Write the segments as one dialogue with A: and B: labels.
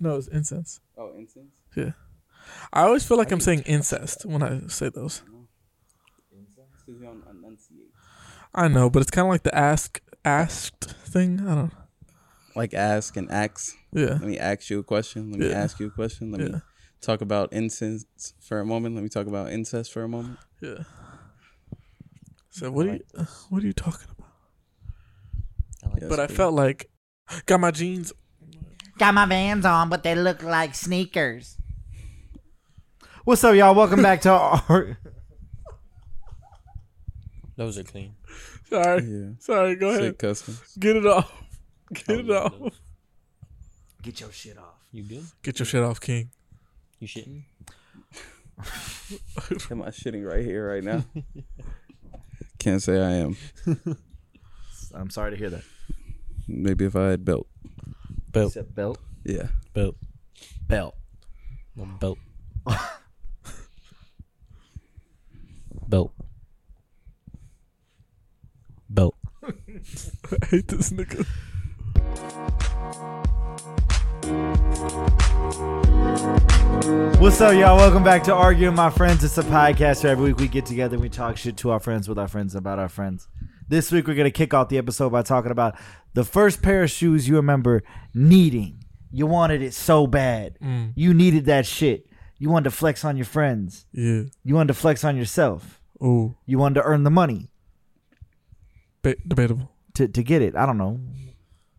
A: No, it's incense.
B: Oh, incense.
A: I always feel like
B: I
A: I'm
B: think-
A: saying incest when I say those.
B: Incense. Because you don't enunciate.
A: I know, but it's kind of like the ask asked thing. I don't.
B: Like ask and axe.
A: Yeah.
B: Let me ask you a question. Let me
A: Yeah.
B: ask you a question. Let
A: Yeah.
B: me talk about incense for a moment. Let me talk about incest for a moment.
A: Yeah. So what
C: I
A: are you?
C: like
A: uh, What are you talking about?
C: like
B: Yeah.
C: this
A: but I
C: beat.
A: felt like got my jeans.
D: Got my vans on, but they look like sneakers.
E: What's up, y'all? Welcome back to our.
C: those are clean.
A: Sorry.
B: Yeah.
A: Sorry. Go ahead.
B: Sick customs.
A: Get it off. Get it
C: Oh,
A: off.
C: those-
E: Get your shit off.
C: You good?
A: Get your shit off, King.
C: You shitting?
B: Am I shitting right here, right now? Can't say I am.
E: I'm sorry to hear that.
C: Oh.
B: Maybe if I had belt.
E: You
C: Belt,
E: said belt.
B: Yeah.
C: belt,
E: Belt.
C: no belt, belt, belt.
A: I hate this nigga.
E: What's up, y'all? Welcome back to Arguing My Friends. It's a podcast where every week we get together and we talk shit to our friends, with our friends, about our friends. This week we're going to kick off the episode by talking about the first pair of shoes you remember needing. You wanted it so bad.
A: Mm.
E: You needed that shit. You wanted to flex on your friends.
A: Yeah.
E: You wanted to flex on yourself.
A: Oh,
E: You wanted to earn the money
A: ba- debatable.
E: to, to get it. I don't know.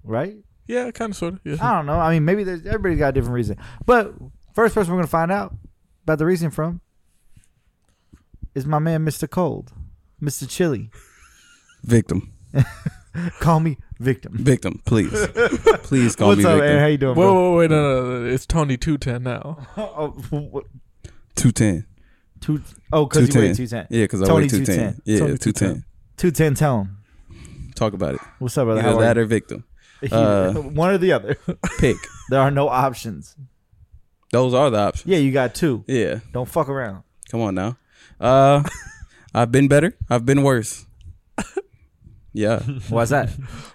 E: Right?
A: Yeah, kind of, sort of.
B: Ah.
A: Yeah.
E: I don't know. I mean, maybe there's, everybody's got a different reason. But first person we're going to find out about the reason from is my man, Mr. Cold, Mr. Chilly.
B: Victim.
E: Call me victim.
B: Victim, please. please call
E: What's
B: me
E: up, man? How
B: victim.
E: you doing,
A: Whoa,
E: bro?
A: whoa, wait, no, no, no, it's Tony two ten now.
E: Oh, what-
B: Two ten.
E: two, oh, because you weigh 210.
B: Yeah, because I
E: Tony
B: weigh two ten.
E: 210.
B: Yeah,
A: Tony
B: two ten.
E: 210, tell him.
B: Talk about it.
E: What's up, brother?
B: Either
E: How
B: that
E: are
B: or victim.
E: you?
B: uh,
E: One or the other.
B: Pick.
E: There are no options.
B: Those are the options.
E: Yeah, you got two.
B: Yeah.
E: Don't fuck around.
B: Come on now. Uh I've been better. I've been worse. Yeah.
E: Why's that?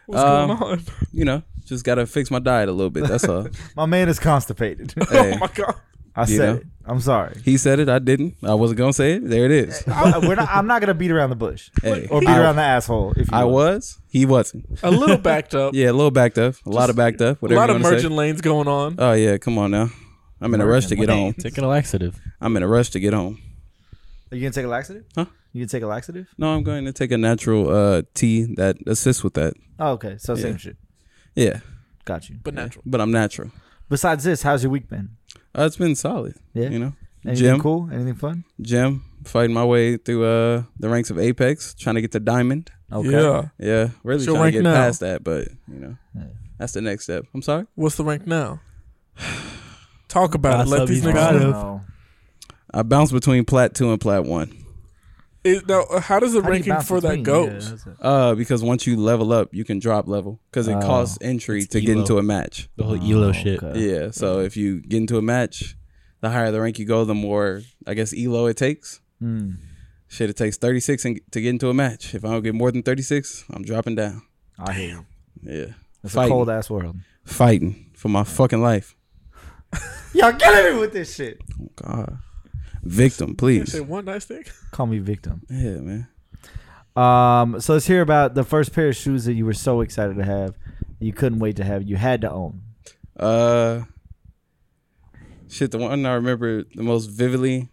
A: What's
B: Um,
A: going on? Oh
B: You know, just gotta fix my diet a little bit. That's all.
E: My man is constipated.
B: Hey,
A: Oh my god.
E: I
B: You
E: said
B: know?
E: it. I'm sorry.
B: he said it, I didn't. I wasn't gonna say it. There it is.
E: I, we're not, I'm not going to beat around the bush
B: Hey,
E: or beat
B: I,
E: around the asshole. If you
B: I
E: will.
B: was, he wasn't.
A: A little backed up.
B: Yeah, a little backed up. A lot of backed up.
A: a
B: Whatever.
A: lot
B: you
A: of
B: wanna say.
A: merchant lanes going on.
B: Oh yeah, come on now. I'm in a rush to get
A: Oh.
B: home.
C: Taking a laxative.
B: I'm in a rush to get home.
E: Are you gonna take a laxative?
B: Huh?
E: You gonna take a laxative?
B: No, I'm going to take a natural uh, tea that assists with that.
E: Oh, okay. So
B: Yeah.
E: same shit.
B: Yeah,
E: Got you.
A: but natural.
B: but I'm natural.
E: Besides this, how's your week been?
B: Uh, it's been solid.
E: Yeah.
B: You know,
E: Anything
B: Jim?
E: cool? Anything fun?
B: Jim fighting my way through uh, the ranks of Apex, trying to get to Diamond.
E: Okay.
A: Yeah.
B: Yeah, really
A: What's your
B: trying
A: rank
B: to get
A: now?
B: past that, but you know,
E: Yeah.
B: that's the next step. I'm sorry.
A: What's the rank now? Talk about
C: That's
A: it. Let
C: what
A: these niggas
C: he's proud
A: know.
C: of.
E: Oh,
B: I bounce between plat two and plat one.
A: Is, now, uh, how does the
E: How do you
A: ranking
E: bounce
A: for that
E: between?
A: goes?
E: Yeah, that's it.
B: Uh, because once you level up, you can drop level because it
E: Oh,
B: costs entry
C: it's
B: to get
C: elo.
B: into a match.
C: The whole Elo
E: Oh,
C: shit.
E: okay.
B: Yeah, so if you get into a match, the higher the rank you go, the more I guess elo it takes.
E: Mm.
B: Shit, it takes 36 in, to get into a match. If I don't get more than 36, I'm dropping down.
E: I hear you.
B: Yeah.
E: It's a
B: Fighting.
E: cold ass world.
B: Fighting for my fucking life.
E: Y'all killing me with this shit.
B: Oh, God. Victim,
A: Can't
B: please.
A: say one nice thing.
E: Call me victim.
B: Yeah, man.
E: Um. So let's hear about the first pair of shoes that you were so excited to have, you couldn't wait to have, you had to own.
B: Uh, shit, the one I remember the most vividly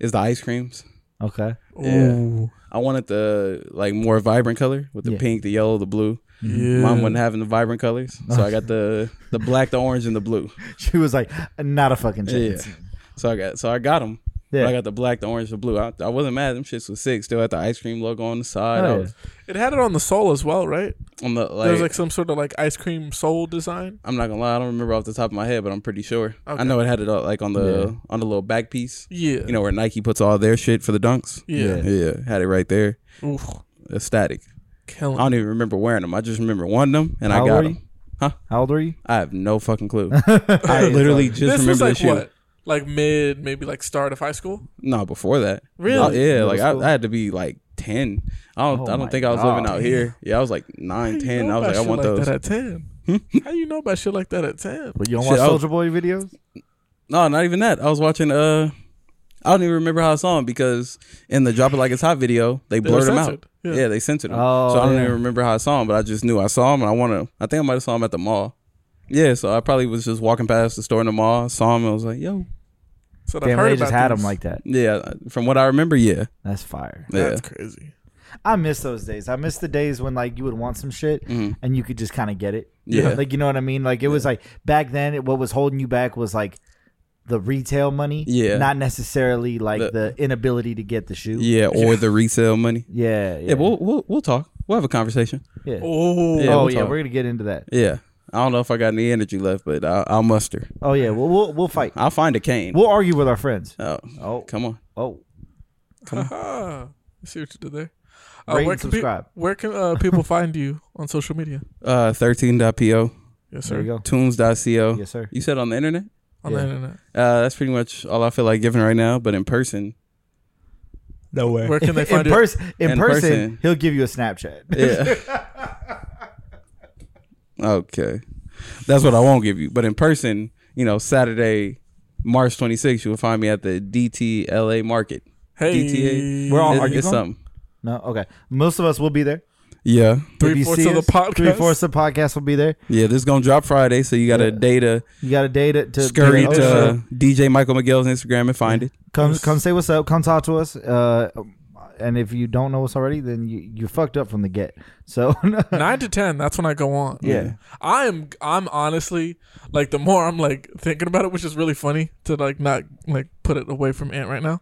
B: is the ice creams.
E: Okay.
B: Yeah.
A: Ooh.
B: I wanted the like more vibrant color with the
E: Yeah.
B: pink, the yellow, the blue.
A: Yeah.
B: Mom wasn't having the vibrant colors, so I got the the black, the orange, and the blue.
E: She was like, not a fucking
B: Yeah.
E: chance.
B: So I got so I got them.
E: Yeah.
B: I got the black, the orange, the blue. I, I wasn't mad. Them shits was sick. Still had the ice cream logo on the side.
E: Oh,
B: I
E: yeah.
B: was
A: It had it on the sole as well, right?
B: on the
A: there was
B: like.
A: like some sort of like ice cream sole design.
B: I'm not gonna lie. I don't remember off the top of my head, but I'm pretty sure.
A: Okay.
B: I know it had it all, like on the on the little back piece.
A: Yeah.
B: You know where Nike puts all their shit for the dunks.
A: Yeah.
B: Yeah, had it right there.
A: Oof.
B: Ecstatic. I
A: Killing.
B: don't even remember wearing them. I just remember wanting them and
E: How
B: I got
E: old were
B: them.
E: How old were you?
B: I have no fucking clue. I literally just
A: this was
B: remember
A: like
B: the shoe.
A: what? Like mid, maybe like start of high school.
B: No, before that.
A: Really?
B: Oh, yeah,
E: Middle
B: like I,
E: school?
B: I had to be like ten. I don't.
E: Oh
B: I
E: my
B: don't think I was living
E: God.
B: out here. Yeah, I was like nine,
A: How you
B: ten.
A: know
B: I
A: about
B: was like, I
A: shit
B: want
A: like
B: those. Hmm?
A: That at ten. How you know about shit like that at ten?
E: But you don't
B: Shit, oh,
E: watch
B: I was-
E: Soldier Boy videos?
B: No, not even that. I was watching. Uh, I don't even remember how it's on because in the drop it like it's hot video, they blurred them out.
A: censored.
B: Yeah.
A: Yeah.
B: they censored them.
E: Oh,
B: so I don't
E: yeah.
B: even remember how I saw him, but I just knew I saw him, and I want to. I think I might have saw him at the mall. Yeah, so I probably was just walking past the store in the mall, saw him, and I was like, "Yo,
A: So I've
E: Damn,
A: heard
E: they just
A: about
E: had
A: these.
E: them like that.
B: yeah." From what I remember, yeah,
E: That's fire.
B: yeah.
A: That's crazy.
E: I miss those days. I miss the days when like you would want some shit
B: Mhm.
E: and you could just kind of get it.
B: Yeah.
E: like you know what I mean. Like it was like back then, it, what was holding you back was like the retail money.
B: Yeah.
E: not necessarily like
B: The-
E: the, inability to get the shoe.
B: Yeah, or the resale money.
E: yeah, yeah.
B: Yeah, we'll, we'll we'll talk. We'll have a conversation.
E: yeah.
A: Oh,
B: Yeah,
E: oh
B: we'll
E: yeah,
B: talk.
E: we're gonna get into that.
B: Yeah, I don't know if I got any energy left, but I, I'll muster.
E: Oh yeah, well we'll we'll fight.
B: I'll find a cane.
E: We'll argue with our friends.
B: Oh,
E: Oh
B: come on.
E: oh,
A: haha. Uh-huh. I see what you did there. Uh,
E: Rate
A: where
E: and
A: can
E: subscribe.
A: Pe- where can uh, people find you on social media?
B: Uh, thirteen.po,
A: Yes,
E: there
A: sir.
E: you go.
B: tunes.co.
E: Yes sir.
B: You said on the internet.
A: On
E: Yeah.
A: the internet.
B: Uh, that's pretty much all I feel like giving right now. But in person,
E: No way.
A: Where can they find
E: in
A: you?
E: person? In,
B: In
E: person,
B: person.
E: he'll give you a Snapchat.
B: yeah. okay, that's what I won't give you. But in person, you know, Saturday, March 26th, you will find me at the DTLA Market.
A: Hey,
B: DTA.
E: We're all-
B: It-
E: Oh, are you
B: it's
E: going?
B: something.
E: no, okay. Most of us will be there.
B: Yeah,
A: three fourths of the podcast.
E: Three fourths of the podcast will be there.
B: yeah. This is gonna drop Friday, so you got
E: Yeah.
B: a day to
E: You got a day to, to
B: scurry
E: oh,
B: to
E: sure.
B: DJ Michael Miguel's Instagram and find it.
E: come come say what's up come talk to us uh and if you don't know us already then you you fucked up from the get so
A: Nine to ten. That's when I go on.
E: Yeah.
A: I am. I'm honestly like the more I'm like thinking about it, which is really funny to like not like put it away from Ant right now.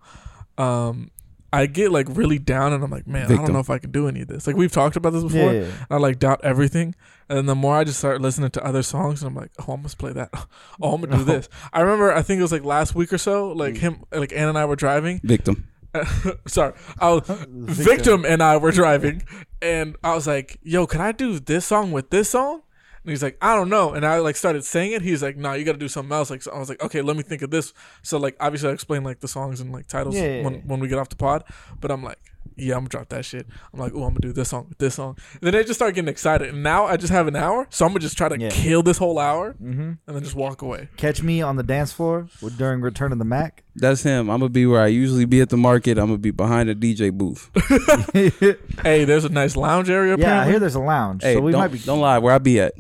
A: Um, I get like really down, and I'm like, man, I
B: Victim.
A: don't know if I can do any of this. Like we've talked about this
E: yeah,
A: before.
E: yeah.
A: I like doubt everything, and then the more I just start listening to other songs, and I'm like, oh, I must play that. Oh, I'm gonna do this. I remember, I think it was like last week or so. Like
E: Mm.
A: him, like Ann and I were driving,
B: Victim.
A: sorry, I was, victim and I were driving, and I was like, "Yo, can I do this song with this song?" And he's like, "I don't know." And I like started saying it. He's like, "No, nah, you got to do something else." Like, so I was like, "Okay, let me think of this." So like, obviously, I explain like the songs and like titles
E: Yeah, yeah,
A: when
E: yeah.
A: when we get off the pod. But I'm like, "Yeah, I'm gonna drop that shit." I'm like, "Oh, I'm gonna do this song with this song." And then they just start getting excited, and now I just have an hour, so I'm gonna just try to
E: Yeah. Mm-hmm.
A: kill this whole hour and then just walk away.
E: catch me on the dance floor with- during return of the mac
B: That's him. I'm gonna be where I usually be at the market. I'm gonna be behind a DJ booth.
A: Hey, there's a nice lounge area.
E: yeah i
A: Apparently,
E: hear there's a lounge
B: Hey,
E: so we
B: don't,
E: might be
B: don't lie. Where I be at?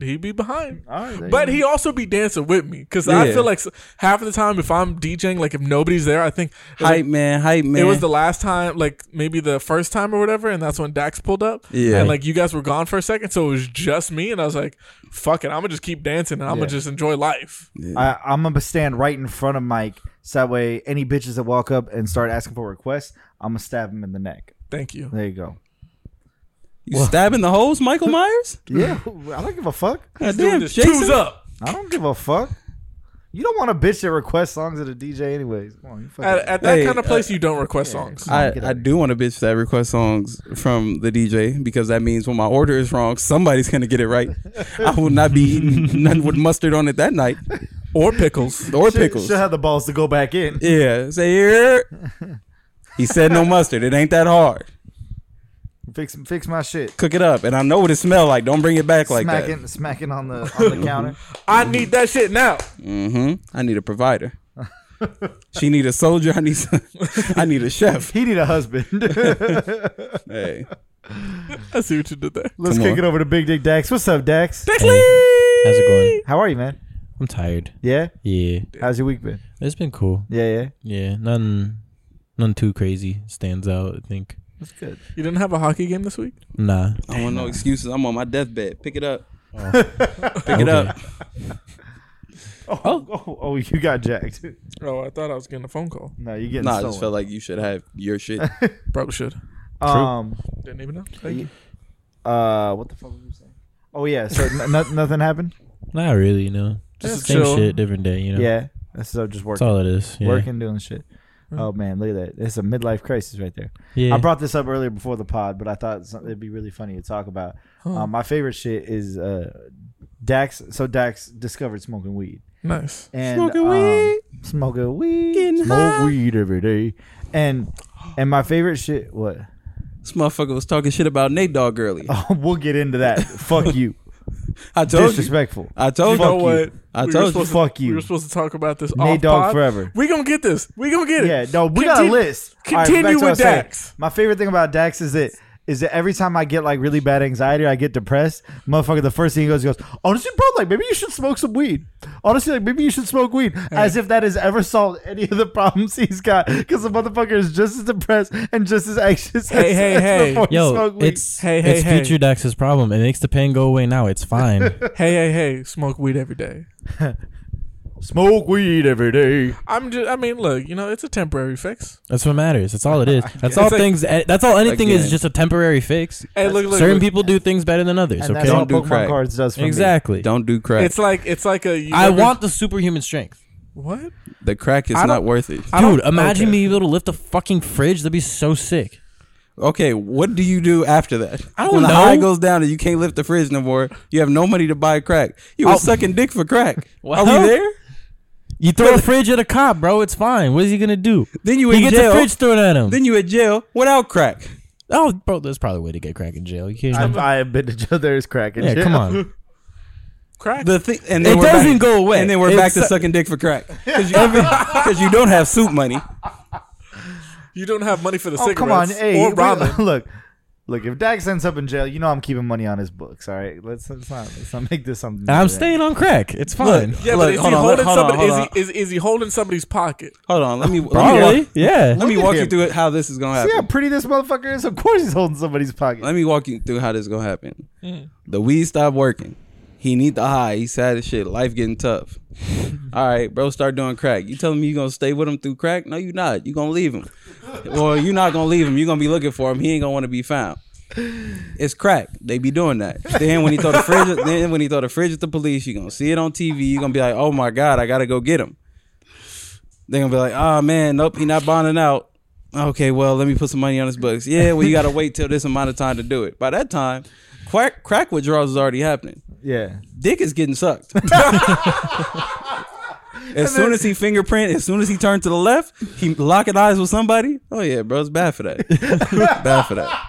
A: he'd be behind.
E: All right, there
A: But
E: you
A: he also be dancing with me because
B: Yeah.
A: I feel like s- half of the time if I'm DJing, like if nobody's there, I think
B: Hype man. Hype man.
A: it was the last time, like maybe the first time or whatever, and that's when Dax pulled up.
B: Yeah.
A: and like you guys were gone for a second, so it was just me, and I was like, "Fuck it, I'm gonna just keep dancing, and I'm
E: Yeah.
A: gonna just enjoy life."
E: go. I, i'm gonna stand right in front of mike so that way any bitches that walk up and start asking for requests i'm gonna stab him in the neck
A: Thank you.
E: there you go
B: you stabbing the holes, Michael Myers?
E: yeah i don't give a fuck
B: God
A: Doing
B: damn,
A: this
B: Jason.
A: twos up
E: i don't give a fuck you don't want a bitch that requests songs at a DJ, anyways. Come on, you fucking-
A: at, at that
B: Hey,
A: kind of
B: uh,
A: place. you don't request songs.
B: I,
E: Get out
B: I
E: of here.
B: do want a bitch that requests songs from the DJ because that means when my order is wrong, somebody's gonna get it right. I will not be eating nothing with mustard on it that night
A: or pickles.
B: or
E: Should-
B: pickles.
E: Should have the balls to go back in.
B: Yeah, say here. He said no mustard. It ain't that hard.
E: Fix fix my shit.
B: Cook it up, and I know what it smell like. Don't bring it back like
E: smacking smacking on the on the counter.
A: I need that shit now.
B: that. hmm I need a provider. she need a soldier. I need. Some, I need a chef.
E: He need a husband.
B: Hey,
A: I see what you did there.
E: Let's
B: Come
E: kick
B: on.
E: it over to Big Dick Dax. What's up, Dax?
C: Hey, how's it going?
E: How are you, man?
C: I'm tired.
E: Yeah.
C: Yeah,
E: How's your week been?
C: it's been cool.
E: Yeah, yeah.
C: Yeah, none, none too crazy stands out. I think.
E: That's good.
A: You didn't have a hockey game this week.
C: Nah.
B: I want no excuses. I'm on my deathbed. Pick it up. Pick
C: Okay.
B: it up.
E: Oh, oh, oh, you got jacked.
A: Oh, I thought I was getting a phone call.
E: No, you getting
B: Nah, I just felt
E: stolen.
B: like you should have your shit.
A: Probably should.
E: um,
A: Didn't even know. Thank you.
E: uh, what the fuck was you saying? Oh yeah, so n- n- nothing happened.
C: Not really. You know,
A: Just
C: just the same
A: chill.
C: shit, different day. You know.
E: Yeah, that's so just
C: That's
E: working,
C: all it is. Yeah.
E: working, doing shit. Oh man, look at that! It's a midlife crisis right there.
C: Yeah.
E: I brought this up earlier before the pod, but I thought some- it'd be really funny to talk about. Um, my favorite shit is uh, Dax. So Dax discovered smoking weed
A: Nice.
E: and
B: Smoking
E: um,
B: weed.
E: smoking weed, smoke
B: high.
E: weed every day, and and my favorite shit. What? Oh,
B: This motherfucker was talking shit about Nate Dogg earlier.
E: we'll get into that. Fuck you.
B: I told you.
E: Disrespectful.
B: I told
A: Oh, You know
B: you.
E: Fuck you.
A: what?
B: I
A: were
B: told you.
A: supposed to-
E: Fuck
A: We
E: you.
A: were supposed to talk about this.
E: Nate
A: off
E: Dogg
A: pod.
E: forever.
A: We gonna get this. We gonna get it.
E: Yeah, no, we got a
A: Continue-
E: list. All right,
A: Continue
E: back to what I was
A: with
E: saying.
A: Dax.
E: My favorite thing about Dax is that is that every time I get like really bad anxiety or I get depressed, motherfucker, the first thing he goes, he goes, honestly, bro, like maybe you should smoke some weed. Honestly, like maybe you should smoke weed, as if that has ever solved any of the problems he's got. Because the motherfucker is just as depressed and just as anxious.
A: Hey,
E: as,
A: hey,
E: as
A: hey.
E: before he
C: Yo,
E: smoked weed.
C: it's
A: Hey, hey,
C: it's
A: hey.
C: future Dax's problem. It makes the pain go away now. It's fine.
A: Hey, hey, hey! Smoke weed every day.
E: smoke weed every day.
A: I'm just. I mean, look. You know, it's a temporary fix.
C: That's what matters. That's all it is. That's all
A: It's like-
C: things. eh, That's all anything
B: Again.
C: is. Just a temporary fix.
A: Hey, look, look.
C: Certain
A: look.
C: people do things better than others.
E: And that's
C: okay.
E: all
B: Don't do
E: Pokemon
B: crack.
E: cards does for me.
C: Exactly.
B: Don't do crack.
A: It's like it's like a. you
C: I
A: never-
C: want the superhuman strength,
A: what?
B: the crack is
A: I don't-
B: not worth it.
A: I
C: dude.
A: don't-
C: Imagine
A: okay.
C: me being able to lift a fucking fridge. That'd be so sick.
B: Okay, what do you do after that?
C: I don't
B: when the
C: know.
B: high goes down and you can't lift the fridge no more, you have no money to buy crack. You were
C: I'll-
A: Oh.
B: sucking dick for crack.
C: Well-
B: Are we there?
C: You throw a fridge at a cop, bro. It's fine. What is he gonna do?
B: Then you
C: he
B: in
C: gets
B: jail.
C: a fridge thrown at him.
B: Then you at jail without crack.
C: oh, bro, that's probably a way to get crack in jail. You can't.
E: I've, I have been to jail. There's crack. in
C: yeah,
E: jail.
C: come on.
A: Crack.
B: The thing, and
C: It
B: then we're back-
C: doesn't go away.
B: And then we're back
C: It's
B: to
C: su-
B: sucking dick for crack because you, 'cause you don't have soup money.
A: you don't have money for the
E: Oh,
A: cigarettes
E: come on. Hey,
A: or
E: we- uh,
A: ramen.
E: look, look, if Dax ends up in jail, you know I'm keeping money on his books. All right. Let's, let's, not, let's not make this something.
C: I'm
E: big.
C: staying on crack. It's fine.
A: Yeah, but is
B: Look,
A: he
B: hold on,
A: holding
B: hold on,
A: somebody?
B: hold
A: Is he is, is he holding somebody's pocket?
B: Hold on, let me let me walk,
C: Probably. Yeah.
B: let me
E: Look at
B: walk you
E: him.
B: through it, how this is gonna
E: See how
B: happen.
E: pretty this motherfucker is? Of course he's holding somebody's pocket.
B: Let me walk you through how this is gonna happen. The weed stopped working. He need the high. He sad as shit. Life getting tough. All right, bro, start doing crack. You telling me you gonna stay with him through crack? No, you not. You gonna leave him. Well, you're not gonna leave him. You're gonna be looking for him. He ain't gonna want to be found. It's crack. They be doing that. Then when he throw the fridge, then when he throw the fridge at the police, you gonna see it on TV. You gonna be like, oh my god, I gotta go get him. They gonna be like, oh man, nope, he not bonding out. Okay, well, let me put some money on his books. Yeah, well, you gotta wait till this amount of time to do it. By that time, crack crack withdrawals is already happening.
E: yeah.
B: Dick is getting sucked. as soon as he fingerprint, as soon as he turned to the left, he locking eyes with somebody. Oh yeah, bro, it's bad for that. bad for that.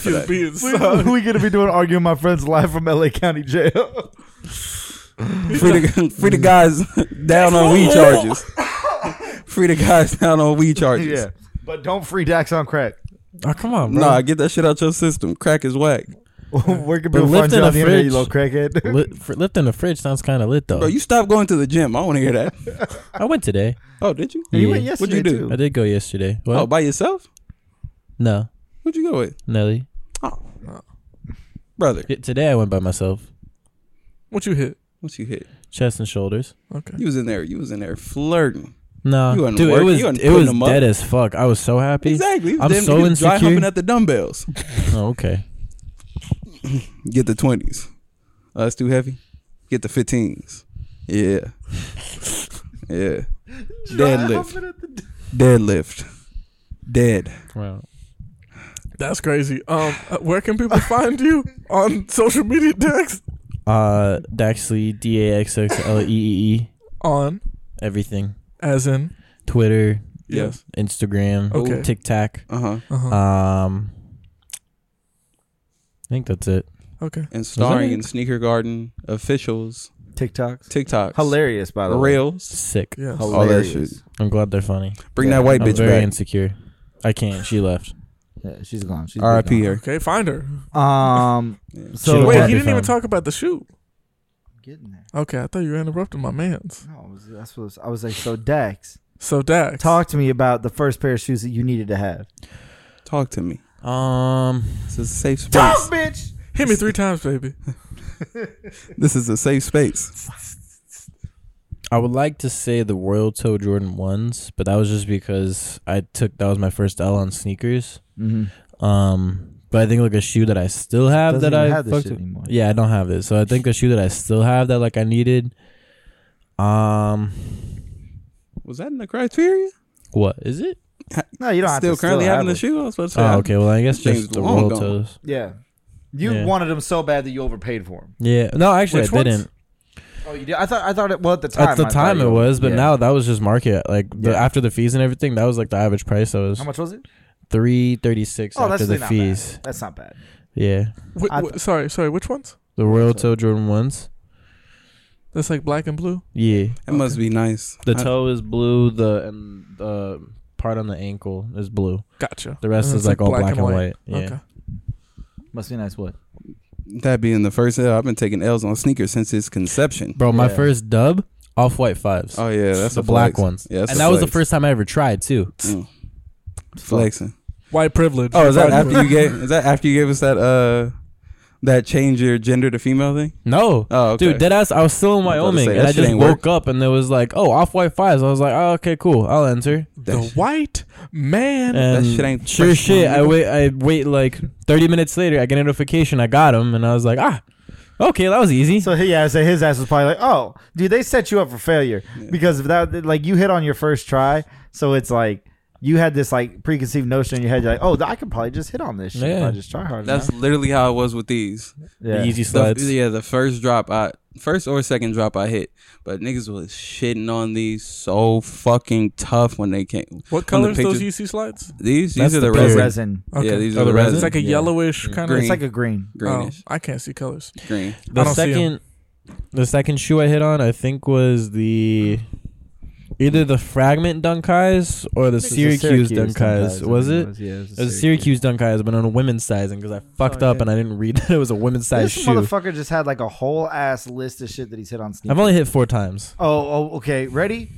A: Dick
B: for
A: is
B: that.
A: being
E: We,
A: so.
E: we gonna be doing arguing my friends live from LA County Jail.
B: Free the, free the guys down on weed charges. Free the guys down on weed charges.
E: yeah. But don't free Dax on crack.
C: Oh, come on, bro.
B: Nah, get that shit out your system. Crack is whack.
E: Where can people find
C: lifting
E: you
C: a
E: on the internet, you
C: fridge-
E: little crackhead?
C: Li- fr- lifting the fridge sounds kind of lit though.
B: Bro, you stopped going to the gym. I want to hear that.
C: I went today.
B: Oh, did you?
E: You
C: Yeah.
B: What'd
E: went
B: you
E: yesterday,
B: do?
E: too.
C: I did go yesterday. What?
B: Oh, by yourself?
C: no,
B: Who'd you go with? Oh.
C: Nelly.
B: Brother.
C: Yeah, today I went by myself.
A: What you hit?
B: What you hit?
C: Chest and shoulders.
A: Okay.
B: You was in there. You was in there flirting.
C: No,
B: You wasn't
C: dude, it
B: working.
C: was
B: You wasn't
C: it was
B: putting 'em up.
C: dead as fuck. I was so happy.
B: Exactly. You was
C: I'm
B: damn
C: so
B: near Dry
C: insecure.
B: humping at the dumbbells.
C: Oh, okay.
B: Get the twenties. Uh, it's too heavy. Get the fifteens. Yeah. yeah. Deadlift. Deadlift. Dead.
C: Wow.
A: That's crazy. Um, uh, where can people find you on social media, Dax?
C: Uh, Daxley, D A X X L E E E,
A: On
C: everything.
A: as in
C: Twitter,
A: yes.
C: Instagram,
A: Okay.
C: TikTok.
B: Uh huh.
A: Uh-huh.
C: Um, I think that's it.
A: okay.
B: And starring
C: it?
B: in Sneaker Garden, officials,
E: TikToks.
B: TikToks,
E: Hilarious, by the way.
B: reels,
C: Sick.
A: Yes.
E: Hello.
B: all that shit.
E: Hilarious.
C: I'm glad they're funny.
B: Bring
E: Yeah,
B: that white
C: I'm
B: bitch
C: very
B: back.
C: insecure. I can't. She left.
E: Yeah, she's gone. She's
B: R.I.P.
E: gone.
B: her.
A: Okay. Find her.
E: Um
C: She
E: so
C: don't
A: Wait,
C: wanna
A: he
C: be
A: didn't even
C: found.
A: talk about the shoot.
E: Getting there.
A: Okay, I thought you were interrupting my man's.
E: No, I was, that's what I was, I was like. So Dax,
A: So Dax,
E: talk to me about the first pair of shoes that you needed to have.
B: Talk to me.
C: Um,
B: This is a safe space.
E: bitch.
A: hit me three times, baby.
B: This is a safe space.
C: I would like to say the Royal Toe Jordan ones, but that was just because I took that was my first L on sneakers.
E: Mm-hmm.
C: Um, but I think like a shoe that I still have
E: Doesn't
C: that
E: even
C: I
E: have this
C: fucked
E: shit
C: with-
E: anymore.
C: Yeah, I don't have it. So I think a shoe that I still have that like I needed. Um,
B: Was that in the criteria?
C: what is it?
E: No, you don't have
B: still
E: to
B: currently
E: still
B: having
E: have
B: the
E: it.
B: shoe? I was supposed to say.
C: Oh, okay. Well, I guess
B: Thing's
C: just the
B: long
C: Royal
B: gone.
C: Toes.
E: Yeah, you
C: Yeah.
E: wanted them so bad that you overpaid for them.
C: Yeah. No, actually,
A: Which
C: I
A: ones?
C: didn't.
E: Oh, you did. I thought. I thought it. Well, at the time.
C: At
E: I
C: the
E: thought
C: time,
E: you
C: it
E: over-
C: was, but
E: yeah.
C: now that was just market. Like the,
E: Yeah.
C: after the fees and everything, that was like the average price. That was
E: How much was it?
C: three thirty six
E: Oh,
C: after
E: that's
C: the
E: really not
C: fees.
E: bad. That's not bad.
C: Yeah,
A: Wh-
E: I
A: wh- sorry, sorry. Which ones?
C: The Royal Toe Jordan ones.
A: That's like black and blue.
C: Yeah.
B: That must be nice.
C: The
B: I-
C: toe is blue. The and the part on the ankle is blue.
A: Gotcha.
C: The rest
B: Mm,
A: And
C: is
A: it's
C: like all black and white. Yeah.
A: Okay.
E: Must be nice. What?
B: That being the first L, I've been taking L's on sneakers since its conception.
C: Bro, my
E: Yeah.
C: first dub off white fives.
B: Oh yeah, that's
C: the
B: a
C: black
B: flex.
C: ones.
B: Yeah, that's
C: and
B: a
C: that was the
B: flex.
C: first time I ever tried too.
B: Mm. flexing.
A: White privilege.
B: Oh, is that
A: White
B: after you gave? Is that after you gave us that uh that change your gender to female thing?
C: No.
B: Oh, okay.
C: Dude, deadass, I was still
B: I was
C: in
B: about to
C: Wyoming
B: say,
C: and
B: that
C: I
B: shit
C: just
B: ain't
C: woke up and there was like, oh, off white fives. I was like, oh, okay, cool. I'll enter.
A: the white man.
C: And
B: shit ain't
C: sure
B: fresh,
C: shit. I
B: nigga.
C: wait. I wait like thirty minutes later. I get a notification. I got him, and I was like, ah, okay, that was easy.
E: So he- yeah, so his ass was probably like, "Oh, dude, they set you up for failure because if that like you hit on your first try, so it's like you had this like preconceived notion in your head, you're like, oh, I could probably just hit on this shit if
C: Yeah.
E: I just try hard
B: That's
E: enough."
B: literally how it was with these.
E: Yeah.
C: The easy
B: The,
C: slides.
B: yeah, the first drop I first or second drop I hit, but niggas was shitting on these so fucking tough when they came.
A: What
B: when the
A: colors those UC
B: pictures-
A: slides?
B: These
C: That's
B: these are
C: the
B: the
C: pure
B: resin.
E: resin.
B: Yeah, these
A: Oh,
B: are the
A: the
B: resin.
A: It's like a
C: Yeah.
A: yellowish kind
B: Green.
E: It's like a green.
B: greenish,
A: Oh, I can't see colors.
B: green.
C: The
A: I don't see 'em.
C: second, the second shoe I hit on, I think was the either the fragment dunk eyes or the
E: It's a
C: Syracuse, dunk
E: Dunkeyes,
C: eyes. Was
E: I think
C: it?
E: Yeah, it
C: It was a Syracuse dunk eyes, but on a women's sizing because I fucked up
A: yeah.
C: and I didn't read that it was a women's size
E: Oh, This
C: shoe.
E: motherfucker just had like a whole ass list of shit that he's hit on sneakers.
C: I've only hit four times,
E: oh, oh, okay, ready?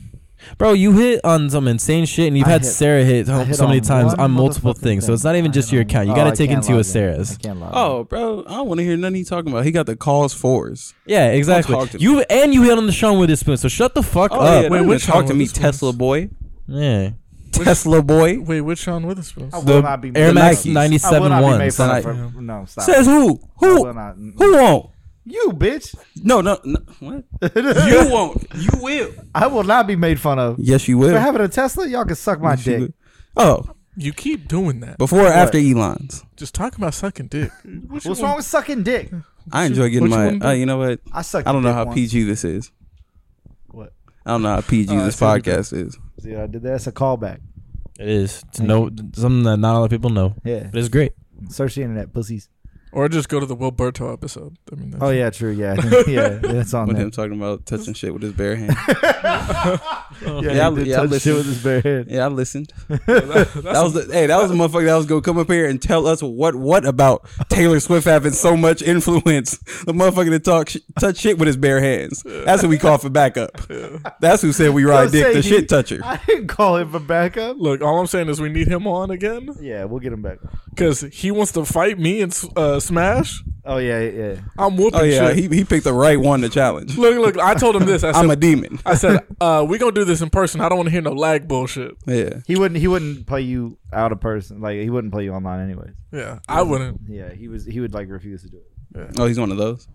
C: bro. You hit on some insane shit, and you've
E: I
C: had
E: hit-
C: Sarah hit,
E: I
C: so-
E: hit
C: Oh, so many
E: on
C: times
E: one
C: on multiple
E: motherfucking
C: things. So
E: thing.
C: it's not even
E: I
C: just
E: hit
C: your
E: on-
C: account. You
E: Oh,
C: got
E: I
C: to take
E: can't
C: into
E: log
C: a
E: in.
C: Sarah's.
E: I can't log in.
B: Oh, bro, I don't want to hear nothing he talking about. He got the calls fours.
C: Yeah, exactly.
B: talk to me.
C: You and you hit on the Sean Witherspoon, so shut the fuck
B: Oh,
C: up.
B: yeah,
A: Wait,
B: don't even
A: which
B: talk
A: one
B: to
A: was
B: me,
A: this one?
B: Tesla boy,
C: Yeah.
B: Tesla boy.
A: Wait, which Sean Witherspoon?
E: I will
C: The
E: not be
C: Air
E: made
C: Max
E: fun of. I
C: ninety
E: will
C: seven
E: not be made
C: ones.
E: fun of
B: Tonight.
E: for- No, stop.
B: Says who?
E: I
B: Who?
E: will not-
B: Who won't?
E: You bitch.
B: No, no, no. What? you won't. You will.
E: I will not be made fun of.
B: Yes, you will.
E: For having a Tesla, y'all can suck my
B: Yes, you
E: dick.
B: will. Oh,
A: You keep doing that.
B: before or after Elon's?
A: Just talk about sucking dick. What you
E: What's
A: want?
E: wrong with sucking dick?
B: I enjoy getting
A: what you
B: my.
A: wanna do?
B: uh, you know what?
E: I suck.
B: I don't know
E: dick
B: how
E: once.
B: PG this is.
E: What?
B: I don't know how PG
A: Oh, I
B: this
A: see what you
B: podcast is.
E: See, I did that. That's a callback.
C: It is. It's no something that not a lot of people know.
E: Yeah.
C: But it's great.
E: Search the internet, pussies.
A: Or just go to the Wilberto episode. I mean, that's
E: Oh yeah, true. Yeah, I think- yeah. That's on
B: With
E: there.
B: him talking about touching shit with his bare hand.
E: Yeah,
B: Yeah,
E: he
B: I-
E: did
B: yeah, I
E: touch
B: listened.
E: shit with his bare hand.
B: Yeah, I listened. that was the, hey, that was the motherfucker that was gonna come up here and tell us what what about Taylor Swift having so much influence. The motherfucker that talk sh- touch shit with his bare hands. That's who we call for backup. That's who said we ride
E: Don't
B: dick
E: say
B: the
E: he-
B: shit toucher.
E: I didn't call him for backup.
A: Look, all I'm saying is we need him on again
E: Yeah, we'll get him back.
A: because he wants to fight me and uh, Smash.
E: Oh yeah, yeah.
A: I'm whooping
B: Oh yeah,
A: shit.
B: he, he picked the right one to challenge.
A: look, look. I told him this. I
B: I'm a
A: said,
B: demon.
A: I said, uh, we gonna do this in person. I don't want to hear no lag bullshit.
B: Yeah.
E: He wouldn't. He wouldn't play you out of person. Like he wouldn't play you online, anyways.
A: Yeah, I wouldn't.
E: Yeah, he was. He would like refuse to do it.
B: Oh, he's one of those.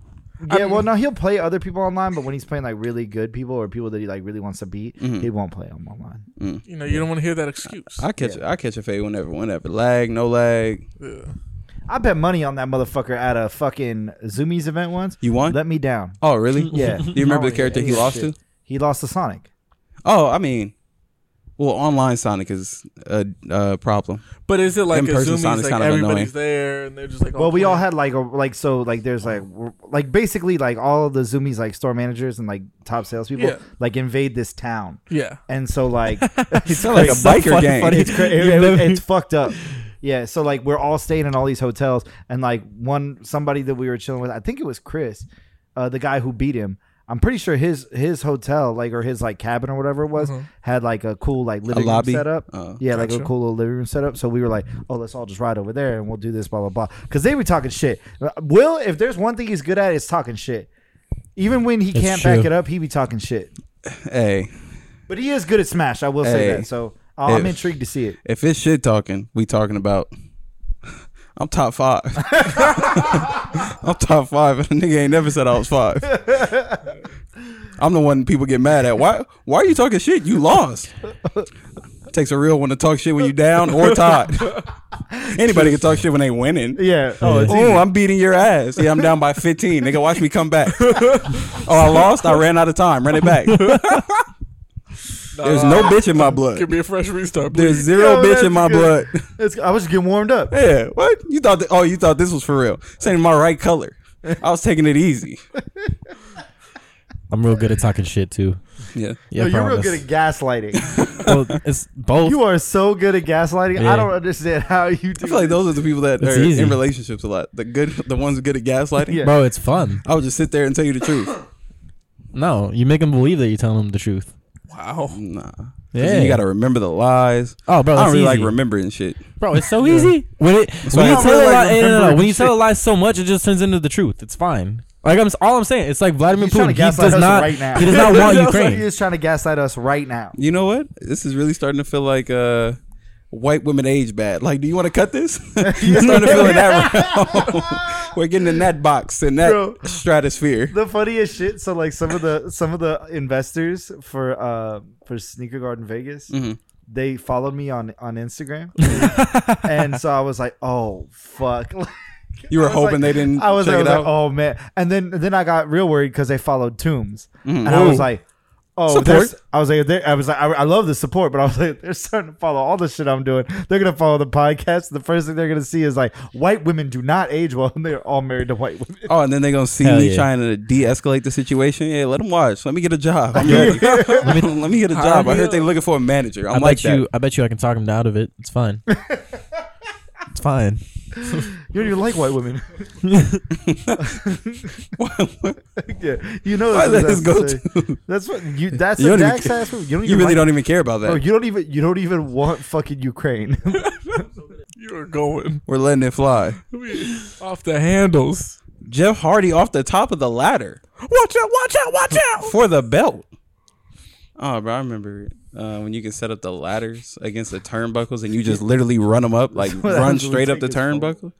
E: Yeah, well, no, he'll play other people online, but when he's playing like really good people or people that he like really wants to beat,
B: Mm-hmm.
E: he won't play them online.
A: You know, you don't want to hear that excuse.
B: I catch I catch a fade whenever, whenever. Lag, no lag.
A: Yeah.
E: I bet money on that motherfucker at a fucking Zoomies event once.
B: You won?
E: Let me down.
B: Oh, really?
E: Yeah.
B: Do you remember
E: Oh,
B: the character
E: yeah,
B: he
E: yeah,
B: lost
E: shit.
B: to?
E: He lost to Sonic.
B: Oh, I mean, well, online Sonic is a, a problem.
A: But is it like a
B: In-person sound
A: Zoomies, like
B: is kind of
A: everybody's
B: annoying.
A: there and they're just like, "Oh,
E: Well, we all
A: playing.
E: had like a like so like there's like we're- like basically like all of the Zoomies like store managers and like top salespeople
A: Yeah.
E: like invade this town,
A: yeah.
E: and so like it's
B: Sound like a
C: It's so
B: biker
C: funny-
B: gang.
C: funny.
E: it's cra-
C: You
E: it- it-
C: never-
E: it's fucked up. Yeah, so like we're all staying in all these hotels, and like one somebody that we were chilling with, I think it was Chris, uh, the guy who beat him. I'm pretty sure his his hotel, like or his like cabin or whatever it was, had like a cool like living room
B: lobby?
E: set up.
B: Oh.
E: yeah, like
A: Gotcha.
E: a cool little living room set up. So we were like, oh, let's all just ride over there and we'll do this, blah blah blah. Because they were talking shit. Will, if there's one thing he's good at, it's talking shit. Even when he can't back
C: true.
E: it up, he be talking shit.
B: Hey,
E: But he is good at Smash. I will say
B: Hey.
E: that. So I- I'm
B: If-
E: intrigued to see it.
B: if it's shit talking, we talking about. I'm top five. I'm top five, and the nigga ain't never said I was five. I'm the one people get mad at. Why? Why are you talking shit? You lost. Takes a real one to talk shit when you down or tied. Anybody can talk shit when they winning.
E: Yeah. Oh, it's
B: Oh, I'm beating your ass. Yeah, I'm down by 15. Nigga, watch me come back. oh, I lost. I ran out of time. Run it back. There's no bitch in my
A: Give
B: blood.
A: me a fresh restart.
B: There's
A: Please.
B: zero
E: Yo,
B: bitch in
E: that's
B: my blood.
E: good. It's, I was just getting warmed up.
B: Yeah, what? You thought? That, oh, you thought this was for real? This ain't my right color. I was taking it easy.
C: I'm real good at talking shit too.
B: Yeah.
C: Yeah,
E: no, you're real
C: promise.
E: good at gaslighting.
C: Well, it's both.
E: you are so good at gaslighting. I
C: Yeah.
E: don't understand how you do.
B: I feel like
E: this.
B: those are the people that
C: It's
B: are
C: easy.
B: in relationships a lot. The good, the ones good at gaslighting.
E: Yeah.
C: Bro, it's fun.
B: I would just sit there and tell you the truth.
C: No, you make them believe that you're telling them the truth.
A: Wow.
B: Nah. 'Cause
C: Yeah.
B: You got to remember the lies.
C: Oh, bro,
B: I don't
C: it's
B: really
C: easy.
B: like remembering shit.
C: Bro, it's so easy. When it
B: why I
C: when you
B: don't
C: tell
B: really
C: a
B: like
C: lie, no, no, no,
B: remembering
C: when you
B: shit.
C: tell a lie so much, it just turns into the truth. It's fine. Like I'm all I'm saying. It's like Vladimir
E: He's trying to
C: Putin. He does
E: gaslight us
C: not.
E: right now.
C: He does not want
E: Sounds like
C: Ukraine.
E: You're just trying to gaslight us right now.
B: You know what? This is really starting to feel like uh, white women age bad. Like, do you want to cut this? it's starting to feel like that. realm. We're getting in that box in that
E: Bro.
B: stratosphere.
E: the funniest shit. So like some of the some of the investors for uh for Sneaker Garden Vegas, they followed me on on Instagram, and so I was like, oh fuck. Like,
B: You were
E: I was like-
B: hoping they didn't
E: I was,
B: check
E: I was
B: it
E: like,
B: out?
E: oh man, and then then I got real worried because they followed Tombs, and I was like. Oh,
B: Support.
E: there's- I was like, there- I was like, I, I love the support, but I was like, they're starting to follow all the shit I'm doing. They're gonna follow the podcast. The first thing they're gonna see is like, white women do not age well, and they're all married to white women.
B: Oh, and then they're gonna see
C: Hell
B: me
C: yeah.
B: trying to de-escalate the situation. Yeah, let them watch. Let me get a job. I'm ready. let, me, let me get a job. I heard they looking for a manager.
C: I
B: I'm
C: bet
B: like
C: you.
B: that.
C: I bet you. I can talk him out of it. It's fine. it's fine.
E: You don't even like white women. yeah, you know
B: Why
E: that's
B: let
E: what
B: this
E: I'm
B: go
E: saying.
B: to?
E: That's what you. That's
B: You
E: you
B: don't even
E: Dax
B: care.
E: ass move. You don't even.
B: You really
E: like-
B: don't even care about that.
E: Bro, you don't even. You don't even want fucking Ukraine.
A: You're going
B: We're letting it fly.
A: off the handles.
B: Jeff Hardy off the top of the ladder
A: Watch out, watch out, watch out.
B: for the belt. Oh, bro, I remember uh, when you can set up the ladders against the turnbuckles and you just literally run them up, like
E: what
B: run
E: happens when
B: straight
E: we
B: up the
E: take this
B: turnbuckle.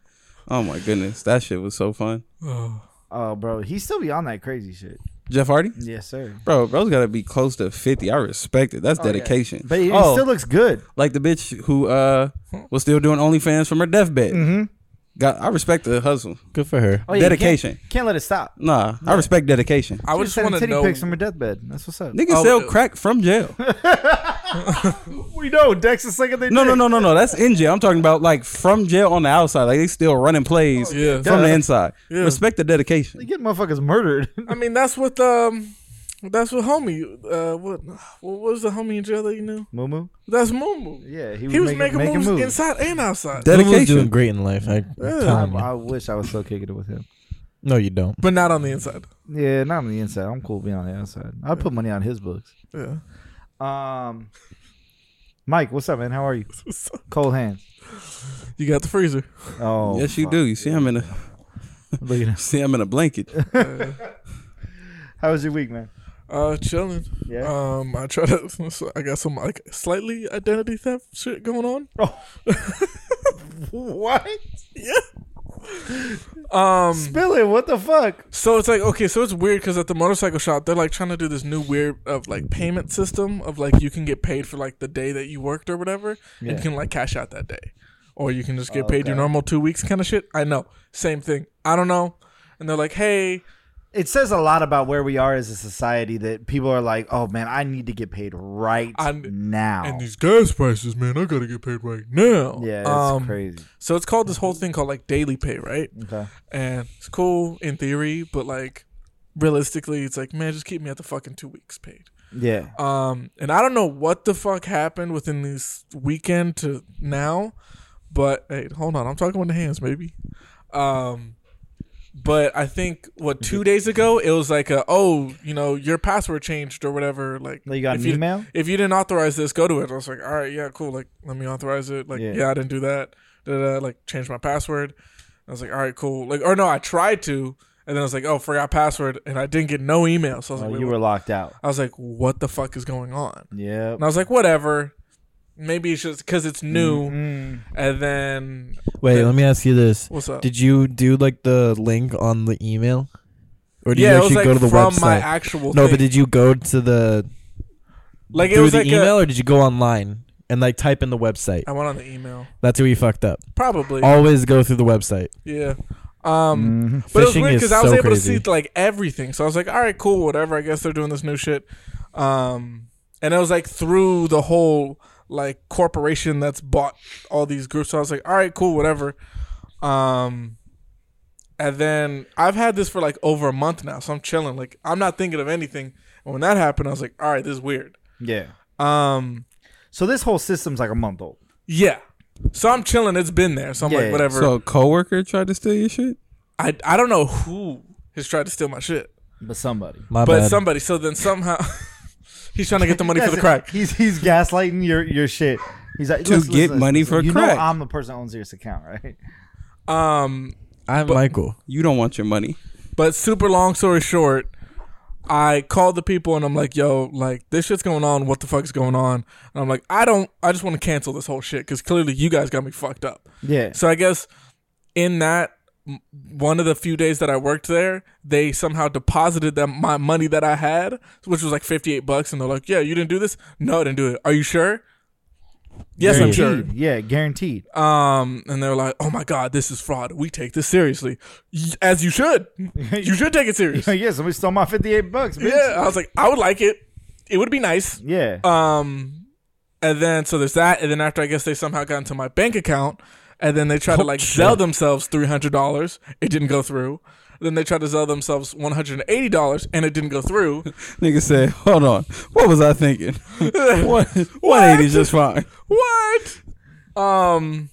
B: Oh my goodness, that shit was so fun.
E: oh, bro, he's still beyond that crazy shit.
B: Jeff Hardy,
E: Yes, sir.
B: bro, bro's got to be close to fifty. I respect it. That's dedication.
E: But he
B: Oh,
E: still looks good.
B: like the bitch who uh was still doing OnlyFans from her deathbed.
A: Mm-hmm.
B: Got, I respect the hustle,
C: Good for her.
E: Oh, yeah, you can't-
B: Dedication.
E: Can't, let it stop.
B: Nah, I respect dedication.
A: I would
E: Just
A: just
E: sending
A: want to
E: titty
A: know.
E: pics from her deathbed. That's what's up.
B: Niggas
A: Oh,
B: sell
A: uh,
B: crack from jail.
E: We know Dex is like they
B: No, no, no, no, no. That's in jail. I'm talking about like from jail on the outside. Like they still running plays
A: Oh, yeah.
B: from the
E: Duh.
B: inside. Respect the
E: They
B: dedication.
E: get motherfuckers murdered.
A: I mean, that's what um, that's what homie. Uh, what what was the homie in jail that you knew?
E: Mumu.
A: That's Mumu.
E: Yeah,
A: He was making, moves, inside and outside,
B: Dedication.
C: Lulu's doing great in life. I, am
E: I,
C: telling you.
E: I wish I was still kicking it with him.
C: No, you don't.
A: but not on the inside.
E: Yeah, not on the inside. I'm cool being on the outside. I'd put money on his books.
A: Yeah.
E: Um, Mike, what's up, man? How are you? Cold hands.
A: You got the freezer.
E: Oh,
B: yes, you
E: fuck.
B: do. You see him in a
E: Look at him.
B: see him in a blanket.
E: How was your week, man?
A: Uh, chilling.
E: Yeah.
A: Um, I try to. so I got some like slightly identity theft shit going on.
E: what?
A: Um,
E: Spill it. What the fuck?
A: So it's like okay, so it's weird because at the motorcycle shop they're like trying to do this new weird of like payment system of like you can get paid for like the day that you worked or whatever, and
E: Yeah.
A: you can like cash out that day, or you can just get
E: Oh,
A: paid your
E: okay.
A: normal two weeks kind of shit. I know, same thing. I don't know, and they're like, hey,
E: It says a lot about where we are as a society that people are like, oh man, I need to get paid right
A: I'm-
E: now.
A: and these gas prices, man, I gotta get paid right now.
E: yeah, it's
A: Um,
E: crazy. Mm.
A: So it's called this whole thing called like daily pay, right?
E: Okay.
A: And it's cool in theory, but like realistically, it's like man, just keep me at the fucking two weeks paid.
E: Yeah.
A: Um, and I don't know what the fuck happened within this weekend to now, but hey, hold on, I'm talking with the hands, maybe. Um, but I think what two days ago it was like a oh you know your password changed or whatever like
E: Like, you got
A: if
E: an email?
A: if you didn't authorize this go to it I was like all right yeah cool like let me authorize it like
E: Yeah.
A: yeah, I didn't do that da, da, da, like change my password I was like all right cool like or no I tried to and then I was like oh forgot password and I didn't get no email so I was
E: Oh,
A: like Wait,
E: you
A: what-
E: were locked out.
A: I was like, what the fuck is going on?
E: Yeah.
A: And I was like, whatever. Maybe it's just because it's new. And then,
C: Wait,
A: Then-
C: let me ask you this:
A: what's up?
C: Mm-hmm. Did you do like the link on the email, or did
A: yeah,
C: you
A: it was
C: actually
A: like
C: go to the
A: from
C: website?
A: my actual
C: no,
A: thing.
C: but did you go to the
A: like, it
C: through
A: was
C: the
A: like Oh.
C: email,
A: email?
C: or did you go online and like type in the website?
A: I went on the email.
C: That's where you fucked up.
A: Probably.
C: Always go through the website.
A: yeah. Um, But it was
C: Phishing
A: weird
C: Mm-hmm. is
A: because I was
C: so
A: able
C: crazy.
A: to see like everything. So I was like, all right, cool, whatever. I guess they're doing this new shit. Um, and it was like through the whole like corporation that's bought all these groups. So I was like, all right, cool, whatever. Um, And then I've had this for like over a month now, so I'm chilling. Like I'm not thinking of anything. And when that happened, I was like, all right, this is weird.
E: Yeah.
A: Um,
E: So this whole system's like a month old.
A: yeah. So I'm chilling. It's been there. So I'm
E: Yeah, yeah.
A: like, whatever.
B: So a coworker tried to steal your shit?
A: I I don't know who has tried to steal my shit,
E: But somebody.
C: My
A: but
C: bad.
A: somebody. So then somehow he's trying to get the money for the
E: That's it.
A: crack.
E: He's he's gaslighting your your shit. He's like,
B: To get money for
E: you
B: crack.
E: know I'm the person that owns this account, right?
A: Um,
C: I'm Michael.
B: You don't want your money.
A: But super long story short, I called the people and I'm like, yo, like this shit's going on. What the fuck's going on? And I'm like, I don't. I just want to cancel this whole shit because clearly you guys got me fucked up.
E: Yeah.
A: So I guess in that m- one of the few days that I worked there, they somehow deposited them my money that I had, which was like 58 bucks, and they're like, yeah, you didn't do this. No, I didn't do it. Are you sure? Yes, I'm sure.
E: Yeah, guaranteed.
A: Um, and they were like, "Oh my god, this is fraud. We take this seriously, Y- as you should. You should take it serious."
E: yeah, somebody stole my 58 bucks, bitch.
A: yeah, I was like, I would like it. It would be nice.
E: Yeah.
A: Um, and then so there's that, and then after I guess they somehow got into my bank account, and then they tried to like sell themselves three hundred dollars. It didn't go through. Then they tried to sell themselves one hundred and eighty dollars, and it didn't go through.
B: Nigga said, hold on. What was I thinking? what? 180 just fine.
A: what? Um,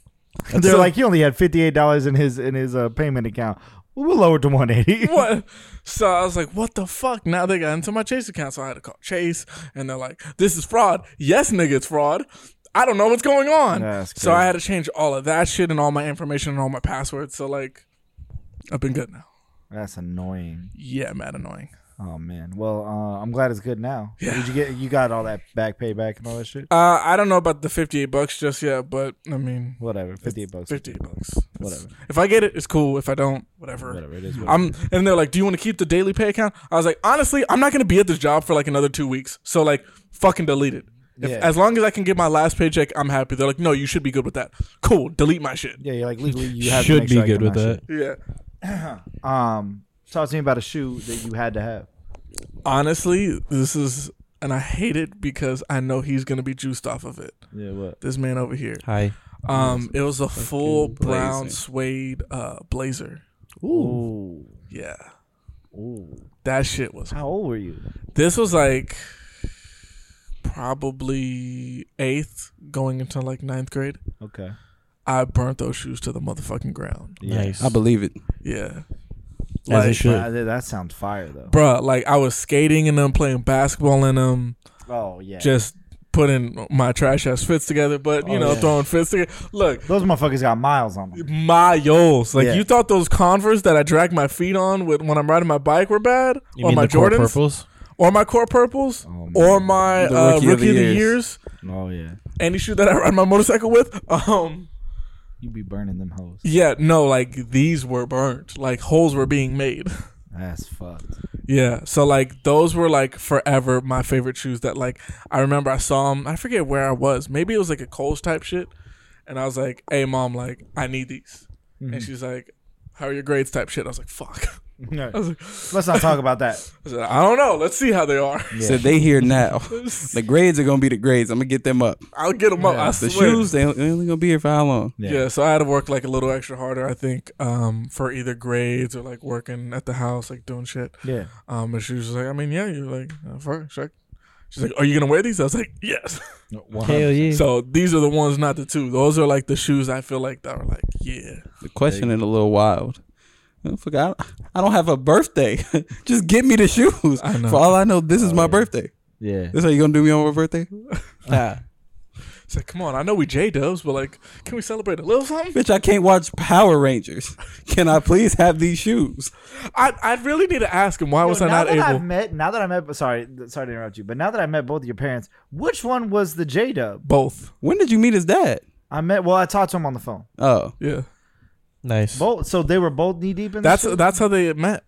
E: They're like, he only had $58 in his in his uh, payment account. We'll lower it to 180.
A: what? So I was like, what the fuck? Now they got into my Chase account, so I had to call Chase, and they're like, this is fraud. Yes, nigga, it's fraud. I don't know what's going on.
E: That's
A: so
E: crazy.
A: I had to change all of that shit and all my information and all my passwords. So like, I've been good now.
E: That's annoying.
A: Yeah, mad annoying.
E: Oh man. Well, uh, I'm glad it's good now. Did you get you got all that back pay back and all that shit?
A: Uh, I don't know about the fifty-eight bucks just yet, but I mean,
E: Whatever. 58 bucks.
A: fifty-eight bucks.
E: Whatever.
A: If I get it, it's cool. If I don't, whatever.
E: Whatever it is.
A: I'm and they're like, "Do you want to keep the daily pay account?" I was like, "Honestly, I'm not gonna be at this job for like another two weeks, so like, fucking delete it. If,
E: Yeah.
A: As long as I can get my last paycheck, I'm happy." They're like, "No, you should be good with that. Cool, delete my shit."
E: Yeah, you're like legally you have to
C: Should
E: make
C: be
E: sure I
C: good
E: get
C: with
E: my
C: that.
E: shit.
A: Yeah.
E: Um, talk to me about a shoe that you had to have.
A: Honestly, this is, and I hate it because I know he's gonna be juiced off of it.
E: Yeah, what?
A: This man over here.
C: Hi.
A: Um, it was a full brown
B: blazer.
A: suede uh blazer.
E: Ooh.
A: Yeah.
E: Ooh.
A: That shit was.
E: How old were you?
A: This was like probably eighth, going into like ninth grade.
E: Okay.
A: I burnt those shoes to the motherfucking ground.
C: Nice.
B: I believe it.
A: Yeah.
C: As it
A: Like,
C: should.
E: Wow, that that sounds fire though.
A: bruh, like I was skating in them, playing basketball in them,
E: Oh yeah.
A: just putting my trash ass fits together, but you
E: Oh,
A: know,
E: yeah.
A: throwing fits together. Look,
E: Those motherfuckers got miles on them.
A: my yoles. Like
E: Yeah.
A: you thought those Converse that I drag my feet on with when I'm riding my bike were bad?
C: You
A: or
C: mean
A: my
C: the core
A: Jordans?
C: purples?
A: Or my core purples?
E: Oh, man.
A: or my
B: The
A: uh,
B: Rookie
A: rookie,
B: of the
A: of the
B: Years.
A: years?
E: Oh yeah.
A: Any shoe that I ride my motorcycle with? Um
E: You be burning them hoes.
A: Yeah, no, like these were burnt. Like holes were being made.
E: That's fucked.
A: Yeah. So like those were like forever my favorite shoes that like I remember I saw them. I forget where I was. Maybe it was like a Kohl's type shit. And I was like, "Hey mom, like I need these."
B: Mm-hmm.
A: And she's like, "How are your grades?" type shit. I was like, "Fuck." I was like,
E: Let's not talk about that.
A: I, was like, I don't know. Let's see how they are.
B: Said they here now. the grades are gonna be the grades. I'm gonna get them up.
A: I'll get them up. I
B: The
A: swear.
B: shoes, they they only gonna be here for how long?
A: Yeah. so I had to work like a little extra harder, I think, um, for either grades or like working at the house, like doing shit.
E: Yeah.
A: Um, and she was just like, I mean, yeah, you're like, uh, fuck, sure. She's like, Are you gonna wear these? I was like, Yes.
C: Hell yeah.
A: So these are the ones, not the two. Those are like the shoes I feel like that are like, yeah.
B: The question is a little wild. Oh, I forgot. I don't have a birthday. Just get me the shoes.
A: I know.
B: For all I know, Oh, this is my birthday.
E: Yeah.
B: This how you gonna do me on my birthday? nah,
A: It's like, come on, I know we J Dubs, but like, can we celebrate a little something?
B: bitch, I can't watch Power Rangers. Can I please have these shoes?
A: I I really need to ask him why was I
E: now
A: not
E: that I've
A: able.
E: met, now that I met, sorry, th- sorry to interrupt you, but now that I met both of your parents, which one was the J Dub?
A: Both.
B: When did you meet his dad?
E: I met, well, I talked to him on the phone.
B: Oh,
A: Yeah.
C: Nice.
E: Both, so they were both knee deep in.
A: That's
E: this shit?
A: that's how they met.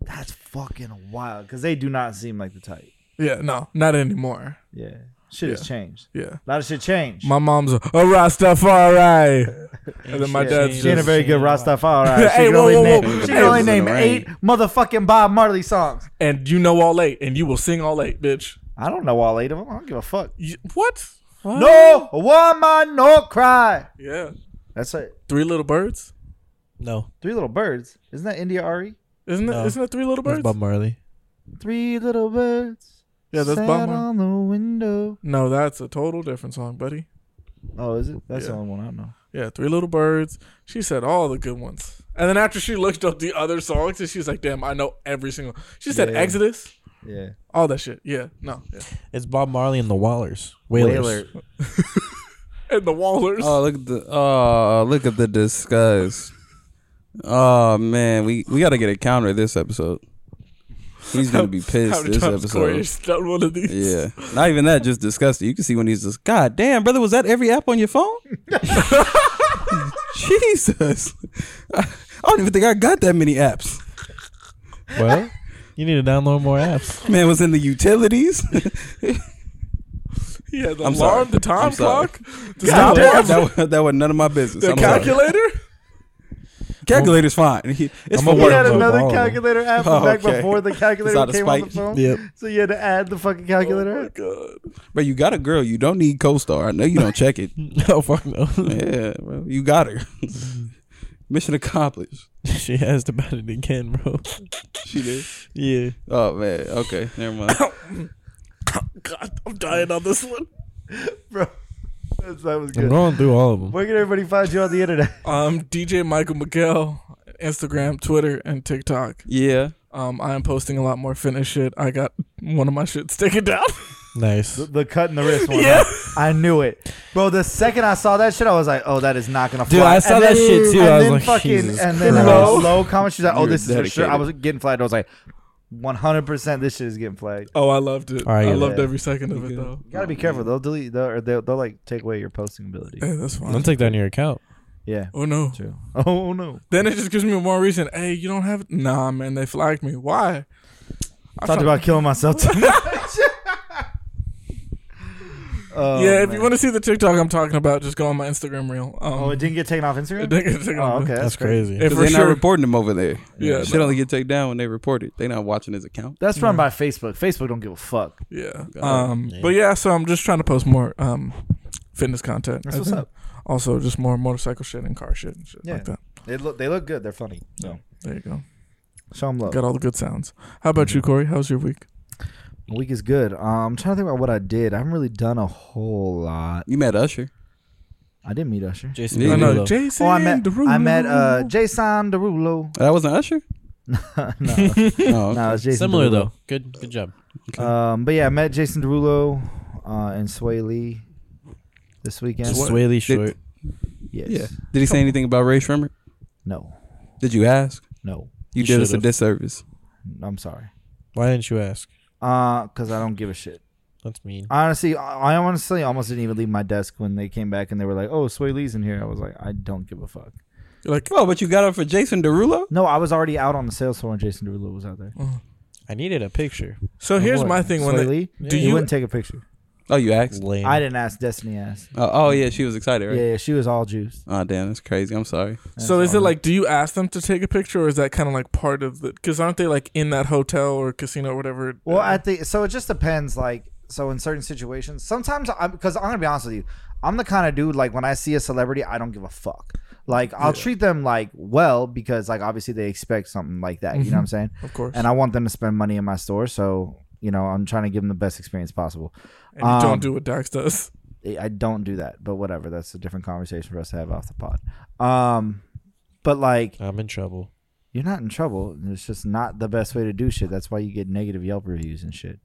E: that's fucking wild because they do not seem like the type.
A: Yeah. No, not anymore.
E: Yeah, shit has
A: Yeah.
E: changed.
A: Yeah.
E: A lot of shit changed.
A: My mom's a Rastafari. And then my
C: shit.
A: dad's
E: she ain't a
A: just,
E: very good Rastafari. Right?
A: Hey,
E: she can
A: whoa,
E: only
A: whoa,
E: name,
A: whoa.
E: She can only
B: Dancing in
E: name
B: the
E: eight
B: rain.
E: motherfucking Bob Marley songs.
A: and you know all eight, and you will sing all eight, bitch.
E: I don't know all eight of them. I don't give a fuck.
A: You, what?
E: No woman, no cry.
A: Yeah.
E: That's it.
A: Three little birds.
C: No,
E: Three Little Birds. Isn't that India Ari?
A: Isn't
C: No.
A: it? Isn't it Three Little
C: that's
A: Birds?
C: Bob Marley.
E: Three little birds.
A: Yeah, that's
E: sat
A: Bob Marley.
E: on the window.
A: No, that's a total different song, buddy.
E: Oh, is it? That's the
A: Yeah.
E: only one I know.
A: Yeah, Three Little Birds. She said all the good ones. And then after she looked up the other songs, and she's like, "Damn, I know every single." She said
E: Yeah.
A: Exodus,
E: Yeah.
A: all that shit. Yeah, no, yeah.
C: It's Bob Marley and the Wallers. Whalers.
A: and the Wallers.
B: Oh look at the oh look at the disgust. Oh man, we we got to get a counter this episode. He's gonna be
A: How
B: pissed
A: many
B: this
A: times Corey
B: episode.
A: has done one of these?
B: Yeah, not even that, just disgusted. You can see when he's just, God damn, brother, was that every app on your phone? Jesus, I don't even think I got that many apps.
C: Well, you need to download more apps.
B: Man was in the utilities.
A: he had the alarm,
B: I'm sorry.
A: the time
B: I'm sorry.
A: clock, the
B: that,
A: stopwatch,
B: was, that was none of my business.
A: the
B: I'm sorry.
A: calculator.
B: Calculator's fine. He- It's
C: I'm
B: for
C: a
E: He
B: work.
E: had
C: Workflow
E: another
C: ball.
E: calculator app
B: Oh,
E: back
B: okay.
E: before the
B: It's
E: calculator
B: out of
E: came on the
B: spite.
E: phone.
C: Yep.
E: So you had to add the fucking calculator
A: Oh my
E: app.
A: god.
B: But you got a girl. You don't need co-star. I know you don't check it.
C: no, fuck no.
B: yeah, bro. You got her. Mission accomplished.
C: she asked about it again, bro.
B: She did.
C: Yeah.
B: Oh man. Okay. Never mind.
A: God, I'm dying on this one.
E: Bro, that's, that was
C: I'm
E: good.
C: going through all of them.
E: Where can everybody find you on the internet?
A: Um, DJ Michael Miguel, Instagram, Twitter, and TikTok.
B: Yeah.
A: Um, I am posting a lot more fitness shit. I got one of my shits taken down.
C: Nice.
E: The, the cut in the
C: Oh,
E: wrist one.
A: Yeah.
E: huh? I knew it. Bro, the second I saw that shit, I was like, oh, that is not going to fly.
C: Dude, I saw
E: And
C: that
E: then-
C: shit too.
E: And
C: I was
E: then
C: like,
E: fucking,
C: Jesus
E: and then
C: Christ.
E: low, low comment. She's like, oh,
B: You're
E: this is for sure.
B: dedicated.
E: I was getting flagged. I was like, 100% this shit is getting flagged.
A: Oh, I loved it.
C: All right,
A: I
C: yeah.
A: loved every second of it though.
E: You gotta be careful. They'll delete. They'll, or they'll, they'll like take away your posting ability.
A: Yeah, that's
C: Don't
A: fine.
C: take down your account.
E: Yeah.
A: Oh no.
E: True. Oh no.
A: Then it just gives me more reason. Hey, you don't have it? Nah, man, they flagged me. Why? I
E: Talked
A: found-
E: about killing myself too much. oh,
A: yeah, if
E: man.
A: you want to see the TikTok I'm talking about, just go on my Instagram reel. Um,
E: Oh, it didn't get taken off Instagram.
A: it didn't get taken
E: Oh,
A: off.
E: okay.
C: That's
E: That's, great.
C: crazy.
A: If
B: Because
A: for
B: they're
A: sure,
B: not reporting them over there.
A: Yeah,
B: Shit
A: no.
B: only get taken down when they report it. They not watching his account.
E: That's run by Facebook. Facebook don't give a fuck.
A: yeah.
B: Got it.
A: Um,
C: Yeah.
A: but yeah, so I'm just trying to post more um, fitness content.
E: That's
A: I
E: what's
A: think.
E: up.
A: Also, just more motorcycle shit and car shit and shit
E: Yeah.
A: like that.
E: They look. They look good. They're funny. So
A: There you go.
E: show them love.
A: Got all the good sounds. How about you, Corey? How's your week?
E: My week is good. Um, I'm trying to think about what I did. I haven't really done a whole lot.
B: You met Usher.
E: I didn't meet Usher.
C: Jason
B: Yeah.
A: I
B: Derulo.
A: know Jason.
E: Oh, I met. I met uh
A: Derulo.
E: Jason Derulo.
B: That wasn't Usher.
E: no,
B: Oh,
E: no, it's Jason.
C: Similar
E: Derulo.
C: though. Good. Good job.
E: Um, but yeah, I met Jason Derulo uh, and Sway Lee this weekend.
A: Sway-
C: Swaley
B: Did-
C: short.
E: yes.
B: Yeah. Did he say anything about Ray Shrimmer?
E: No.
B: Did you ask?
E: No.
B: You,
C: You
B: did us a
C: should've.
B: disservice.
E: I'm sorry.
C: Why didn't you ask?
E: Uh, cause I don't give a shit.
C: That's mean.
E: Honestly, I I honestly almost didn't even leave my desk when they came back and they were like, "Oh, Sway Lee's in here." I was like, "I don't give a fuck."
A: You're like,
B: Well, but you got up for Jason Derulo.
E: No, I was already out on the sales floor when Jason Derulo was out there.
C: I needed a picture.
A: so here's my thing. When
E: Sway
A: they,
E: Lee,
A: do
E: he
A: you-
E: wouldn't take a picture.
B: Oh, you asked.
C: Lame.
E: I didn't ask. Destiny asked.
B: Oh, oh yeah, she was excited, right?
E: Yeah, yeah, she was all juice.
B: Oh damn, that's crazy. I'm sorry.
A: so is it like, do you ask them to take a picture, or is that kind of like part of the? Because aren't they like in that hotel or casino or whatever? Uh,
E: Well, I think so. It just depends. Like, so in certain situations, sometimes I'm because I'm gonna be honest with you, I'm the kind of dude like when I see a celebrity, I don't give a fuck. Like, I'll treat them like well because like obviously they expect something like that. You know what I'm saying?
A: Mm-hmm. of course.
E: And I want them to spend money in my store, so you know I'm trying to give them the best experience possible.
A: And you
E: um,
A: don't do what Dax does.
E: I don't do that, but whatever. That's a different conversation for us to have off the pod. Um, but like,
C: I'm in trouble.
E: you're not in trouble. It's just not the best way to do shit. That's why you get negative Yelp reviews and shit.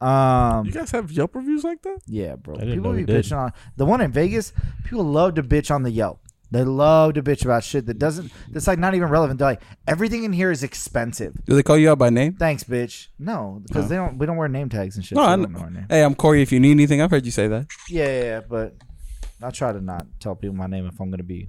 E: Um,
A: You guys have Yelp reviews like that?
E: yeah, bro.
C: I didn't
E: People
C: know
E: be
C: we did.
E: bitching on the one in Vegas. People love to bitch on the Yelp. They love to bitch about shit that doesn't. That's like not even relevant. They're like, everything in here is expensive.
B: Do they call you out by name?
E: Thanks, bitch. No, because
B: No.
E: they don't. We don't wear name tags and shit.
B: No,
E: so
B: I
E: they
B: kn-
E: don't know our name.
B: Hey, I'm Corey. If you need anything, I've heard you say that.
E: Yeah, yeah, yeah, but I try to not tell people my name if I'm gonna be,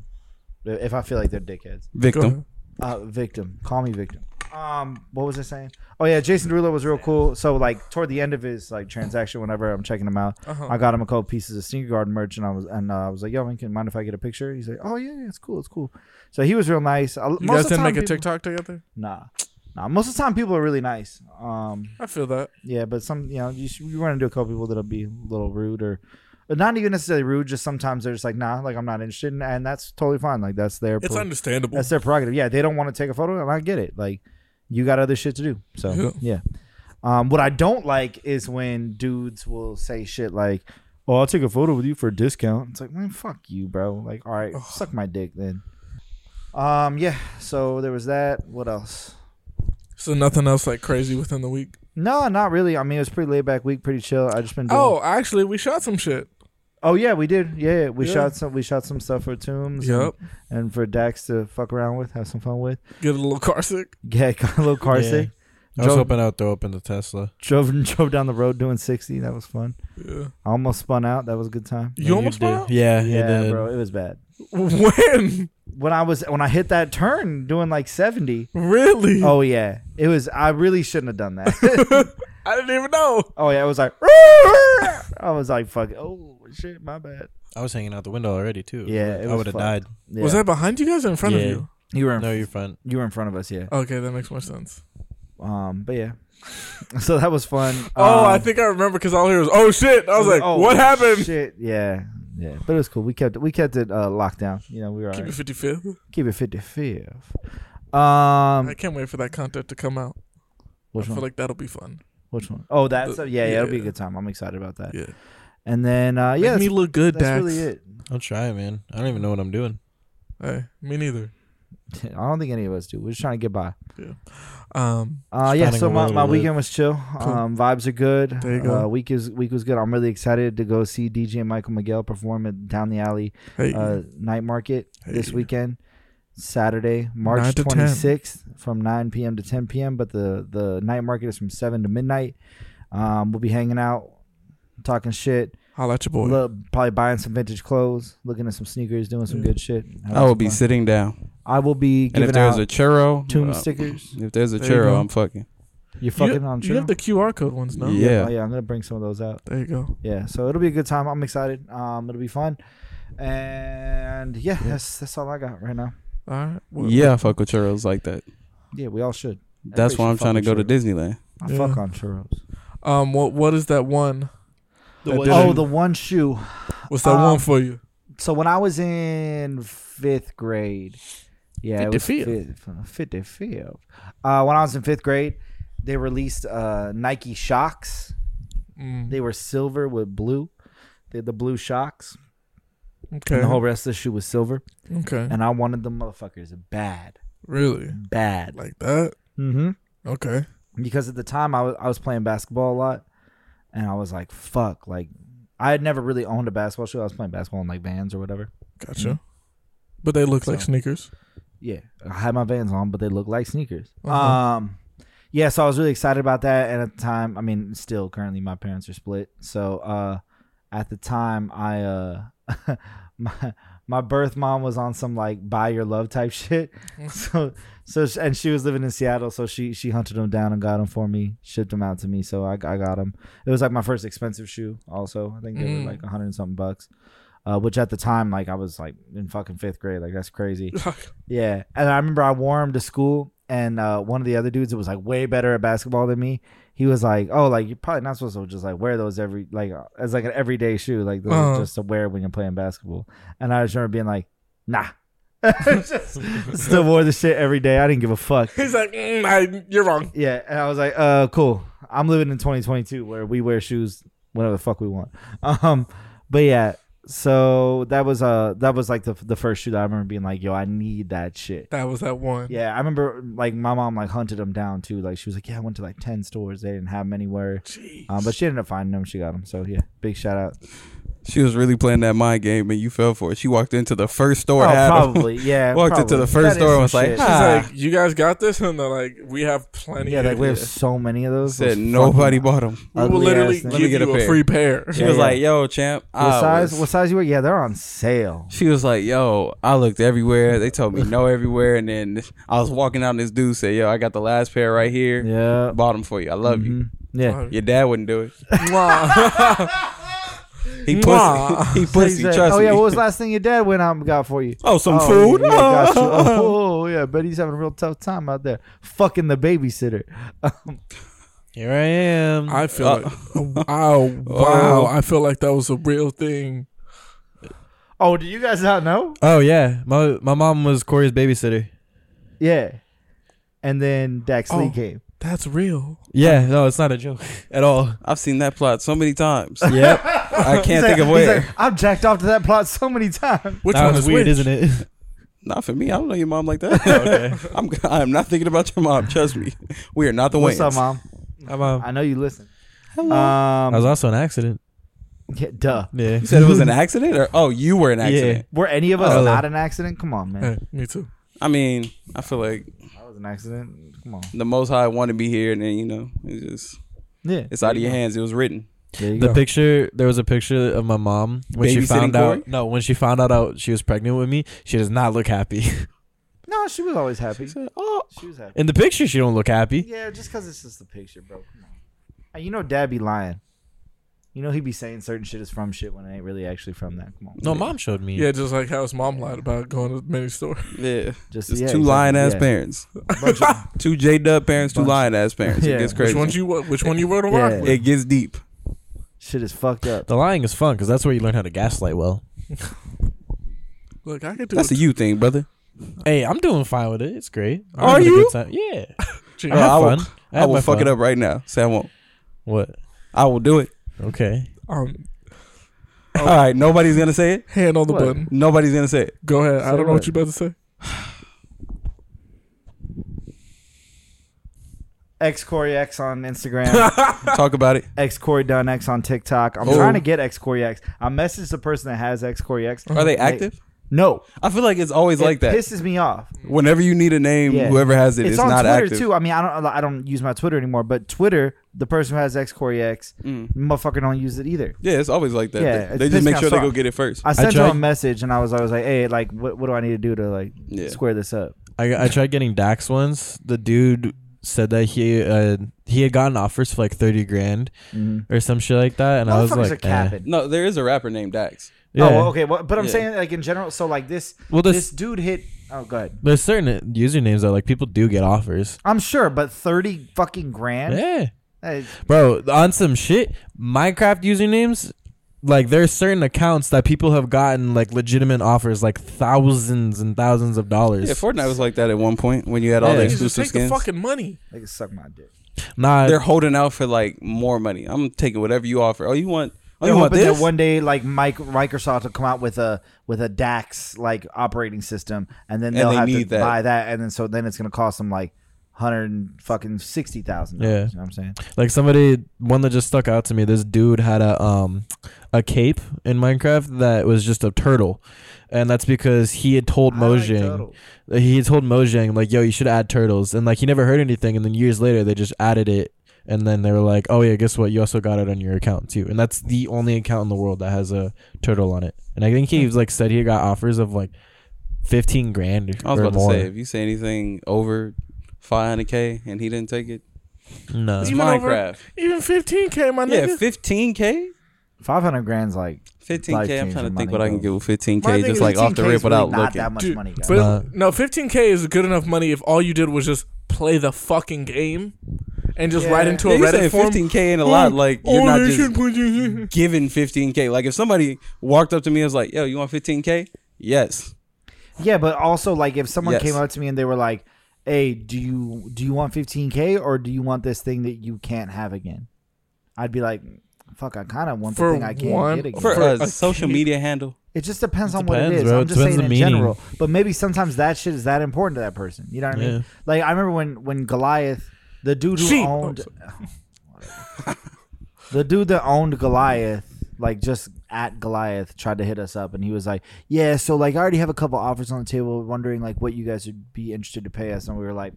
E: if I feel like they're dickheads.
A: Go
B: Victim.
A: ahead.
E: Uh, victim. Call me victim. Um, what was I saying? Oh yeah, Jason Derulo was real cool. So like toward the end of his like transaction, whenever I'm checking him out,
A: Uh-huh.
E: I got him a couple pieces of sneaker garden merch, and I was and uh, I was like, "Yo, man, can mind if I get a picture?" He's like, "Oh yeah, yeah, it's cool, it's cool." So he was real nice. I,
A: You guys
E: of the
A: didn't
E: time
A: make a
E: people-
A: TikTok together?
E: Nah, nah. Most of the time, people are really nice. Um,
A: I feel that.
E: yeah, but some you know you, should, you run into a couple people that'll be a little rude or not even necessarily rude. Just sometimes they're just like, nah, like I'm not interested, in, and that's totally fine. Like that's their
A: It's
E: pro-
A: understandable.
E: that's their prerogative. Yeah, they don't want to take a photo, and I get it. Like you got other shit to do. So
A: Yeah.
E: yeah. Um, what I don't like is when dudes will say shit like, "Oh, I'll take a photo with you for a discount." It's like, man, fuck you, bro. Like, all right, suck my dick then. Um, yeah. So there was that. What else?
A: So nothing else like crazy within the week.
E: No, not really. I mean, it was pretty laid back week, pretty chill. I just been doing.
A: Oh, actually, we shot some shit.
E: Oh yeah, we did. Yeah, yeah. we
A: Yeah.
E: shot some. We shot some stuff for Tombs. and-
A: Yep.
E: And, for Dax to fuck around with, have some fun with.
A: Get a little car sick.
E: Yeah, got a little car
C: Yeah.
E: sick.
C: I was
E: Drove,
C: hoping I'd throw up in the Tesla.
E: drove drove down the road doing sixty. That was fun.
A: Yeah.
E: I almost spun out. That was a good time.
A: You almost
C: did.
A: bought?
C: Yeah, you
E: yeah,
C: did.
E: bro, it was bad.
A: When?
E: When I was when I hit that turn doing like seventy.
A: Really?
E: Oh yeah, it was. I really shouldn't have done that.
A: I didn't even know.
E: oh yeah, it was like. I was like, fuck. it. Oh shit, my bad.
C: I was hanging out the window already too.
E: Yeah, it
C: I
E: was
C: would have
E: fucked.
C: died.
E: Yeah.
A: Was that behind you guys or in front of
C: Yeah.
A: you?
E: you were in,
C: No, you're front.
E: you were in front of us? Yeah.
A: Okay, that makes more sense.
E: Um, but yeah. so that was fun.
A: Oh,
E: Um,
A: I think I remember because all I hear was, "Oh shit!" I was like,
E: oh,
A: "What happened?"
E: Shit. Yeah. Yeah. But it was cool. We kept we kept it uh, locked down. You know, we were all
A: Keep it
E: right.
A: fifty fifth.
E: keep it fifty fifth.
A: I
E: Um,
A: can't wait for that content to come out.
E: which
A: I feel
E: one?
A: like that'll be fun.
E: Which one? Oh, that's
A: The-
E: yeah, yeah. It'll be a
A: uh, yeah.
E: good time. I'm excited about that.
A: Yeah,
E: And then uh, yeah,
A: make me
E: that's,
A: look good,
E: that's
A: Dax.
E: really it.
C: I'll try, man. I don't even know what I'm doing.
A: Hey, me neither.
E: I don't think any of us do. We're just trying to get by.
A: Um,
E: Uh,
C: Just
E: yeah.
C: finding
E: So
C: a
E: my, my
C: way to live.
E: weekend was chill.
A: Cool.
E: Um, vibes are good.
A: There you go.
E: Uh, week is week was good. I'm really excited to go see DJ and Michael Miguel perform at Down the Alley
A: hey,
E: uh, night market this
A: Hey.
E: weekend, Saturday,
A: 9
E: March
A: to 10.
E: twenty sixth, from nine p.m. to ten p.m. But the the night market is from seven to midnight. Um, we'll be hanging out, talking shit,
A: holla at your boy.
E: look, probably buying some vintage clothes, looking at some sneakers, doing some
A: Yeah.
E: good shit. having
B: I will
E: some
B: be
E: fun.
B: sitting down.
E: I will be
B: And if
E: giving
B: there's
E: out
B: a churro,
E: tomb
B: uh,
E: stickers.
B: If there's a
A: There you
B: churro,
A: go.
B: I'm fucking.
E: You're
A: You-
E: fucking on
A: you have
E: true.
A: the QR code ones, no?
B: Yeah.
E: Oh yeah, I'm gonna bring some of those out.
A: There you go.
E: Yeah, so it'll be a good time. I'm excited. Um, it'll be fun. And yeah, that's that's all I got right now.
A: All right. Well,
B: Yeah, I fuck with churros like that.
E: Yeah, we all should.
B: That's
E: Everybody
B: why
E: should
B: I'm
E: fuck
B: trying to
E: with
B: go to
E: churros.
B: Disneyland.
E: I
A: Yeah.
E: fuck on churros.
A: Um. What What is that one? that
C: one-
A: didn't-
E: Oh, the one shoe.
A: What's that
E: um,
A: one for you?
E: So when I was in fifth grade, yeah,
A: Fifth
E: it was uh,
A: field.
E: fifth, fifth field. Uh, when I was in fifth grade, they released uh, Nike shocks.
A: Mm,
E: They were silver with blue. They had the blue shocks,
A: okay.
E: and the whole rest of the shoe was silver.
A: okay.
E: And I wanted them motherfuckers bad,
A: Really?
E: bad.
A: Like that?
E: Mm-hmm.
A: Okay.
E: because at the time I was I was playing basketball a lot, and I was like, "Fuck!" Like, I had never really owned a basketball shoe. I was playing basketball in like Vans or whatever.
A: Gotcha. Mm-hmm. But they look like
E: So-
A: sneakers.
E: Yeah, I had my Vans on, but they looked like sneakers.
A: Uh-huh.
E: Um, yeah, so I was really excited about that. And at the time, I mean, still currently, my parents are split. So, uh, at the time, I uh, my my birth mom was on some like buy your love type shit. So, so sh- and she was living in Seattle, so she she hunted them down and got them for me, shipped them out to me. So I I got them. It was like my first expensive shoe. Also, I think they
A: Mm.
E: were like a hundred and something bucks. Uh, which at the time, like I was like in fucking fifth grade, like that's crazy. Yeah, and I remember I wore him to school, and uh, one of the other dudes that was like way better at basketball than me. He was like, "Oh, like you're probably not supposed to just like wear those every like uh, as like an everyday shoe, like those are
A: Uh-huh.
E: just to wear when you're playing basketball." And I just remember being like, "Nah." Just- still wore the shit every day. I didn't give a fuck.
A: He's like, mm, I, you're wrong.
E: Yeah, and I was like, uh, cool. I'm living in 2022 where we wear shoes whenever the fuck we want. Um, but yeah, so that was uh that was like the the first shoe that I remember being like, yo, I need that shit.
A: That was that one.
E: Yeah, I remember like my mom like hunted them down too. Like she was like, yeah, I went to like ten stores. They didn't have them anywhere.
A: Jeez.
E: Um, but she ended up finding them. She got them. So yeah, big shout out.
B: She was really playing that mind game, and you fell for it. She walked into the first store.
E: oh,
B: had 'em.
E: probably yeah.
B: Walked
E: probably.
B: into the first
E: That is
B: store and
E: some
B: was like,
E: shit.
B: "Huh."
A: She's
B: Ah.
A: like, you guys got this, and they're like, we have plenty.
E: yeah, like we have
A: here.
E: so many of those.
B: Said
E: Those
B: nobody
E: fucking-
B: bought them.
A: we will
E: ugly-ass
A: literally
B: Let
E: things.
B: me
A: give
B: get a
A: you a,
B: pair.
A: free pair.
B: She
E: Yeah,
B: was
E: yeah.
B: like, "Yo, champ,
E: What
B: I
E: size?
B: was-
E: What size you wear? Yeah, they're on sale.
B: She was like, "Yo, I looked everywhere. They told me no everywhere." And then I was walking out, and this dude said, "Yo, I got the last pair right here.
E: Yeah. Mm-hmm.
B: Bought them for you. I love you."
E: Yeah.
B: Your dad wouldn't do it. He
A: Nah.
B: pussy. He
E: What he
B: pussy.
E: said.
B: Trust
E: oh yeah,
B: me.
E: what was the last thing your dad went out and got for you?
B: oh, some food.
E: Yeah, got you. Oh, yeah, but he's having a real tough time out there. Fucking the babysitter.
C: Here I am.
A: I feel like Uh, oh wow, I feel like that was a real thing.
E: Oh, do you guys not know?
C: oh yeah, my my mom was Corey's babysitter.
E: Yeah. And then Dax Lee
A: Oh.
E: came.
A: That's real.
C: Yeah, no, it's not a joke at all.
B: I've seen that plot so many times.
C: Yep,
B: I
E: He's
B: can't
E: like-
B: think of
E: he's
B: where.
E: like, I've jacked off to that plot so many times.
A: Which
C: that
A: one's
C: was weird,
A: which?
C: isn't it?
B: not for me. I don't know your mom like that. I'm I'm not thinking about your mom. Trust me. We are not the
E: What's
B: Wayans.
E: up, mom?
C: I'm, um,
E: I know you listen. Um,
C: I was also an accident.
E: yeah, duh.
C: Yeah,
B: You said it was an accident, or oh, you were an accident.
E: Were any of us
C: Oh.
E: not an accident? Come on, man.
A: Hey, me too.
B: I mean, I feel like
E: That was an accident. Come on.
B: the Most High want to be here, and then you know, it's just
E: Yeah.
B: it's out of your hands. It was written.
E: There you
C: The
E: go.
C: picture there was a picture of my mom when she
B: Babysitting
C: found
B: Corey?
C: out no when she found out out she was pregnant with me she does not look happy
E: no, she was always happy.
B: Oh,
E: She was happy.
C: in the picture she don't look happy
E: Yeah, just because it's just the picture, bro. Come on. And you know dad be lying. You know he be saying certain shit is from shit when it ain't really actually from that. Come on.
C: no mom showed me
A: Yeah, just like how his mom lied about going to the mini store.
B: yeah. Just
E: Just yeah,
B: two
E: exactly,
B: lying ass
E: yeah.
B: parents,
E: Bunch of-
B: two J Dub parents, two
E: Bunch.
B: lying ass parents.
E: Yeah.
B: It gets
E: Which
B: crazy.
A: Which one you wa- which one you wrote a rock
E: Yeah.
A: with?
B: it gets deep.
E: shit is fucked up.
C: the lying is fun because that's where you learn how to gaslight well
A: Look, I could do
B: That's a
A: it.
B: you thing, brother.
C: hey I'm doing fine with it it's great I'm
B: Are
C: having a
B: you?
C: good time. yeah
A: Gee,
C: I have
B: I will-
C: fun
B: I,
C: have
B: will
C: my
B: fuck
C: fun.
B: it up right now. Say I won't.
C: what
B: I will do it.
C: okay
A: um,
E: Oh.
B: All right. Nobody's gonna say it.
A: hand on the
E: What?
A: button.
B: Nobody's gonna say it.
A: Go ahead. I
E: Say
A: don't know
E: what?
A: what you about to say.
E: X Corey X on Instagram.
B: Talk about it.
E: X Corey Dunn X on TikTok. I'm
B: Oh.
E: trying to get X Corey X. I messaged the person that has X Corey X.
B: Are they active?
E: No,
B: I feel like it's always
E: it
B: like that.
E: Pisses me off.
B: Whenever you need a name,
E: Yeah.
B: whoever has it,
E: it's,
B: it's,
E: on
B: not
E: Twitter
B: active.
E: too. I mean, I don't, I don't use my Twitter anymore. But Twitter, the person who has X Corey X,
B: Mm.
E: motherfucker don't use it either.
B: Yeah, it's always like that.
E: Yeah,
B: They-
E: it's
B: they just
E: pissed
B: make
E: me
B: sure
E: off.
B: they
E: So
B: go get it first.
E: I sent her a
C: tried-
E: message and I was always like, "Hey, like, what, what do I need to do to like
B: Yeah.
E: square this up?"
C: I, I tried getting Dax once the dude said that he uh he had gotten offers for like 30 grand
B: Mm-hmm.
E: Mhm.
C: or some shit like that and I was
E: Motherfuckers
C: like
E: are
C: eh.
E: capping.
B: No, there is a rapper named Dax.
C: yeah
E: Oh, well, okay. Well, but I'm
B: Yeah.
E: saying like in general. So like this,
C: well
E: this,
C: there's
E: dude hit. Oh, go ahead.
C: there's certain usernames that like people do get offers
E: I'm sure, but thirty fucking grand.
C: yeah
E: Hey,
C: Bro, on some shit, Minecraft usernames, like there's certain accounts that people have gotten like legitimate offers, like thousands and thousands of dollars.
B: Yeah, Fortnite was like that at one point when you had all
C: Yeah.
B: the
A: You just
B: exclusive
A: take the
B: skins.
A: fucking money.
E: They can suck my dick.
C: nah,
B: They're holding out for like more money. I'm taking whatever you offer. Oh, you want? Oh, you want
E: hoping
B: this?
E: that one day, like Mike, Microsoft will come out with a with a DAX like operating system, and then
B: And
E: they'll
B: they
E: have to
B: need that.
E: buy that, and then so then it's gonna cost them like hundred and fucking sixty thousand.
C: Yeah.
E: dollars. you know what I'm saying.
C: like somebody one that just stuck out to me. This dude had a um a cape in Minecraft that was just a turtle, and that's because he had told Mojang. he told Mojang like, "Yo, you should add turtles," and like he never heard anything. And then years later, they just added it, and then they were like, "Oh yeah, guess what? You also got it on your account too." And that's the only account in the world that has a turtle on it. And I think he
B: Hmm.
C: like said he got offers of like fifteen grand
B: I was
C: or
B: about
C: more.
B: to say, if you say anything over 500k and he didn't take it,
C: no,
B: it's
A: Even over-
B: Minecraft.
A: Even 15k, my
B: yeah,
A: nigga.
B: 15k.
E: Five hundred grand's like
B: 15k. I'm
E: Life-changing
B: trying to
E: money,
B: think what I can
E: bro.
B: get with
A: My
B: 15k,
A: thing
B: just
A: is
B: like off the
E: 15K is
B: rip without
E: really not
B: looking.
E: that much
A: Dude,
E: money. guys.
A: but
C: Uh,
A: no, 15k is good enough money if all you did was just play the fucking game and just write
E: Yeah.
A: into
B: Yeah,
A: a
B: you
A: Reddit
B: saying
A: form.
B: 15k ain't a lot? Like
A: Oh,
B: you're not
A: they
B: just
A: should put you-
B: giving 15k. Like if somebody walked up to me and was like, "Yo, you want 15k?" Yes.
E: Yeah, but also like if someone
B: Yes.
E: came up to me and they were like, "Hey, do you do you want 15k or do you want this thing that you can't have again?" I'd be like, "Fuck, I kind of want
A: For
E: the thing I can't
A: one-
E: get again."
B: For,
A: For
B: a,
A: a
B: social
A: kid.
B: media handle.
E: it just depends on what it
C: Depends,
E: is.
C: bro.
E: I'm just
C: Depends
E: saying
C: the
E: in
C: meaning.
E: general. But maybe sometimes that shit is that important to that person. You know what I mean?
C: Yeah.
E: Like I remember when when Goliath, the dude who
A: Sheep.
E: owned,
C: Oh,
E: the dude that owned Goliath, like just at Goliath, tried to hit us up, and he was like, "Yeah, so like I already have a couple offers on the table, wondering like what you guys would be interested to pay us," and we were like.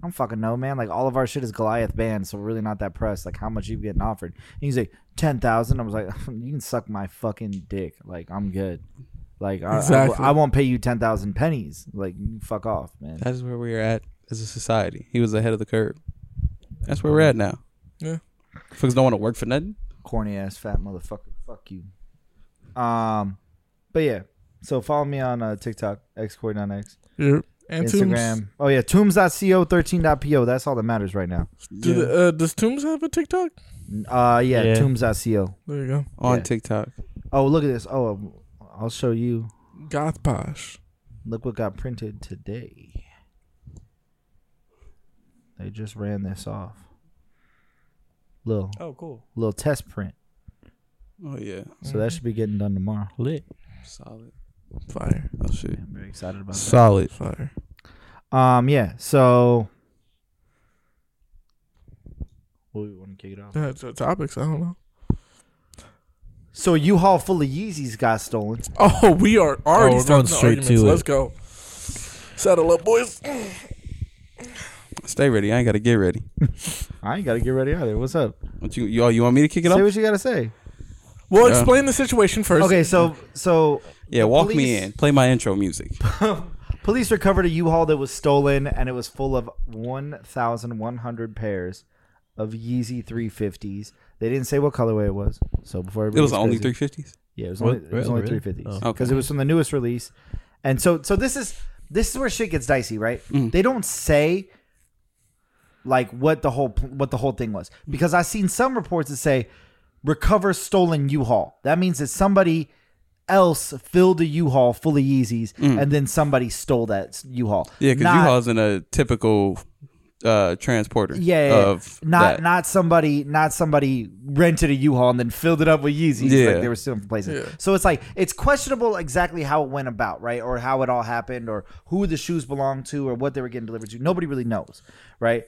E: I don't fucking know, man. Like all of our shit is Goliath banned, so we're really not that pressed. Like how much you getting offered? And he's like ten thousand. I was like, you can suck my fucking dick. Like I'm good. Like I- I,
A: Exactly.
E: I, won't pay you ten thousand pennies. Like you fuck off, man.
B: That is where we are at as a society. He was ahead of the curve. That's where we're at now.
A: Yeah.
B: Folks don't want to work for nothing.
E: Corny ass fat motherfucker. Fuck you. Um, but yeah. So follow me on uh, TikTok X Corey X.
A: You're and
E: Instagram.
A: Toombs.
E: Oh yeah, tombs.co13.po. That's all that matters right now.
A: Do the, uh, does Toombs have a TikTok?
E: Uh yeah,
C: Yeah.
E: tombs.co.
A: There you go.
B: on
E: Yeah.
B: TikTok.
E: Oh, look at this. Oh, um, I'll show you.
A: Goth Posh.
E: Look what got printed today. They just ran this off. Little
A: Oh, cool. Mm-hmm.
E: little test print.
B: Oh yeah,
E: So that should be getting done tomorrow.
C: Lit.
B: solid.
A: Fire.
B: Oh shit,
E: I'm very excited about that.
B: solid.
A: Fire.
E: Um yeah, so well, we want to kick it off.
A: That's uh, topics. I don't know.
E: So a U-Haul full of Yeezys got stolen.
A: Oh, we are already
C: we're
A: starting
C: going
A: the
C: straight to
A: arguments.
C: it.
A: Let's go. Saddle up, boys.
B: Stay ready. I ain't gotta get ready.
E: I ain't got to get ready either. What's up?
B: What you y'all? You want me to kick it
E: Say
B: off?
E: what you got to say.
A: Well,
B: Yeah.
A: explain the situation first.
E: Okay, so so
B: Yeah,
E: the
B: walk me
E: police-
B: in. Play my intro music.
E: Police recovered a U-Haul that was stolen, and it was full of 1,100 pairs of Yeezy 350s. They didn't say what colorway it was, so before
B: It
E: everybody
B: was
E: gets
B: only
E: crazy-
B: three fifties.
E: Yeah, it was
C: What?
E: only, it was
C: Really?
E: only 350s because
C: Oh.
E: it was from the newest release. And so, so this is this is where shit gets dicey, right?
C: Mm.
E: They don't say like what the whole what the whole thing was because I've seen some reports that say recover stolen U-Haul. That means that somebody else filled a U-Haul full of Yeezys
C: Mm.
E: and then somebody stole that U-Haul.
B: Yeah, because
E: Not-
B: U Haul isn't a typical uh, transporter.
E: yeah, yeah, yeah.
B: of
E: not
B: that.
E: not somebody not somebody rented a U-Haul and then filled it up with Yeezys
B: Yeah.
E: like they were stealing from places. So it's like it's questionable exactly how it went about, right? Or how it all happened, or who the shoes belonged to, or what they were getting delivered to. Nobody really knows, right?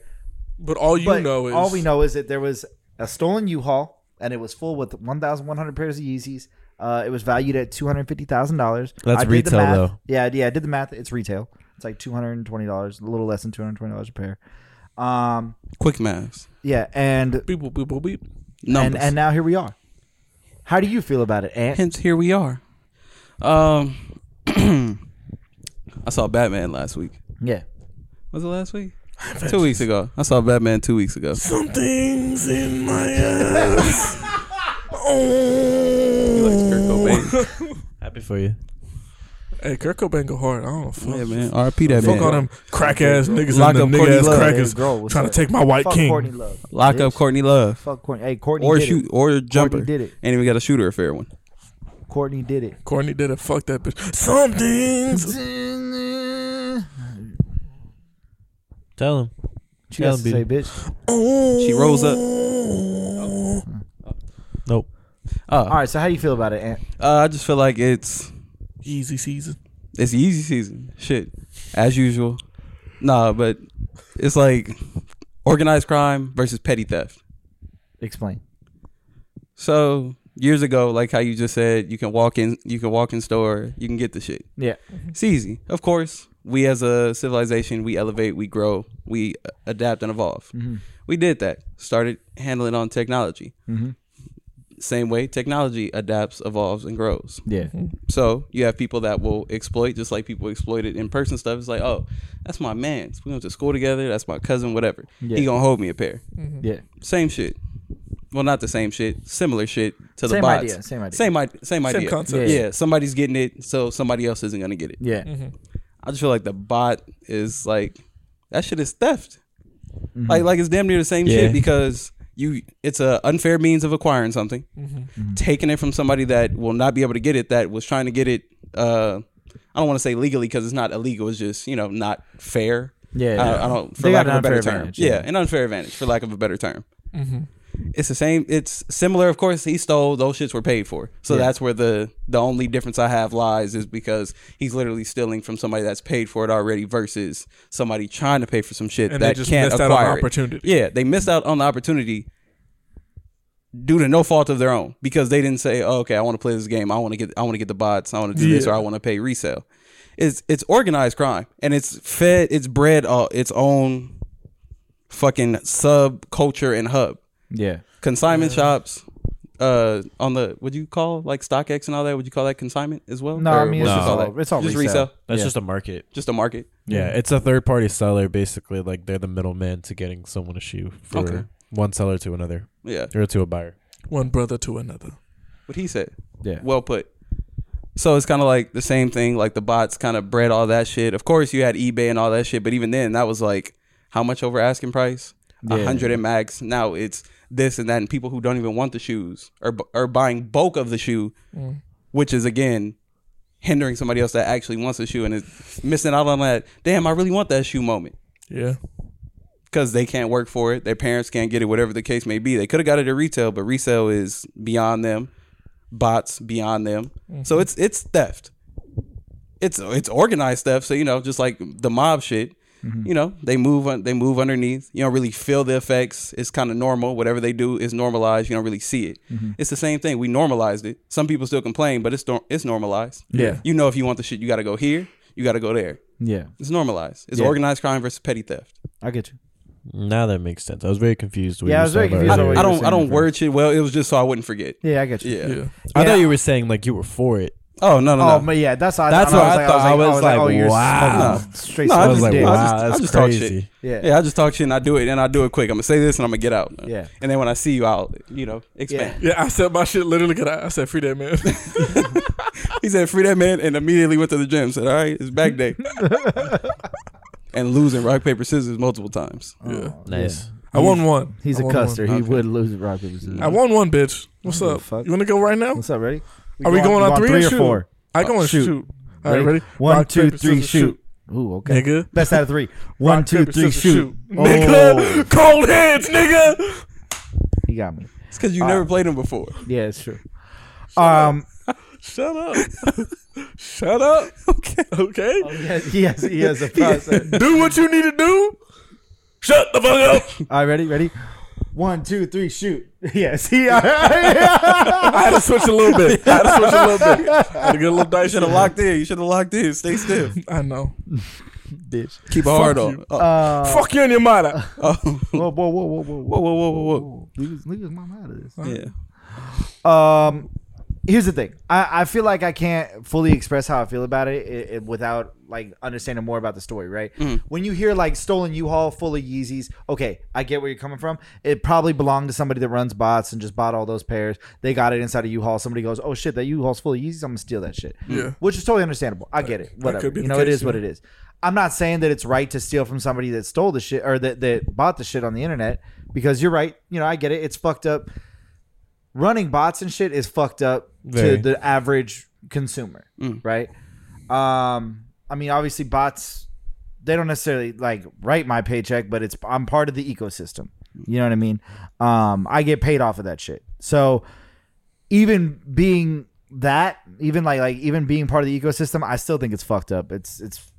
A: But all you
E: but
A: know is
E: all we know is that there was a stolen U-Haul and it was full with 1,100 pairs of Yeezys. Uh, it was valued at two hundred fifty thousand dollars.
C: That's retail,
E: math.
C: though.
E: Yeah, yeah, I did the math. It's retail. It's like two hundred and twenty dollars, a little less than two hundred twenty dollars a pair. Um,
B: quick maths.
E: yeah, and
A: beep boop boop boop beep.
B: Numbers.
E: and and now here we are. How do you feel about it, Ant?
B: hence here we are. Um, I saw Batman last week.
E: Yeah.
B: Was it last week? Two weeks ago. I saw Batman two weeks ago.
A: Something's in my ass.
B: He
A: oh.
B: likes Kurt Cobain.
C: Happy for you.
A: Hey, Kurt Cobain go hard. I don't know. Fuck,
B: yeah, man. R.I.P. that
A: fuck
B: man.
A: all them crack ass niggas
B: Lock up
A: and them
B: Courtney
A: nigga ass
B: Love.
A: crackers
E: Hey, girl, what's
A: trying
E: up?
A: to take my white
E: Fuck
A: king.
E: Courtney Love.
B: Lock up
E: bitch.
B: Courtney Love.
E: Fuck Courtney. Hey, Courtney
B: Or
E: did
B: shoot,
E: it.
B: or a jumper.
E: did it.
B: And we got a shooter a fair one.
E: Courtney did it.
A: Courtney did it. Fuck that bitch. Something's.
C: Tell him.
E: What you got to
C: Tell
E: say,
C: him,
E: bitch?
B: She rolls up.
A: Oh.
C: Nope.
E: All right, so how do you feel about it, Ant?
B: Oh, Uh, I just feel like it's
A: Easy season.
B: it's the easy season. Shit, as usual. Nah, but it's like organized crime versus petty theft.
E: Explain.
B: So years ago, like how you just said, you can walk in, you can walk in store, you can get the shit.
E: Yeah.
B: It's easy. Of course, we as a civilization, we elevate, we grow, we adapt and evolve.
E: Mm. Mm-hmm.
B: We did that. Started handling on technology.
E: Mm-hmm.
B: Same way, technology adapts, evolves, and grows.
E: Yeah.
B: So you have people that will exploit, just like people exploited in person stuff. It's like, oh, that's my man's. We went to school together. That's my cousin. Whatever. He
E: Yeah.
B: gonna hold me a pair.
E: Yeah.
B: Same shit. Well, not the same shit. Similar shit to the
E: Same
B: bots.
E: idea, same idea.
B: Same, i- same idea.
A: concept.
B: Yeah. Somebody's getting it, so somebody else isn't gonna get it.
E: Yeah.
B: I just feel like the bot is like that shit is theft. Like like it's damn near the same shit
C: Yeah.
B: because you it's a unfair means of acquiring something,
E: Mm-hmm.
B: taking it from somebody that will not be able to get it that was trying to get it. Uh, I don't want to say legally because it's not illegal. It's just you know not fair.
E: Yeah,
B: I,
E: yeah.
B: I don't for
E: They
B: lack
E: got an
B: of a better
E: unfair
B: term.
E: advantage,
B: Yeah.
E: yeah.
B: an unfair advantage for lack of a better term. It's the same. It's similar. Of course, he stole those shits were paid for. So that's where the the only difference I have lies is because he's literally stealing from somebody that's paid for it already versus somebody trying to pay for some shit
A: And they
B: that
A: just
B: can't
A: missed out
B: acquire
A: on
B: it.
A: opportunity.
B: Yeah, they missed out on the opportunity due to no fault of their own because they didn't say, oh, "Okay, I want to play this game. I want to get I want to get the bots. I want to do this or I want to pay resale." It's it's organized crime and it's fed it's bred uh, its own fucking subculture and hub
E: Yeah.
B: consignment shops uh on the would you call like StockX and all that would you call that consignment as well
E: No, I
B: what
E: mean, it's
B: you
E: just
B: call
E: all-
B: that?
E: it's all
B: just
E: resale.
C: That's
E: Yeah.
C: just a market.
B: just a market
C: Yeah, it's a third party seller basically. Like they're the middleman to getting someone a shoe for
B: Okay.
C: one seller to another
B: yeah
C: or to a buyer.
A: One brother to another.
B: what he said
C: Yeah.
B: well put So it's kind of like the same thing. Like the bots kind of bred all that shit. Of course, you had eBay and all that shit, but even then, that was like how much over asking price? A
E: Yeah.
B: hundred and max. Now it's this and that, and people who don't even want the shoes are bu- are buying bulk of the shoe, which is again hindering somebody else that actually wants the shoe and is missing out on that. Damn, I really want that shoe moment
A: Yeah.
B: because they can't work for it. Their parents can't get it, whatever the case may be. They could have got it at retail, but resale is beyond them. Bots beyond them. So
E: Mm-hmm.
B: it's it's theft. It's it's organized theft. So you know, just like the mob shit.
E: Mm-hmm.
B: You know, they move on. They move underneath. You don't really feel the effects. It's kind of normal. Whatever they do is normalized. You don't really see it.
E: Mm-hmm.
B: It's the same thing. We normalized it. Some people still complain, but it's nor- it's normalized.
E: Yeah.
B: You know, if you want the shit, you got to go here. You got to go there.
E: Yeah,
B: It's normalized. It's
E: Yeah.
B: organized crime versus petty theft.
E: I get you.
C: Now that makes sense. I was very confused. when
E: Yeah,
C: you
E: I was
C: said
E: very
C: that
E: confused
B: I
E: on
C: earlier.
E: what
B: don't,
E: you
B: I don't, I
E: were saying
B: don't
E: before.
B: word shit well. It was just so I wouldn't forget.
E: Yeah, I get you.
B: Yeah.
A: Yeah.
C: I
E: Yeah.
C: thought you were saying like you were for it.
B: Oh no no
E: Oh,
B: no.
E: but yeah, that's what I
C: That's
E: thought.
C: what I thought. I was like, wow.
E: smoking straight
B: No, I
E: smoking
B: was like,
E: dick.
B: wow.
C: Ah,
B: I
C: that's
B: just talk shit.
C: crazy.
E: Yeah.
B: yeah, I just talk shit and I do it and I do it quick. I'm gonna say this and I'm gonna get out.
E: Yeah.
B: And then when I see you, I'll you know expand.
A: Yeah, I said my shit literally. Could I, I said free that man.
B: He said free that man and immediately went to the gym. Said all right, it's back day. and losing rock paper scissors multiple times.
E: Oh.
A: yeah.
C: Nice.
A: I won one.
E: He's
A: I
E: a
A: won one.
E: custard. He would lose rock paper scissors.
A: I won one, bitch. What's
E: I don't
A: up?
E: give a fuck.
A: You want to go right now?
E: What's up, ready?
A: Are we
E: go
A: going
E: you
A: on
E: want
A: three or
E: or
A: shoot?
E: four?
A: I go and
E: shoot.
A: shoot. All right, ready?
E: One,
A: Rock,
E: two,
A: paper,
E: three,
A: scissors,
E: shoot. Ooh, okay.
A: Nigga.
E: Best out of three. One,
A: Rock,
E: two,
A: paper,
E: three,
A: scissors,
E: shoot. Oh,
A: Nigga, cold heads, nigga.
E: he got me.
B: It's because you never played them before.
E: Yeah, it's true. Um,
A: Shut up. Shut up. Okay. Okay.
E: he has he has a process.
A: do what you need to do. Shut the fuck up.
E: All right, ready, ready. One, two, three, shoot. Yes, he. yeah,
A: I had to switch a little bit. I had to switch a little bit. I had to get a little dice
B: Should
A: in
B: have
A: a lock.
B: locked in. You should have locked in. Stay stiff.
A: I know.
E: Bitch.
B: Keep it hard on.
A: you.
B: Oh,
E: Uh,
A: Fuck you and your mother.
B: oh.
E: whoa, whoa, whoa,
B: whoa
E: whoa, whoa,
B: whoa
E: whoa.
B: whoa whoa whoa.
E: whoa. Leave his, leave his mom out of this.
B: Yeah.
E: Um, here's the thing. I, I feel like I can't fully express how I feel about it, i- i- without like understanding more about the story. Right? When you hear like stolen U-Haul full of Yeezys, okay, I get where you're coming from. It probably belonged to somebody that runs bots and just bought all those pairs. They got it inside a U-Haul. Somebody goes, "Oh shit, that U-Haul's full of Yeezys. I'm gonna steal that shit."
A: Yeah.
E: which is totally understandable. I get it. Whatever.
A: could be
E: You
A: the
E: know, it
A: case,
E: is what
A: yeah.
E: it is. I'm not saying that it's right to steal from somebody that stole the shit or that that bought the shit on the internet because you're right. You know, I get it. It's fucked up running bots and shit is fucked up
C: Very.
E: to the average consumer, right? Um, I mean, obviously, bots they don't necessarily like write my paycheck, but it's I'm part of the ecosystem. You know what I mean? Um, I get paid off of that shit. So even being that, even like like even being part of the ecosystem, I still think it's fucked up. It's it's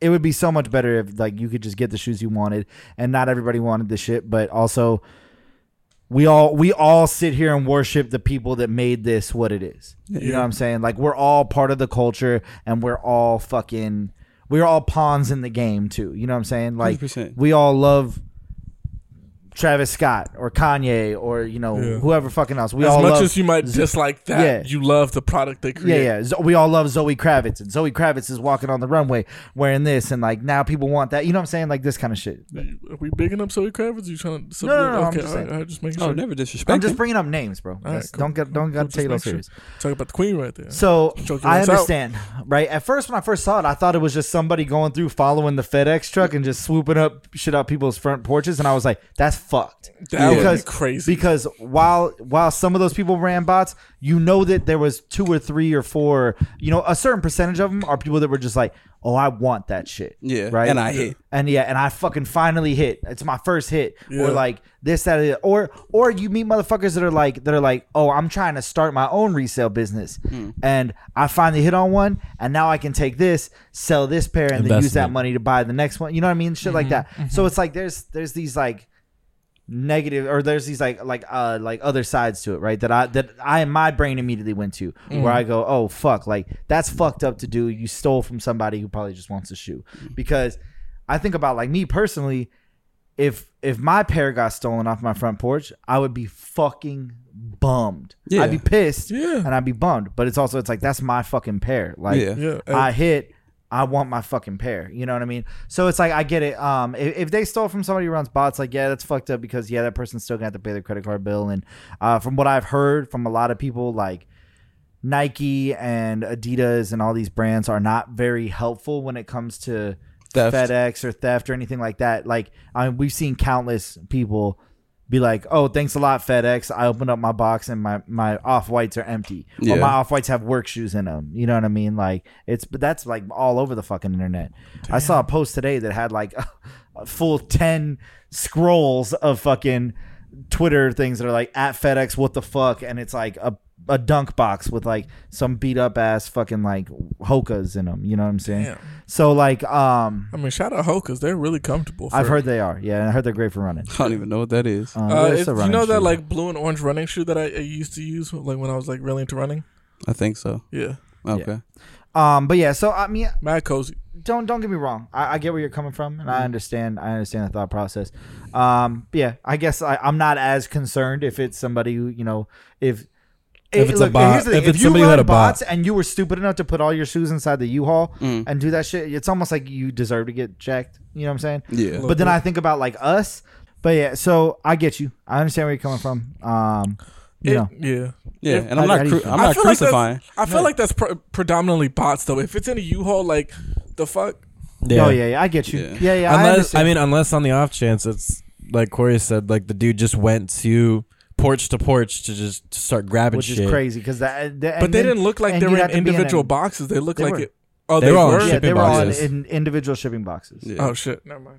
E: it would be so much better if like you could just get the shoes you wanted and not everybody wanted the shit but also we all we all sit here and worship the people that made this what it is you know what i'm saying like we're all part of the culture and we're all fucking we're all pawns in the game too you know what i'm saying like
B: 100%.
E: we all love Travis Scott or Kanye or you know
A: Yeah.
E: whoever fucking else we
A: As
E: all
A: much
E: love,
A: as you might dislike that,
E: Yeah.
A: you love the product they
E: yeah,
A: create.
E: yeah. Zo- We all love Zoe Kravitz, and Zoe Kravitz is walking on the runway wearing this, and like now people want that. You know what I'm saying? Like this kind of shit.
A: Are we bigging up Zoe Kravitz? You trying to?
E: No, no, no, I'm
A: okay,
E: just
A: all right,
E: saying.
A: all right, just making
B: Oh,
A: sure.
B: never disrespect.
E: I'm just
B: him.
E: bringing up names, bro. That's-
A: cool.
E: Don't get, don't
A: Cool,
E: got to
A: just
E: take it all
A: make sure.
E: serious.
A: Talk about the queen right there.
E: So
A: Choking
E: I
A: us out.
E: understand, right? At first, when I first saw it, I thought it was just somebody going through following the FedEx truck and just swooping up shit out people's front porches, and I was like, that's fucked.
A: That would be
E: Because-
A: crazy.
E: Because while while some of those people ran bots, you know that there was two or three or four, you know, a certain percentage of them are people that were just like, oh, I want that shit.
B: Yeah,
E: Right.
B: and I hit.
E: And yeah, and I fucking finally hit. It's my first hit,
A: Yeah.
E: or like this, that, or the- or or you meet motherfuckers that are like that are like, oh, I'm trying to start my own resale business, and I finally hit on one, and now I can take this, sell this pair, and then use that
C: Investment.
E: money to buy the next one. You know what I mean? Shit like that. So it's like there's there's these like negative or there's these like like uh like other sides to it right that i that i my brain immediately went to where i go oh fuck like that's fucked up to do you stole from somebody who probably just wants a shoe because i think about like me personally if if my pair got stolen off my front porch i would be fucking bummed
B: Yeah.
E: i'd be pissed
A: Yeah.
E: and i'd be bummed but it's also it's like that's my fucking pair like
B: Yeah.
A: yeah,
E: I hit. I want my fucking pair. You know what I mean? So it's like I get it. Um, if, if they stole from somebody who runs bots, like yeah, that's fucked up because yeah, that person's still gonna have to pay their credit card bill. And uh, from what I've heard from a lot of people, like Nike and Adidas and all these brands are not very helpful when it comes to
B: Theft.
E: FedEx or theft or anything like that. Like I mean, we've seen countless people be like, "Oh, thanks a lot, FedEx. I opened up my box and my my off whites are empty,
B: Yeah.
E: or my off whites have work shoes in them." You know what I mean? Like it's but that's like all over the fucking internet. I saw a post today that had like a full ten scrolls of fucking Twitter things that are like at FedEx, what the fuck, and it's like a a dunk box with like some beat up ass fucking like hokas in them. You know what I'm saying?
A: Damn.
E: So like um.
A: I mean, shout out Hoka's. They're really comfortable. For,
E: I've heard they are, yeah, and I heard they're great for running.
B: I don't even know what that is.
E: Um,
A: Uh,
E: it's
A: it's-
E: a
A: you
E: running
A: know that
E: shoe.
A: like blue and orange running shoe that I, I used to use like when I was like really into running.
B: I think so.
A: Yeah,
B: Okay.
E: um, but yeah. So I mean,
A: mad cozy.
E: don't don't get me wrong. I, I get where you're coming from, and
C: Mm-hmm.
E: I understand. I understand the thought process. Um, but yeah, I guess I, I'm not as concerned if it's somebody who you know if.
C: If
E: it-
C: it's a bot-
E: here's the thing,
C: if it's
E: you
C: somebody who
E: run
C: had a bot. Mm.
E: bots and you were stupid enough to put all your shoes inside the U-Haul and do that shit, it's almost like you deserve to get checked. You know what I'm saying?
B: Yeah.
E: But then I think about like us. But yeah, so I get you. I understand where you're coming from. Um, you
A: It-
E: know,
A: yeah.
B: Yeah,
A: If-
B: and I'm
E: how- how
B: not
E: do you
B: cru-
E: feel?
B: I'm
A: I
B: not
A: feel like that's-
B: crucifying.
A: I feel like that's pre- predominantly bots though. If it's in a U-Haul, like the fuck.
E: oh yeah, yeah, I get you.
B: Yeah.
E: Yeah, yeah. I
C: unless
E: understand.
C: I, mean, unless on the off chance it's like Corey said, like the dude just went to porch to porch to just start grabbing
E: which
C: shit.
E: is crazy because that. that
A: But they didn't look like they were in individual
E: boxes.
A: boxes. They looked
E: They
A: like
E: were.
A: it. Oh,
C: They
A: they,
C: were all
A: were.
E: yeah,
C: shipping
E: they were all
C: boxes.
E: in individual shipping boxes. Yeah.
B: Yeah.
A: Oh shit. Never mind.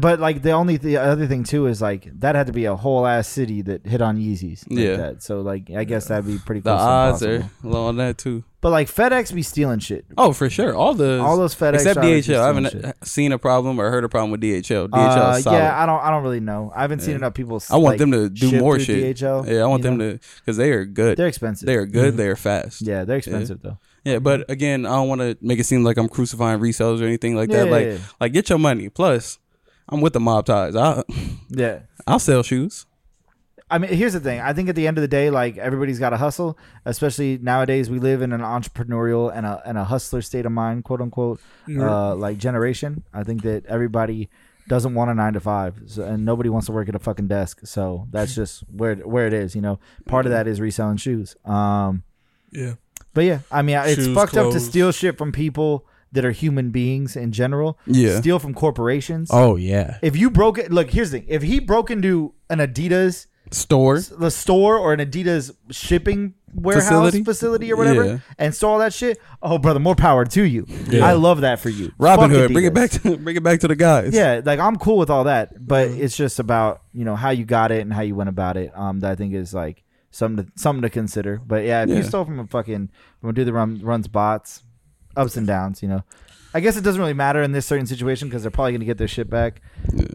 E: but like the only the other thing too is like that had to be a whole ass city that hit on Yeezys. Like
B: Yeah.
E: That. So like I guess that'd be pretty.
B: the
E: close to
B: odds
E: impossible.
B: are low on that too.
E: But like FedEx be stealing shit.
B: Oh, for sure. All the
E: All those FedEx
B: except
E: drivers
B: DHL. I
E: are stealing
B: haven't
E: shit.
B: seen a problem or heard a problem with DHL. DHL
E: Uh,
B: is solid.
E: yeah, I don't. I don't really know. I haven't seen enough people.
B: I want
E: like,
B: them to do
E: ship
B: more
E: through
B: shit.
E: DHL.
B: yeah, I want
E: you
B: them
E: know?
B: to because they are good.
E: They're
B: They're,
E: expensive.
B: good. They're fast.
E: yeah, they're expensive though.
B: Yeah, but again, I don't want to make it seem like I'm crucifying resellers or anything like that.
E: Yeah,
B: like,
E: yeah, yeah.
B: like get your money. Plus, I'm with the mob ties. I
E: Yeah.
B: I'll sell shoes.
E: I mean, here's the thing. I think at the end of the day, like everybody's got to hustle, especially nowadays. We live in an entrepreneurial and a and a hustler state of mind, quote unquote,
A: Mm-hmm.
E: uh, like generation. I think that everybody doesn't want a nine to five, so, and nobody wants to work at a fucking desk. So that's just where where it is. You know, part of that is reselling shoes. Um,
A: Yeah.
E: but yeah, I mean, it's
A: Shoes,
E: fucked up to
A: clothes.
E: steal shit from people that are human beings in general.
B: Yeah.
E: steal from corporations.
C: Oh yeah.
E: If you broke it, look. Here's the thing: if he broke into an Adidas
B: Store.
E: the store or an Adidas shipping warehouse
B: Facility?
E: facility, or whatever
B: Yeah.
E: and stole all that shit. Oh, brother, more power to you.
C: Yeah.
E: I love that for you.
B: Robin
E: Fuck
B: Hood. Bring it
E: Adidas.
B: back to bring it back to the guys.
E: Yeah, like I'm cool with all that, but it's just about you know how you got it and how you went about it. Um, that I think is like something to, something to consider. But yeah, if
B: Yeah.
E: you stole from a fucking from a dude that run, runs bots, ups and downs, you know. I guess it doesn't really matter in this certain situation because they're probably gonna get their shit back.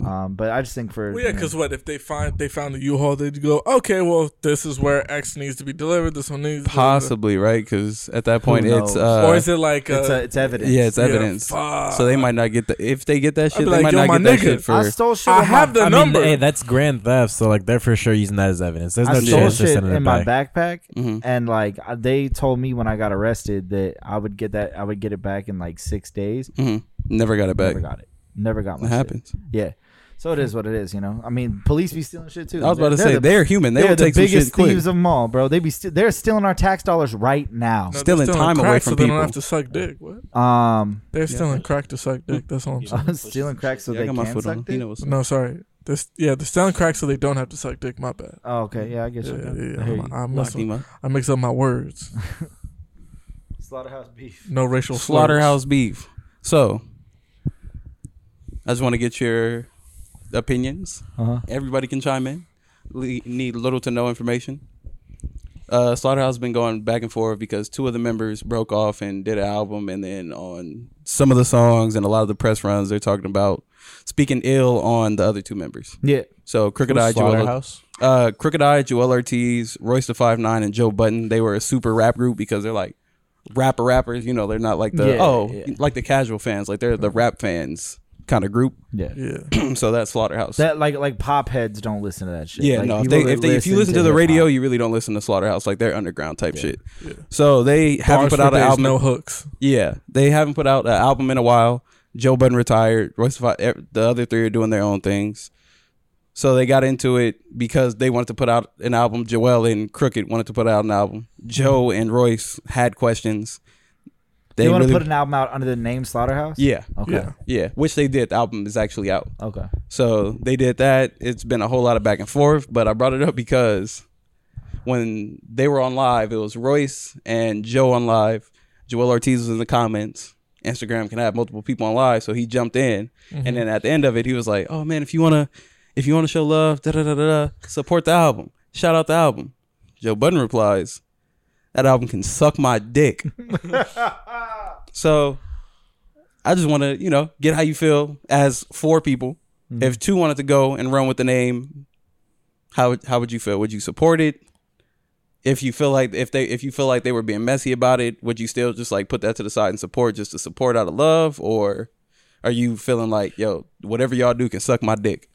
E: Um, but I just think for
A: Well, yeah,
E: you know,
A: because what if they find they found the U-Haul? They'd go, okay, well, this is where X needs to be delivered. This one needs to be delivered."
B: Possibly right because at that point it's
E: knows?
B: uh,
A: or is it like
E: it's, uh
A: uh,
E: it's evidence.
B: yeah, it's
A: Yeah,
B: evidence.
A: fuck.
B: so they might not get the if they get that
A: be
B: shit,
A: like,
B: they might
A: "Yo,
B: not
A: my
B: get that
A: nigga,
B: shit for.
E: I stole shit.
A: I
E: with my-
A: have the
C: I mean,
A: number.
C: hey, that's grand theft, so like they're for sure using that as evidence. There's no
E: I stole
C: chance they're
E: shit
C: sending it
E: in my
C: back.
E: backpack,
B: Mhm.
E: and like I- they told me when I got arrested that I would get that I would get it back in like six days.
B: Mhm. Never got it back.
E: Never got it. Never got my
B: It
E: shit.
B: happens.
E: Yeah. So it is what it is, you know. I mean, police be stealing shit too.
B: I was about to
E: They're-
B: say
E: the-
B: they're human. They
E: they're
B: will
E: the
B: take some shit
E: biggest
B: quick.
E: thieves of them all, bro. They be st- they're stealing our tax dollars right now.
A: No, they're
B: stealing
A: stealing
B: time
A: crack
B: away
A: so
B: from
A: they
B: people.
A: don't have to suck dick. What?
E: Um,
A: They're stealing crack to suck dick. That's all I'm saying.
E: stealing crack so
B: Yeah, I
E: they
B: got
E: can
B: my foot
E: suck
B: on.
E: dick?
B: You know what's
A: No, sorry. This yeah, they're stealing crack so they don't have to suck dick. My bad.
E: Oh, okay, yeah, I guess.
A: Yeah,
E: you.
A: yeah,
E: I hear you.
A: I'm, I mess
B: Lock him
A: up,
B: up.
A: I mix up my words.
E: Slaughterhouse beef.
A: No racial slurs.
B: Slaughterhouse beef. So, I just want to get your opinions.
E: Uh-huh.
B: Everybody can chime in. Le- need little to no information. Uh, Slaughterhouse been going back and forth because two of the members broke off and did an album, and then on some of the songs and a lot of the press runs, they're talking about speaking ill on the other two members.
E: Yeah.
B: So Crooked Eye Joel, uh, Crooked Eye Joel Ortiz, Royce the Five Nine, and Joe Button. They were a super rap group because they're like rapper rappers. You know, they're not like the
E: Yeah,
B: oh
E: yeah.
B: like the casual fans. Like they're the rap fans kind of group.
E: Yeah.
A: Yeah.
B: so that's Slaughterhouse.
E: That like like pop heads don't listen to that shit.
B: yeah,
E: Like,
B: no. If,
E: people
B: they,
E: that
B: if, they, if you listen to the
E: hip-hop.
B: radio, you really don't listen to Slaughterhouse. Like they're underground type shit. So they haven't
A: Bars
B: put
A: for
B: out an
A: days,
B: album.
A: No hooks.
B: Yeah, they haven't put out an e, album in a while. Joe Budden retired. Royce the Fi- ev- the other three are doing their own things. So they got into it because they wanted to put out an album. Joel and Crooked wanted to put out an album. Joe and Royce had questions.
E: They, want to put an album out under the name Slaughterhouse?
B: yeah,
E: Okay.
A: Yeah.
B: yeah, which they did. The album is actually out.
E: Okay.
B: So they did that. It's been a whole lot of back and forth, but I brought it up because when they were on live, it was Royce and Joe on live. Joel Ortiz was in the comments. Instagram can have multiple people on live, so he jumped in. And then at the end of it, he was like, "Oh man, if you wanna, if you wanna show love, da da da da, support the album, shout out the album." Joe Budden replies, "That album can suck my dick." so I just want to, you know, get how you feel as four people.
A: Mm-hmm.
B: If two wanted to go and run with the name, how would- how would you feel? Would you support it? If you feel like if they if you feel like they were being messy about it, would you still just like put that to the side and support just to support out of love, or are you feeling like yo whatever y'all do can suck my dick?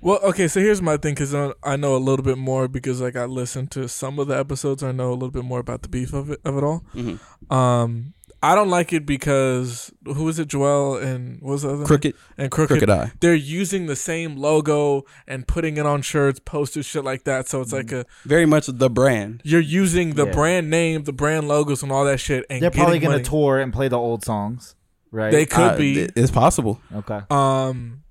A: Well, okay, so here's my thing because I know a little bit more because like I listened to some of the episodes. I know a little bit more about the beef of it, of it all.
B: Mm-hmm.
A: Um, I don't like it because who was it? Joel and what was the other name?
B: Crooked.
A: and crooked,
B: Crooked Eye.
A: They're using the same logo and putting it on shirts, posters, shit like that. So it's like
B: Mm.
A: a
B: Very much the brand.
A: you're using the
E: Yeah.
A: brand name, the brand logos, and all that shit. And
E: They're probably
A: getting
E: going to
A: money.
E: tour and play the old songs, right?
A: They could
B: I-
A: be.
B: it- It's possible.
E: okay.
A: Um,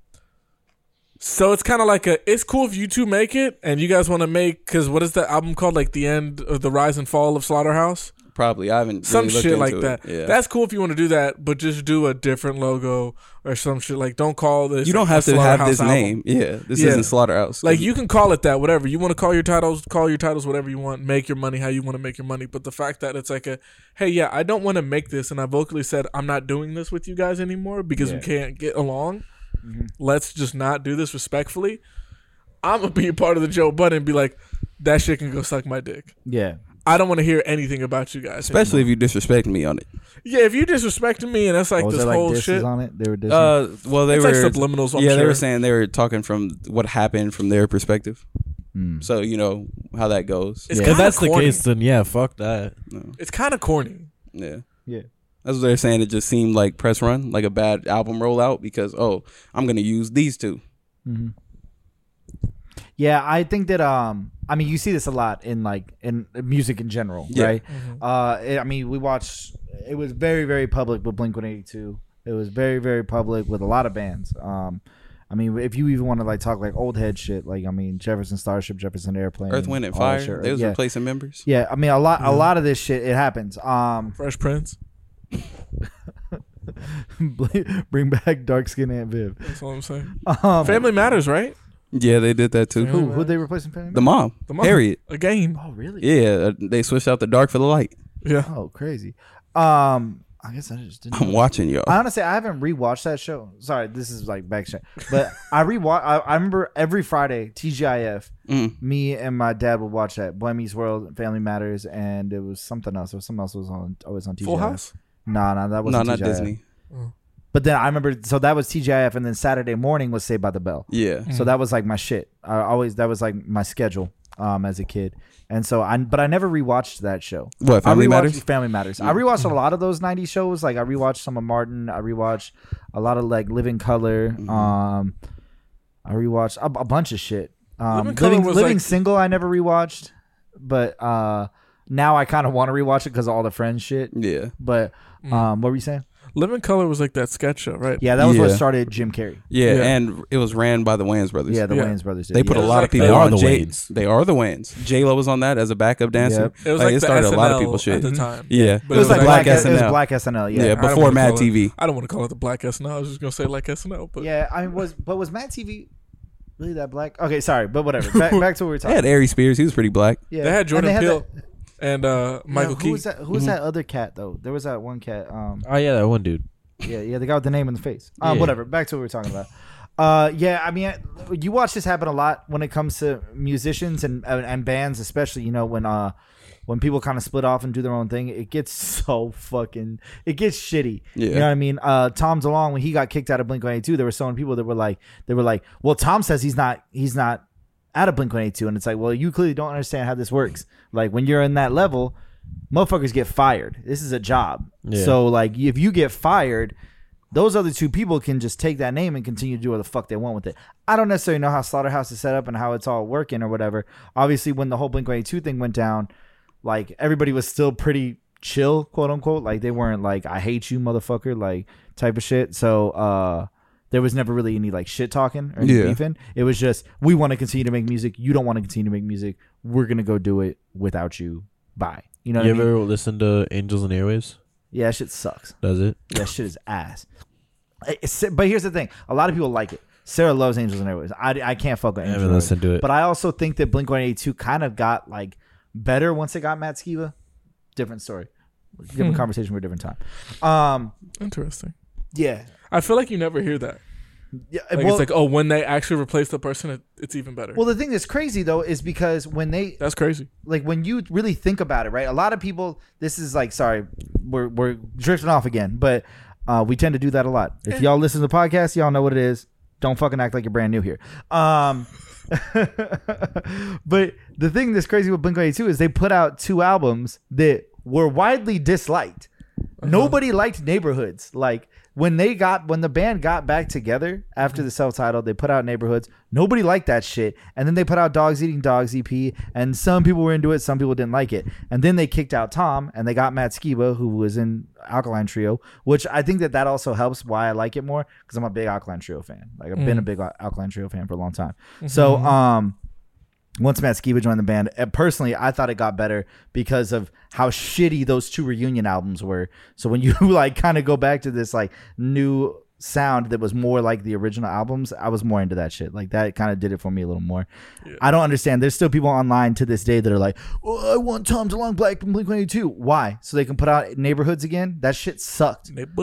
A: so it's kind of like a. It's cool if you two make it, and you guys want to make because what is that album called? Like the end of the rise and fall of Slaughterhouse,
B: Probably. I haven't
A: some
B: really looked
A: shit like
B: into it.
A: that.
B: Yeah.
A: That's cool if you want to do that, but just do a different logo or some shit. Like don't call this.
B: you don't
A: a
B: have to have
A: Slaughterhouse
B: this
A: album.
B: name. Yeah. This
A: Yeah.
B: isn't slaughterhouse.
A: Like you can call it that, whatever you want to call your titles. Call your titles whatever you want. Make your money how you want to make your money. But the fact that it's like a, hey, yeah, I don't want to make this, and I vocally said I'm not doing this with you guys anymore because we
E: Yeah. Mm-hmm.
A: can't get along. Let's just not do this respectfully. I'm gonna be a part of the Joe Budden and be like, that shit can go suck my dick.
E: Yeah.
A: I don't want to hear anything about you guys. anymore."
B: especially if you disrespect me on it.
A: yeah, if you disrespecting me and that's like
E: Oh, was
A: this
E: there like
A: whole
E: disses
A: shit.
E: on it? They were dissing.
B: Uh, well, they
A: It's
B: were
A: like subliminals, I'm
B: yeah, they
A: sure.
B: were saying they were talking from what happened from their perspective.
E: Hmm.
B: So you know how that goes.
A: It's
E: Yeah.
A: kind
C: If
A: of
C: that's the
A: corny.
C: case, then yeah, fuck that.
A: It's kind of corny.
B: Yeah,
E: yeah.
B: that's what they're saying. It just seemed like press run, like a bad album rollout because oh, I'm gonna use these two.
E: Yeah, I think that um I mean you see this a lot in like in music in general,
B: Yeah.
E: right? Uh it- I mean we watched it was very very public with Blink-182. It was very very public with a lot of bands. Um I mean if you even want to like talk like old head shit, like I mean Jefferson Starship, Jefferson Airplane,
B: Earth, Wind, and
E: all that
B: Fire.
E: shit,
B: They was
E: yeah.
B: replacing members.
E: Yeah, I mean a lot a lot of this shit it happens. Um
A: Fresh Prince.
E: bring back dark skin Aunt Viv.
A: That's all I'm saying.
E: Um
A: Family matters, right?
B: Yeah, they did that too.
E: who who they replacing Family
B: The mom,
A: The mom.
B: Harriet.
A: Again.
E: Oh really?
B: Yeah, uh, they switched out the dark for the light.
A: Yeah.
E: Oh crazy. Um I guess I just didn't
B: I'm watching y'all.
E: I honestly, I haven't rewatched that show. Sorry, this is like back shot, but I rewatch. I, I remember every Friday, TGIF.
B: Mm.
E: Me and my dad would watch that Boy Meets World, Family Matters, and it was something else. There was something else that was on always on TGIF.
A: Full House.
E: No, no, that
B: No,
E: wasn't
B: not
E: TGIF.
B: Disney.
E: But then I remember, so that was TGIF, and then Saturday morning was Saved by the Bell.
B: Yeah,
E: So that was like my shit. I always that was like my schedule um as a kid, and so I but I never rewatched that show.
B: What,
E: I
B: Family
E: rewatched
B: Matters? Mm-hmm.
E: Family Matters. I rewatched a lot of those '90s shows. Like I rewatched some of Martin. I rewatched a lot of like Living Color.
B: Mm-hmm.
E: Um, I rewatched a, a bunch of shit. Um,
A: Living
E: Living,
A: Colour was,
E: Living
A: like-
E: Single. I never rewatched, but uh, now I kind of want to rewatch it because of all the Friends shit.
B: yeah,
E: But
B: Mm.
E: um, what were you saying?
A: Living Color was like that sketch show, right?
E: Yeah, that was what
B: Yeah.
E: started Jim Carrey.
B: yeah,
A: Yeah.
B: and it was ran by the Wayans brothers.
E: Yeah, the
A: Yeah.
E: Wayans brothers. Did.
B: They put
E: yeah.
B: a
A: was
B: lot
A: like
B: of people
A: the-
B: on.
C: They are the
B: Jay-
C: Wayans.
B: They are the Wayans. J Lo was on that as a backup dancer.
E: Yep.
A: It was
B: Like,
A: like
B: it
A: the
B: started a lot of
A: SNL
B: people shit. Mm-hmm.
A: at the time.
B: Yeah.
A: But
E: It was like
B: Black
E: Black, S- it was
B: SNL.
E: Black SNL.
B: Yeah,
E: yeah.
A: I don't
B: before
A: wanna
B: Mad
A: call it-
B: TV.
A: I don't want to call it the Black SNL. I was just gonna say like SNL, but
E: Yeah, I mean, was but was Matt TV really that black? Okay, sorry, but whatever. Back, back to what we were
B: They
E: talking.
B: had Ari Spears. He was pretty black.
E: yeah,
A: they had
E: and
A: Jordan
E: had
A: Peele
E: that-
A: and uh, Michael
E: yeah, Who was
A: Keaton. Mm-hmm.
E: that? Who was that other cat though? There was that one cat. Um,
C: Oh yeah, that one dude.
E: yeah, yeah, the guy with the name in the face. Um,
C: Yeah.
E: whatever. Back to what we were talking about. Uh, yeah, I mean, you watch this happen a lot when it comes to musicians and and, and bands, especially. You know, when uh, when people kind of split off and do their own thing, it gets so fucking it gets shitty. You
B: Yeah.
E: know what I mean? Uh, Tom DeLonge when he got kicked out of Blink One Eighty Two, there were so many people that were like, they were like, well, Tom says he's not, he's not out of Blink One Eighty Two, and it's like, well, you clearly don't understand how this works. Like when you're in that level, motherfuckers get fired. This is a job.
C: Yeah.
E: So like, if you get fired, Those other two people can just take that name and continue to do what the fuck they want with it. I don't necessarily know how Slaughterhouse is set up and how it's all working or whatever. Obviously, when the whole Blink 182 thing went down, like everybody was still pretty chill, quote unquote. Like they weren't like I hate you, motherfucker, like type of shit. So uh there was never really any like shit talking or any
B: Yeah.
E: beefing. It was just we want to continue to make music. You don't want to continue to make music. We're gonna go do it without you. Bye. You know what
C: you
E: I mean?
C: ever listen to Angels and Airwaves?
E: yeah, that shit sucks.
C: Does it?
E: That shit is ass. It's- but here's the thing: a lot of people like it. Sarah loves Angels and Airwaves. I, I can't fuck with
C: I
E: Angels.
C: haven't
E: and
C: listened to
E: Airwaves.
C: it.
E: But I also think that Blink One Eighty Two kind of got like better once it got Matt Skiba. Different story, different
A: Hmm.
E: conversation for a different time. Um,
A: Interesting.
E: yeah,
A: I feel like you never hear that.
E: yeah.
A: Like
E: well,
A: it's like, oh, when they actually replace the person, it, it's even better.
E: well, the thing that's crazy though is because when they
A: That's crazy.
E: like when you really think about it, right? A lot of people, this is like, sorry, we're we're drifting off again, but uh, we tend to do that a lot. If y'all listen to the podcast, y'all know what it is. Don't fucking act like you're brand new here. Um, but the thing that's crazy with Blink 182 is they put out two albums that were widely disliked. Nobody liked Neighborhoods. Like when they got when the band got back together after the self-titled, they put out Neighborhoods. Nobody liked that shit. And then they put out Dogs Eating Dogs EP, and some people were into it, some people didn't like it. And then they kicked out Tom, and they got Matt Skiba, who was in Alkaline Trio, which I think that that also helps why I like it more because I'm a big Alkaline Trio fan. Like I've been a big Al- Alkaline Trio fan for a long time. So um once Matt Skiba joined the band, and personally, I thought it got better because of how shitty those two reunion albums were. So when you like kind of go back to this like new sound that was more like the original albums, I was more into that shit. Like that kind of did it for me a little more. I don't understand. There's still people online to this day that are like, "Well, I want Tom DeLonge Black from Blink 182." Why? So they can put out neighborhoods again? That shit sucked. That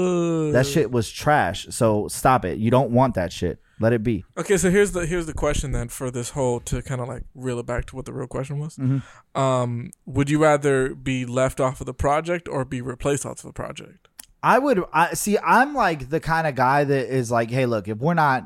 A: That
E: shit was trash. So stop it. You don't want that shit. Let it be.
A: Okay, so here's the here's the question then for this whole to kind of like reel it back to what the real question was.
E: Mm-hmm.
A: Um, would you rather be left off of the project or be replaced off of the project?
E: I would I see I'm like the kind of guy that is like, hey, look, if we're not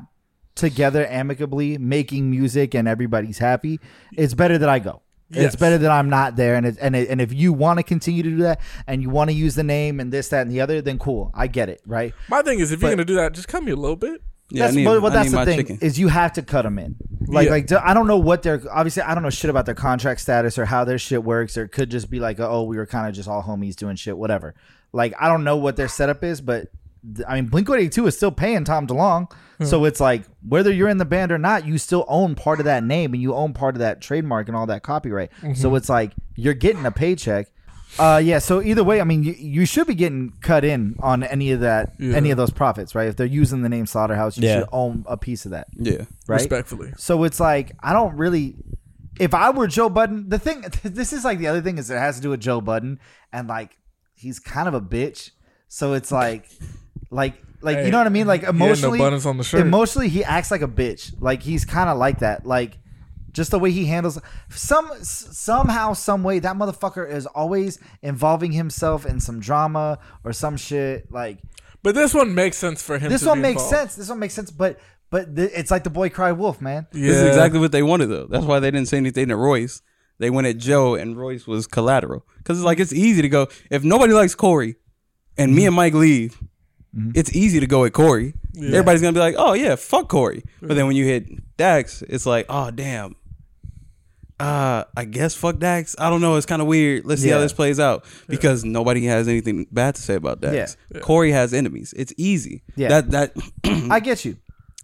E: together amicably making music and everybody's happy, it's better that I go.
A: Yes.
E: It's better that I'm not there and it's and it, and if you want to continue to do that and you want to use the name and this that and the other, then cool. I get it, right?
A: My thing is, if you're
E: But-
A: gonna do that, just cut me a little bit.
B: Yeah,
E: that's,
B: I need,
E: but, but
B: I
E: that's
B: need
E: the
B: my
E: thing
B: chicken.
E: is you have to cut them in. Like
A: Yeah.
E: like I don't know what their obviously I don't know shit about their contract status or how their shit works or it could just be like oh we were kind of just all homies doing shit whatever. Like I don't know what their setup is, but th- I mean Blink One Eighty Two is still paying Tom DeLong,
A: Hmm.
E: so it's like whether you're in the band or not, you still own part of that name and you own part of that trademark and all that copyright.
A: Mm-hmm.
E: So it's like you're getting a paycheck. Uh yeah, so either way, I mean you, you should be getting cut in on any of that
A: Yeah.
E: any of those profits, right? If they're using the name Slaughterhouse, you
C: Yeah.
E: should own a piece of that,
B: yeah.
E: right?
A: Respectfully,
E: So it's like I don't really. If I were Joe Budden, the thing this is like the other thing is it has to do with Joe Budden and like he's kind of a bitch. So it's like, like, like
A: Hey,
E: you know what I mean? Like
A: no
E: emotionally,
A: buttons on the shirt.
E: emotionally he acts like a bitch. Like he's kind of like that. Like just the way he handles some s- somehow some way that motherfucker is always involving himself in some drama or some shit. Like
A: but this one makes sense for him.
E: this
A: to
E: one
A: be
E: makes
A: involved.
E: sense. This one makes sense. But but th- it's like the boy cry wolf, man.
A: Yeah,
B: This is exactly what they wanted though. That's why they didn't say anything to Royce. They went at Joe, and Royce was collateral. Because it's like it's easy to go if nobody likes Corey, and
E: Mm-hmm.
B: me and Mike leave. It's easy to go at Corey. Everybody's gonna be like, "Oh yeah, fuck Corey." But then when you hit Dax, it's like, "Oh damn." Uh, I guess fuck Dax. I don't know. It's kind of weird. Let's see how
E: Yeah.
B: this plays out because nobody has anything bad to say about Dax. Corey has enemies. It's easy.
E: Yeah.
B: That that
E: I get you.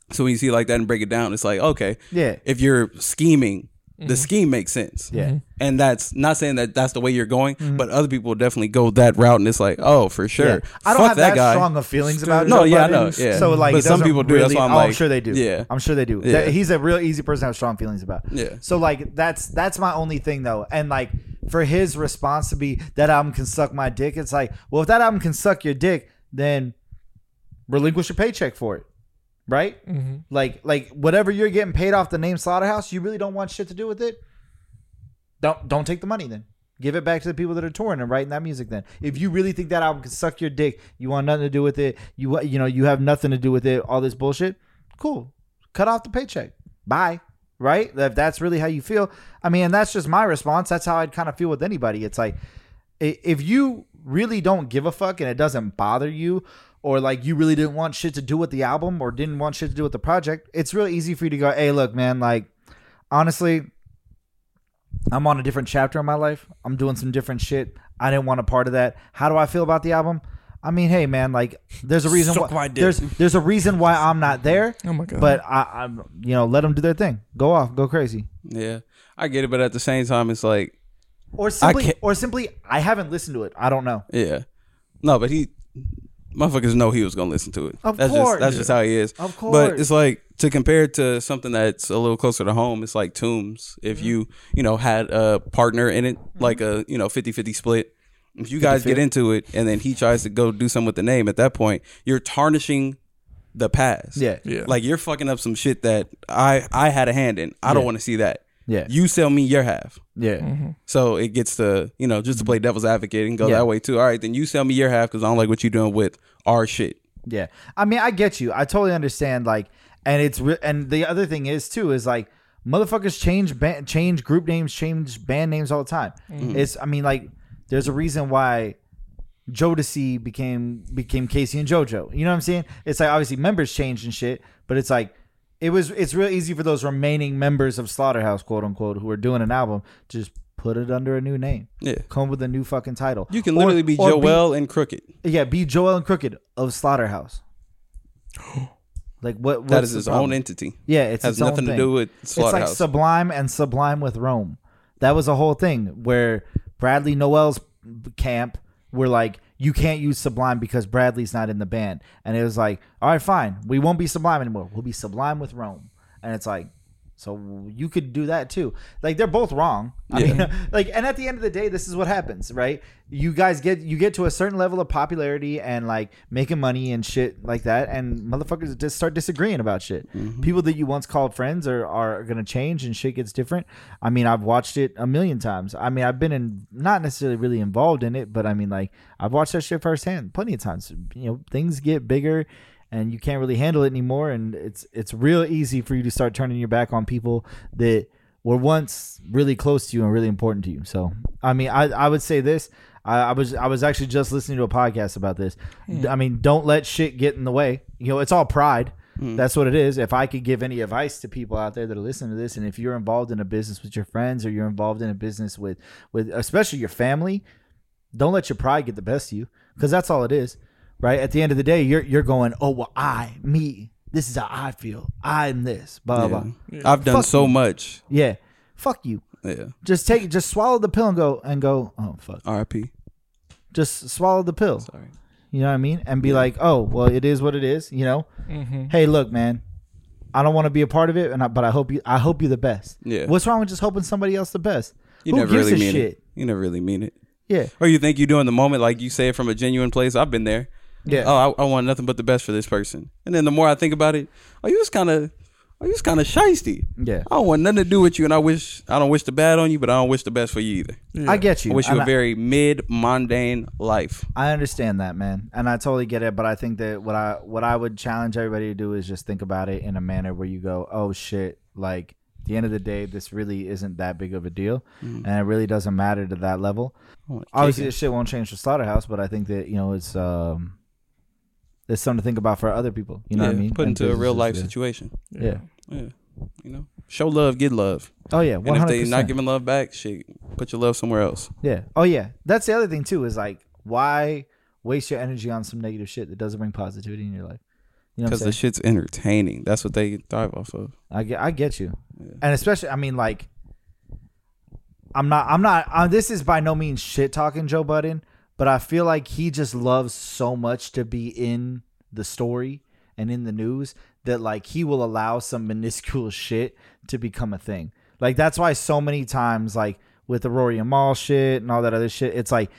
B: So when you see like that and break it down, it's like, okay,
E: Yeah.
B: If you're scheming, the scheme makes sense.
E: Yeah. Mhm.
B: And that's not saying that that's the way you're going, but other people definitely go that route, and it's like, oh, for sure.
E: Yeah. I don't
B: Fuck
E: have
B: that,
E: that,
B: guy.
E: strong of feelings about
B: No,
E: Joe
B: yeah, I
E: Budden.
B: know, yeah.
E: So like,
B: But
E: it
B: some
E: doesn't
B: people do, that's
E: really-
B: why I'm
E: oh,
B: like-
E: sure they do.
B: Yeah.
E: I'm sure they do.
B: Yeah.
E: That- he's a real easy person to have strong feelings about.
B: Yeah.
E: So like, that's that's my only thing though, and like for his response to be that album can suck my dick, it's like, well, if that album can suck your dick, then relinquish your paycheck for it, right? Like like whatever you're getting paid off the name Slaughterhouse, you really don't want shit to do with it. Don't don't take the money then. Give it back to the people that are touring and writing that music. Then, if you really think that album can suck your dick, you want nothing to do with it. You wa- you know you have nothing to do with it. All this bullshit. Cool. Cut off the paycheck. Bye. Right. If that's really how you feel, I mean, that's just my response. That's how I'd kind of feel with anybody. It's like i- if you really don't give a fuck and it doesn't bother you, or like you really didn't want shit to do with the album or didn't want shit to do with the project, it's real easy for you to go, hey, look, man, like honestly, I'm on a different chapter in my life. I'm doing some different shit. I didn't want a part of that. How do I feel about the album? I mean, hey man, like there's a reason
B: Suck
E: why
B: my dick.
E: there's there's a reason why I'm not there.
A: Oh my God.
E: But I, I'm you know let them do their thing. Go off, go crazy.
B: Yeah, I get it, but at the same time, it's like,
E: Or simply
B: can't-
E: or simply I haven't listened to it. I don't know.
B: yeah, no, but he, motherfuckers know he was gonna listen to it.
E: Of
B: that's
E: course.
B: just that's just how he is.
E: Of
B: but
E: course.
B: it's like to compare it to something that's a little closer to home. It's like Tombs. If
E: Mm-hmm.
B: you you know had a partner in it, like a you know 50-50 split. If you guys get into it, and then he tries to go do something with the name, at that point you're tarnishing the past.
E: Yeah.
A: Yeah.
B: Like you're fucking up some shit that I I had a hand in. I don't want to see that.
E: Yeah.
B: You Mm-hmm. sell me your half.
E: Yeah.
B: So it gets to, you know, just to play devil's advocate and go
E: Mm-hmm. Yeah.
B: that way too. All right, then you sell me your half because I don't like what you're doing with our shit.
E: Yeah. I mean, I get you. I totally understand. Like, and it's re- and the other thing is too is like motherfuckers change band, change group names, change band names all the time.
B: Mm-hmm.
E: It's I mean like there's a reason why Jodeci became became Casey and JoJo. You know what I'm saying? It's like obviously members changed and shit, but it's like it was it's real easy for those remaining members of Slaughterhouse, quote unquote, who are doing an album to just put it under a new name.
B: Yeah.
E: Come with a new fucking title.
B: You can
E: Or-
B: literally be
E: or
B: Joel and Crooked.
E: yeah, be Joel and Crooked of Slaughterhouse. Like what? What's
B: That is
E: the
B: his
E: problem?
B: own entity.
E: Yeah, it's
B: Has
E: its own
B: nothing to
E: thing.
B: do with
E: It's like
B: Slaughterhouse.
E: Sublime and Sublime with Rome. That was a whole thing where Bradley Noel's camp were like, you can't use Sublime because Bradley's not in the band, and it was like, all right, fine, we won't be Sublime anymore. We'll be Sublime with Rome, and it's like. So you could do that too. Like they're both wrong. I mean, like, and at the end of the day, this is what happens, right? You guys get you get to a certain level of popularity and like making money and shit like that, and motherfuckers just start disagreeing about shit. People that you once called friends are are gonna change, and shit gets different. I mean, I've watched it a million times. I mean, I've been in not necessarily really involved in it, but I mean, like I've watched that shit firsthand plenty of times. You know, things get bigger and you can't really handle it anymore and it's it's real easy for you to start turning your back on people that were once really close to you and really important to you so i mean i, I would say this I, I was i was actually just listening to a podcast about this i mean don't let shit get in the way you know it's all pride that's what it is if i could give any advice to people out there that are listening to this and if you're involved in a business with your friends or you're involved in a business with with especially your family don't let your pride get the best of you because that's all it is right at the end of the day you're you're going oh well i me this is how i feel i'm this blah blah
B: Yeah.
E: blah
B: I've done
E: Fuck
B: so much.
E: yeah fuck you
B: Yeah.
E: just take just swallow the pill and go and go oh fuck
B: RIP.
E: just swallow the pill
B: Sorry.
E: you know what i mean and be like oh well it is what it is you know hey look man i don't want to be a part of it and I, but i hope you i hope you the best
B: Yeah.
E: what's wrong with just hoping somebody else the best
B: You
E: who
B: never
E: gives
B: really
E: a
B: mean
E: shit
B: it. You never really mean it.
E: yeah
B: Or you think you do in the moment, like you say it from a genuine place. I've been there.
E: Yeah.
B: Oh, I, I want nothing but the best for this person. And then the more I think about it, oh, you was kind of, oh, you was kind of shisty.
E: Yeah.
B: I don't want nothing to do with you, and I wish I don't wish the bad on you, but I don't wish the best for you either.
E: i get you
B: I wish you
E: And
B: a very mid mundane life.
E: I understand that, man, and I totally get it. But I think that what I what I would challenge everybody to do is just think about it in a manner where you go, "Oh shit!" Like at the end of the day, this really isn't that big of a deal,
B: Mm.
E: and it really doesn't matter to that level. Obviously, this shit won't change for Slaughterhouse, but I think that you know it's um it's something to think about for other people. You know
B: yeah,
E: what I mean?
B: put
E: And
B: into a real life
E: businesses,
B: situation.
E: Yeah.
B: Yeah, you know, show love, get love.
E: Oh yeah,
B: And
E: one
B: if
E: hundred
B: they not
E: percent.
B: giving love back, shit, put your love somewhere else.
E: Yeah. Oh yeah. That's the other thing too is like why waste your energy on some negative shit that doesn't bring positivity in your life. You know what I'm
B: Because
E: saying?
B: the shit's entertaining. That's what they thrive off of.
E: I get, I get you, and especially, I mean, like, I'm not, I'm not. Uh, this is by no means shit talking Joe Budden, but I feel like he just loves so much to be in the story and in the news that like he will allow some minuscule shit to become a thing. Like that's why so many times, like with the Rory and Mall shit and all that other shit, it's like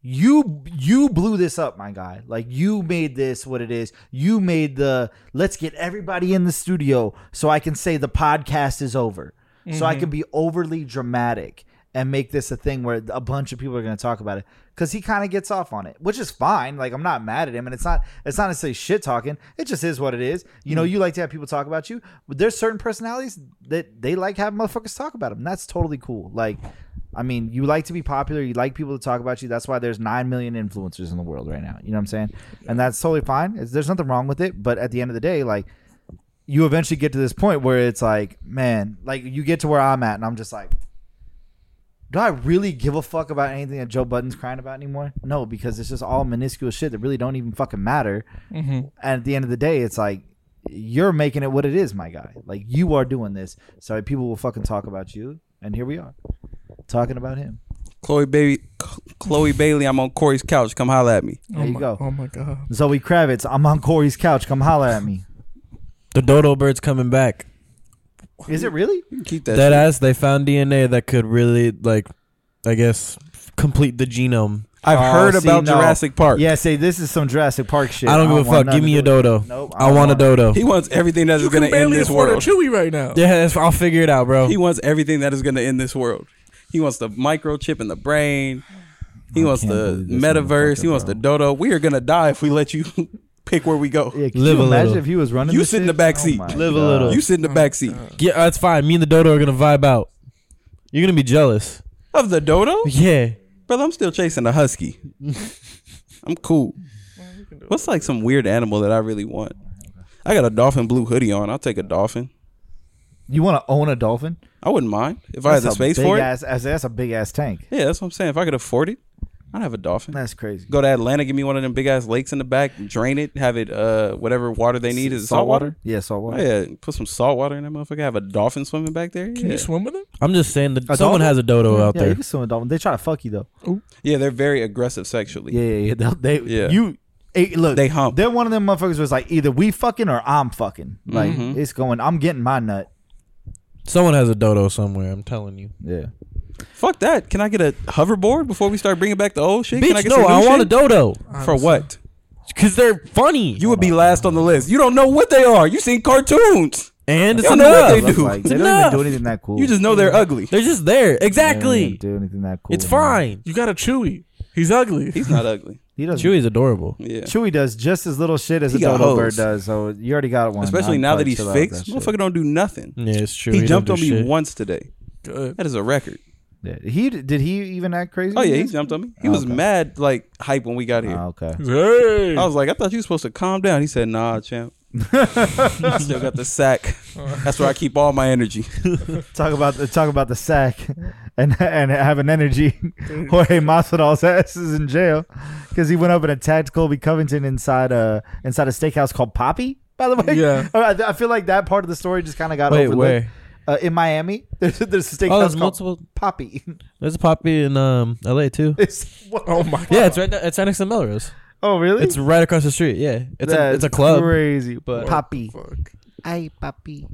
E: you you blew this up my guy like you made this what it is you made the let's get everybody in the studio so i can say the podcast is over so i can be overly dramatic and make this a thing where a bunch of people are going to talk about it because he kind of gets off on it which is fine like i'm not mad at him and it's not it's not necessarily shit talking it just is what it is you know you like to have people talk about you but there's certain personalities that they like having motherfuckers talk about them that's totally cool like I mean, you like to be popular. You like people to talk about you. That's why there's nine million influencers in the world right now. You know what I'm saying? And that's totally fine. It's- there's nothing wrong with it. But at the end of the day, like, you eventually get to this point where it's like, man, like you get to where I'm at, and I'm just like, do I really give a fuck about anything that Joe Budden's crying about anymore? No, because it's just all minuscule shit that really don't even fucking matter. And at the end of the day, it's like you're making it what it is, my guy. Like you are doing this, so people will fucking talk about you, and here we are talking about him.
A: Oh
B: Chloe baby, Chloe Bailey. I'm on Corey's couch. Come holler at me.
A: oh
E: There you
A: my,
E: go.
A: Oh my god.
E: Zoe Kravitz, I'm on Corey's couch. Come holler at me.
C: The dodo bird's coming back.
E: Is it really?
B: You can keep that.
C: That
B: shit.
C: ass, they found DNA that could really, like, I guess, complete the genome.
B: I've
E: Oh,
B: heard
E: see,
B: about
E: no.
B: Jurassic Park.
E: Yeah. See, this is some Jurassic Park shit.
C: I don't give a
E: want
C: fuck.
E: nothing
C: Give me
E: to
C: a
E: do with it.
C: dodo.
E: Nope,
C: I, want, a dodo.
B: He wants everything that is
A: You
B: going
A: can
B: to end
A: barely
B: this
A: afford a
B: world.
A: Chewy right now.
C: yeah, that's, I'll figure it out, bro.
B: He wants everything that is going to end this world. He wants the microchip in the brain. He wants
E: can't
B: the
E: believe this
B: metaverse. He
E: motherfucker,
B: wants
E: bro.
B: the dodo. We are going to die if we let you pick where we go.
E: Yeah, can
C: Live
E: you
C: a
E: imagine
C: little.
E: if he was running?
B: You
E: this
B: sit in the
E: shit?
B: back
E: Oh
B: seat.
E: my
C: Live a
E: God.
C: little.
B: You sit in the back seat
C: yeah, that's fine. Me and the dodo are gonna vibe out. You're gonna be jealous.
B: of the dodo,
C: Yeah.
B: brother. I'm still chasing a husky. I'm cool. What's like some weird animal that I really want? I got a dolphin blue hoodie on. I'll take a dolphin.
E: You want to own a dolphin?
B: I wouldn't mind if I had the
E: That's a
B: space
E: big
B: for it.
E: ass- that's- that's a big ass tank.
B: Yeah, that's what I'm saying. If I could afford it, I'd have a dolphin.
E: That's crazy.
B: Go to Atlanta, give me one of them big ass lakes in the back, drain it, have it uh whatever water they need. Is it salt water?
E: Yeah, so what?
B: Oh yeah, put some salt water in that motherfucker. Have a dolphin swimming back there.
A: Can
B: Yeah,
A: you swim with him?
C: I'm just saying that
E: A dolphin?
C: someone has a dodo out
E: yeah, you
C: there.
E: can swim a dolphin. They try to fuck you though.
B: yeah they're very aggressive sexually.
E: Yeah, yeah, yeah. They, they-
B: Yeah.
E: you eh, look.
B: They hump.
E: They're one of them motherfuckers. Was like either we fucking or I'm fucking. Like
C: Mm-hmm.
B: Mhm.
E: it's going. I'm getting my nut.
C: Someone has a dodo somewhere. I'm telling you.
E: Yeah.
B: Fuck that. Can I get a hoverboard before we start bringing back the old shit? Can I
C: Bitch,
B: get
C: no,
B: some new
C: I want a
B: shit?
C: dodo
B: For what?
C: because they're funny.
B: You would be last on the list. You don't know what they are. You seen cartoons.
C: and it's
B: Y'all know what
C: enough.
B: they do.
E: Like, they don't
C: It's
E: even
C: enough.
E: do anything that cool.
B: You just know they're ugly.
C: They're just there.
E: They don't even
C: Exactly.
E: do anything that cool.
C: It's
E: man.
C: fine.
A: You got a Chewy. He's ugly.
B: He's not ugly.
E: He doesn't. Chewy,
C: Chewie's adorable.
B: Yeah.
E: does just as little shit as
B: He
E: a
B: got
E: dodo
B: hoes.
E: bird does. So you already got one.
B: Especially
E: I'm
B: now that
E: probably
B: he's
E: chill out with
B: fixed.
E: that shit.
B: Motherfucker don't do nothing.
C: Yeah, it's true.
B: he
C: don't
B: jumped
C: do
B: on me
C: Mm. shit.
B: once today.
A: Good.
B: That is a record.
E: Yeah. He did he even act crazy?
B: Oh
E: with
B: yeah, he
E: this?
B: jumped on me. He
E: Oh,
B: was
E: okay.
B: mad like hype when we got here.
E: Oh, okay.
A: Hey.
B: I was like, I thought you were supposed to calm down. He said, Nah, champ. I still got the sack. That's where I keep all my energy.
E: Talk about the talk about the sack and and have an energy. Jorge Masvidal's ass is in jail because he went up and attacked Colby Covington inside a inside a steakhouse called Poppy. By the way,
A: Yeah.
E: I, I feel like that part of the story just kind of got
C: Wait,
E: overlooked.
C: where?
E: Uh, in Miami, there's, there's a steakhouse
C: Oh, there's
E: called
C: multiple.
E: Poppy.
C: There's a poppy in um L.A. too.
E: It's- what
A: oh
E: the-
A: my.
C: Yeah, it's right. there- It's right next to Melrose.
E: Oh, really?
C: It's right across the street. Yeah, it's a,
E: That's
C: it's a club.
E: Crazy,
C: but-
E: Poppy.
A: Fuck.
D: Ay, papi.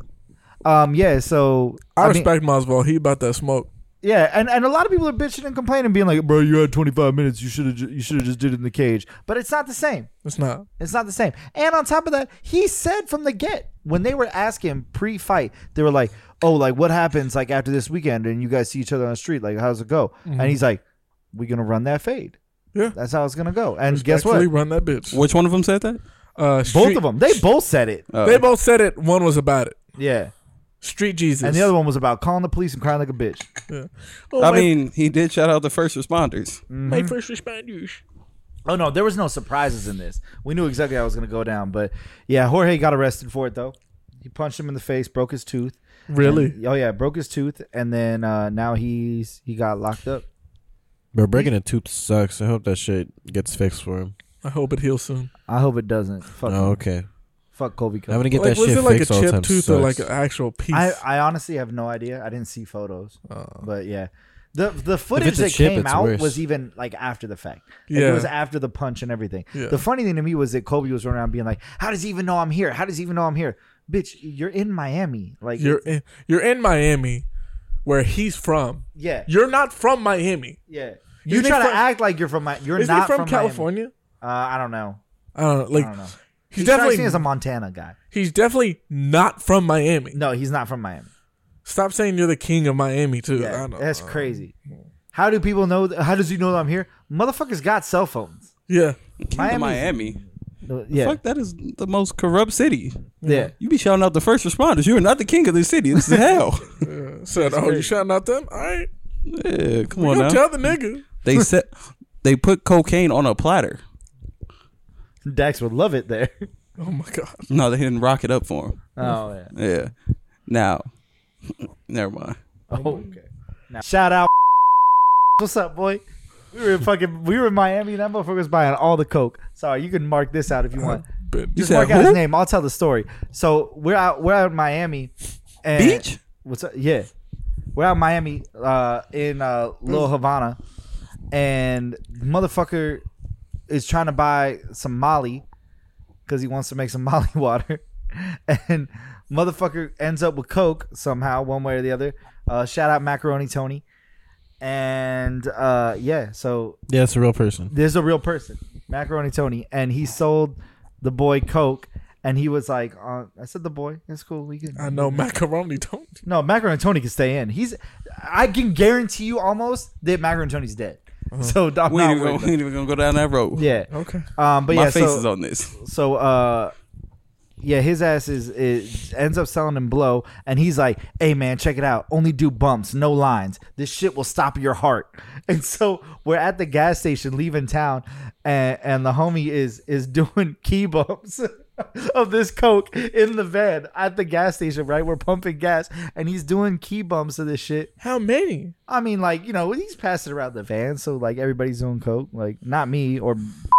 E: Um, yeah. So
A: I,
E: mean-
A: respect Masvidal. He about that smoke.
E: Yeah, and, and a lot of people are bitching and complaining, being like, "Bro, you had 25 minutes. You should have you should have just did it in the cage." But it's not the same.
A: It's not.
E: It's not the same. And on top of that, he said from the get when they were asking pre-fight, they were like, "Oh, like what happens like after this weekend and you guys see each other on the street? Like, how's it go?"
C: Mm-hmm.
E: And he's like, "We're gonna run that fade.
A: Yeah.
E: that's how it's gonna go." And guess
A: Actually
E: what?
A: Run that bitch.
B: Which one of them said that?
A: Uh,
E: Both
A: Street-
E: of them, they both said it.
C: Uh,
B: Oh.
A: They both said it. One was about it.
E: Yeah,
A: Street Jesus.
E: and the other one was about calling the police and crying like a bitch.
A: Yeah. Oh,
B: I
A: my-
B: mean, he did shout out the first responders.
E: Mm-hmm.
A: my first responders.
E: Oh no, there was no surprises in this. We knew exactly how it was going to go down, but yeah, Jorge got arrested for it though. He punched him in the face, broke his tooth.
A: Really?
E: And- oh yeah, broke his tooth, and then uh, now he's he got locked up.
C: Bro, breaking a tooth sucks. I hope that shit gets fixed for him.
A: I hope it heals soon.
E: I hope it doesn't. Fuck,
C: Oh,
E: him.
C: okay.
E: fuck Kobe.
C: I'm
E: Covington.
C: gonna get
A: like,
C: that
A: was
C: shit
A: it like a
C: fixed all the
A: chip
C: time.
A: tooth or
C: Sucks.
A: like an actual piece?
E: I I honestly have no idea. I didn't see photos,
A: Oh.
E: but yeah, the the footage
C: it's a
E: that
C: chip,
E: came
C: it's
E: out
C: worse.
E: was even like after the fact. Like,
A: Yeah.
E: it was after the punch and everything.
A: Yeah.
E: The funny thing to me was that Kobe was running around being like, "How does he even know I'm here? How does he even know I'm here?" Bitch, you're in Miami. Like
A: you're in, you're in Miami, where he's from.
E: yeah.
A: You're not from Miami.
E: Yeah. You
A: Isn't he
E: try to
A: from-
E: act like you're from my. You're
A: Is he
E: not
A: from,
E: from, Miami.
A: California?
E: Uh, I don't know.
A: I don't know. Like
E: I don't know.
A: he's
E: he strikes me
A: definitely
E: as a Montana guy.
A: he's definitely not from Miami.
E: No, he's not from Miami.
A: Stop saying you're the king of Miami too. I
E: Yeah,
A: don't know.
E: that's crazy. How do people know? th- How does he know that I'm here? Motherfuckers got cell phones.
A: Yeah.
B: Miami.
E: Miami's-
B: Miami.
E: Uh, Yeah,
B: Fuck, that is the most corrupt city.
E: yeah.
B: You be shouting out the first responders. You are not the king of this city. This is hell.
A: Said, oh, you shouting out them? All right.
B: Yeah, come
A: You
B: on now.
A: tell the nigga.
B: they set. They put cocaine on a platter.
E: Dax would love it there.
A: Oh my god.
B: No, they didn't rock it up for him.
E: Oh yeah.
B: Yeah. Now, never mind.
E: okay. Now, Oh. shout out. What's up, boy? We were in fucking. We were in Miami, and that motherfucker was buying all the coke. Sorry, you can mark this out if you want.
A: But
B: You
E: Just mark
B: said
E: out his
B: who?
E: name. I'll tell the story. So we're out. We're out in Miami. And
B: Beach?
E: What's up? Yeah, we're out in Miami, uh, in uh, Little
B: Hmm.
E: Havana, and motherfucker is trying to buy some Molly because he wants to make some Molly water, and motherfucker ends up with Coke somehow, one way or the other. Uh, shout out Macaroni Tony, and uh, yeah, so
C: Yeah, it's a real person.
E: there's a real person, Macaroni Tony, and he sold the boy Coke, and he was like, uh, I said the boy, it's cool, we can.
A: I know macaroni don't.
E: No, Macaroni Tony can stay in. He's, I can guarantee you almost that Macaroni Tony's dead. So I'm
B: We ain't, even
E: not worried
B: gonna, we
E: about-
B: ain't even gonna go down that road.
E: Yeah.
A: Okay.
E: Um. But
B: My
E: yeah.
B: face
E: so,
B: is on this.
E: so uh, yeah, his ass is, is ends up selling him blow, and he's like, "Hey man, check it out. Only do bumps, no lines. This shit will stop your heart." And so we're at the gas station leaving town, and and the homie is is doing key bumps. Of this coke in the van at the gas station, right? We're pumping gas, and he's doing key bumps of this shit.
A: How many?
E: I mean, like you know, he's passing around the van, so like everybody's doing coke. Like not me or,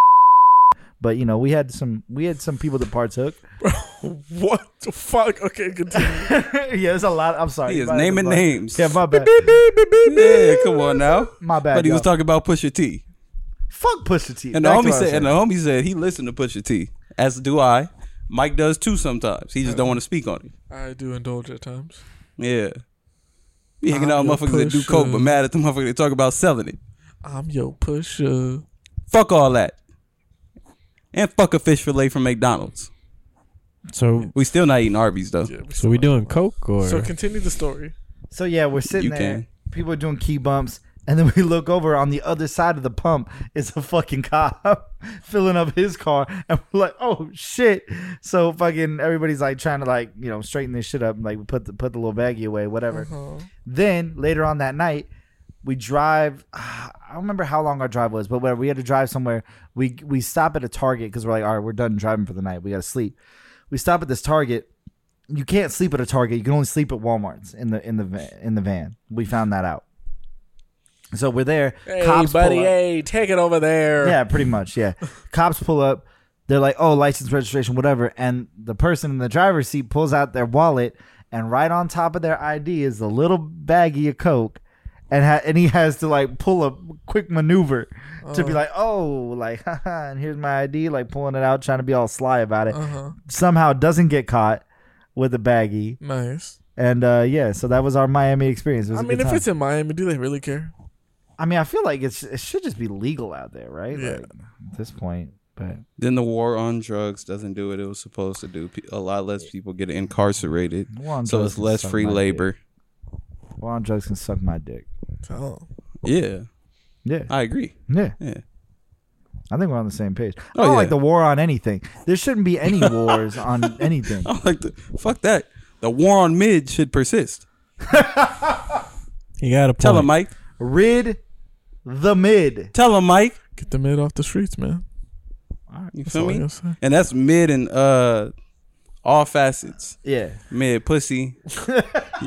E: but you know, we had some we had some people that partook.
A: What the fuck? Okay, continue.
E: yeah, there's a lot. I'm sorry.
B: He is
E: My-
B: naming
E: my-
B: names.
E: Yeah, my bad.
B: Yeah, come on now.
E: My bad.
B: But he was
E: y'all.
B: talking about Pusha T.
E: Fuck Pusha T.
B: And the
E: Back to
B: homie
E: what I was
B: said, and the
E: saying.
B: homie said he listened to Pusha T, as do I. Mike does too sometimes. He just don't want to speak on it.
A: I do indulge at times.
B: Yeah. Be hanging out
A: I'm
B: with
A: your
B: motherfuckers that do coke, but
A: pusher.
B: mad at the motherfucker that talk about selling it.
A: I'm your pusher.
B: Fuck all that. And fuck a fish fillet from McDonald's.
C: So,
B: We still not eating Arby's though.
A: Yeah,
C: so we doing coke or?
A: So continue the story.
E: so yeah, we're sitting
B: You
E: there.
B: can.
E: People are doing key bumps, and then we look over on the other side of the pump is a fucking cop filling up his car, and we're like, oh shit. So fucking everybody's like trying to like you know straighten this shit up, and like put the put the little baggie away, whatever.
A: Uh-huh.
E: Then later on that night, we drive. I don't remember how long our drive was, but whatever. We had to drive somewhere. We we stop at a Target because we're like, all right, we're done driving for the night. We gotta sleep. We stop at this Target. You can't sleep at a Target. You can only sleep at Walmart's in the in the va- in the van. We found that out. So we're there.
A: Hey,
E: Cops pull
A: buddy.
E: up.
A: Hey, take it over there.
E: Yeah, pretty much. Yeah. Cops pull up. They're like, oh, license, registration, whatever. And the person in the driver's seat pulls out their wallet, and right on top of their ID is a little baggie of Coke. And, ha- and he has to like pull a quick maneuver to
A: Uh.
E: be like, oh, like, haha, and here's my ID, like pulling it out, trying to be all sly about it.
A: Uh huh.
E: Somehow doesn't get caught with the baggie.
A: Nice.
E: And uh, yeah, so that was our Miami experience. It was
A: I
E: a
A: mean,
E: good
A: if
E: time.
A: it's in Miami, do they really care?
E: I mean, I feel like it's, it should just be legal out there, right?
A: Yeah.
E: Like, at this point. But
B: Then the war on drugs doesn't do what it was supposed to do. Pe- A lot less people get incarcerated,
E: War on
B: so
E: drugs
B: it's
E: can
B: less
E: suck
B: free
E: my dick.
B: labor.
E: War on drugs can suck my dick.
A: Tell 'em.
B: Yeah,
E: Yeah,
B: I agree.
E: yeah.
B: Uh, Yeah,
E: I think we're on the same page. I
B: Oh,
E: don't
B: yeah.
E: like the war on anything. There shouldn't be any wars on anything.
B: I'm like, the, fuck that. The war on mid should persist.
C: you got a
B: Tell him,
C: point.
B: Mike.
E: Rid the mid.
B: Tell him, Mike.
A: Get the mid off the streets, man.
B: You
A: That's
B: feel
A: all I
B: me?
A: gotta say.
B: And that's mid and uh, all facets.
E: Yeah.
B: Mid pussy.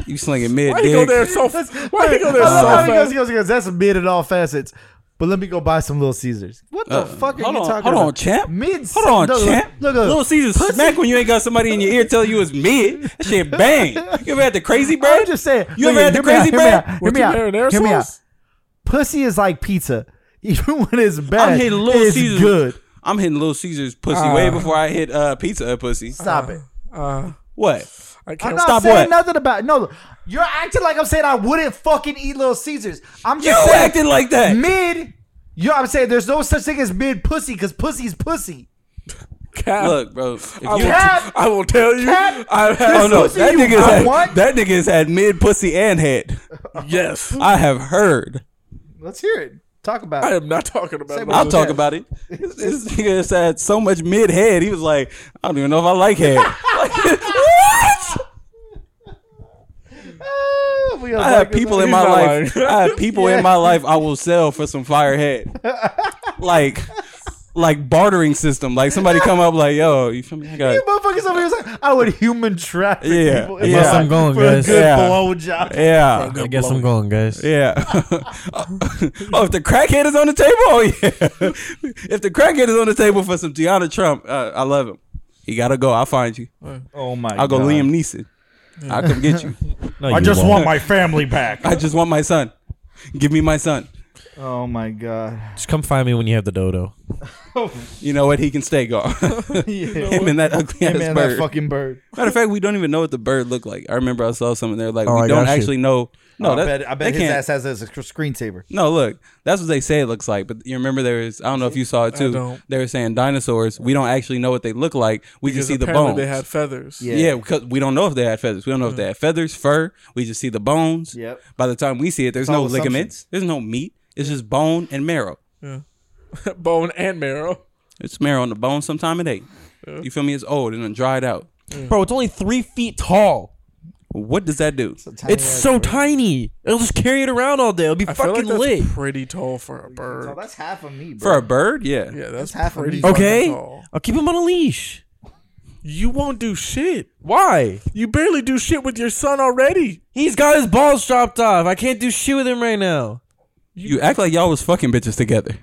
B: you slinging mid
A: Why you go there
B: dick.
A: so? f- Why you go there
E: I love
A: so
E: how Uh, he goes,
A: fast?
E: he goes, he goes, That's mid in all facets. But let me go buy some Little Caesars. What the
B: Uh,
E: fuck are
B: hold
E: you
B: on,
E: talking
B: hold
E: about?
B: on, champ.
E: Mid.
B: Hold on,
E: look,
B: champ.
E: Look, look,
B: Little Caesar smack when you ain't got somebody in your ear telling you it's mid. That shit bang. You ever had the crazy bread?
E: I'm just saying.
B: You ever
E: nigga,
B: had the
E: hear me out,
B: crazy
E: hear me out,
B: bread?
E: Hear
A: With
E: me
A: the
E: out.
A: marinara
E: Hear me out.
A: sauce?
E: Pussy is like pizza. Even when it's bad,
B: I'm hitting Little
E: it's
B: Caesars.
E: good.
B: I'm hitting Little Caesar's pussy way before I hit uh, Pizza Hut pussy.
E: Stop it.
A: Uh,
B: What?
A: I
E: I'm
A: can't.
E: not
B: Stop
E: saying
B: what?
E: nothing about no. look, You're acting like I'm saying I wouldn't fucking eat Little Caesars. I'm
B: You
E: just saying
B: acting like that.
E: mid. You know what I'm saying? There's no such thing as mid pussy because pussy's pussy.
A: Cap.
B: Look, bro. If you,
A: I will,
E: Cap.
A: I will tell you.
E: Cap.
A: I've had.
B: oh no,
E: pussy
B: that
E: you
B: nigga's
E: want.
B: had
E: What?
B: that nigga's had mid pussy and head.
A: Yes.
B: I have heard.
E: Let's hear it. Talk about
A: I
E: it.
A: am not talking about
E: Say
A: it.
E: what-
B: I'll
E: Yeah.
B: talk about it. This, this nigga has had so much mid head. He was like, I don't even know if I like head. Like, what?
E: Oh, Somebody else
B: I have
E: like this.
B: people in
A: He's
B: my
A: not
B: life.
A: lying.
B: I have people in my life I will sell for some firehead. like like bartering system. Like somebody come up like, yo, you feel me? I
E: You
B: got
E: motherfuckers over here like, I would human traffic
B: Yeah,
E: people.
B: yeah. Unless
C: I'm going,
E: for
C: guys.
E: A good
B: Yeah.
E: blowjob.
B: yeah.
C: I guess I'm going, guys.
B: Yeah. oh, if the crackhead is on the table, oh yeah. if the crackhead is on the table for some Deanna Trump, uh, I love him. He gotta go. I'll find you.
E: Oh my
B: I'll go Liam Neeson. I'll come get you.
E: I just want my family back.
B: I just want my son. Give me my son.
E: oh my god.
C: Just come find me when you have the dodo.
B: You know what? He can stay gone.
E: Yeah.
B: Him and that ugly
E: Hey,
B: ass
E: man, that
B: bird.
E: fucking bird.
B: Matter of fact, we don't even know what the bird looked like. I remember I saw something. They're like,
C: Oh,
B: we
C: I
B: don't
C: got you.
B: actually know. No,
E: Oh, I
B: Oh, that,
E: bet, I bet
B: they
E: his
B: can't.
E: ass has a sc- screensaver.
B: No, look, that's what they say it looks like. But you remember there was, I don't know if you saw it
A: I
B: too.
A: don't.
B: They were saying dinosaurs. We don't actually know what they look like. We
A: Because
B: just see the
A: apparently
B: bones.
A: They had feathers.
E: Yeah. Mm.
B: yeah, because we don't know if they had feathers. We don't know if they had feathers, fur. We just see the bones.
E: Yep.
B: By the time we see it, there's
E: It's
B: no
E: all
B: ligaments. There's no meat. It's just bone and marrow.
A: bone and marrow.
B: It's marrow on the bone. Sometime it ain't. You feel me? It's old and then dried out.
C: Bro, it's only three feet tall.
B: What does that do?
C: it's so tiny. It'll just carry it around all day. It'll be
A: I feel like
C: fucking
A: that's
C: lit.
A: pretty tall for a
E: So
A: bird.
E: that's half of me,
B: For
E: bro.
B: a bird? Yeah.
A: Yeah, that's,
E: half a
A: pretty
E: meat.
A: fucking
C: Okay,
A: tall.
C: I'll keep him on a leash.
A: You won't do shit.
C: Why?
A: You barely do shit with your son already.
C: He's got his balls chopped off. I can't do shit with him right now.
B: You act like y'all was fucking bitches together.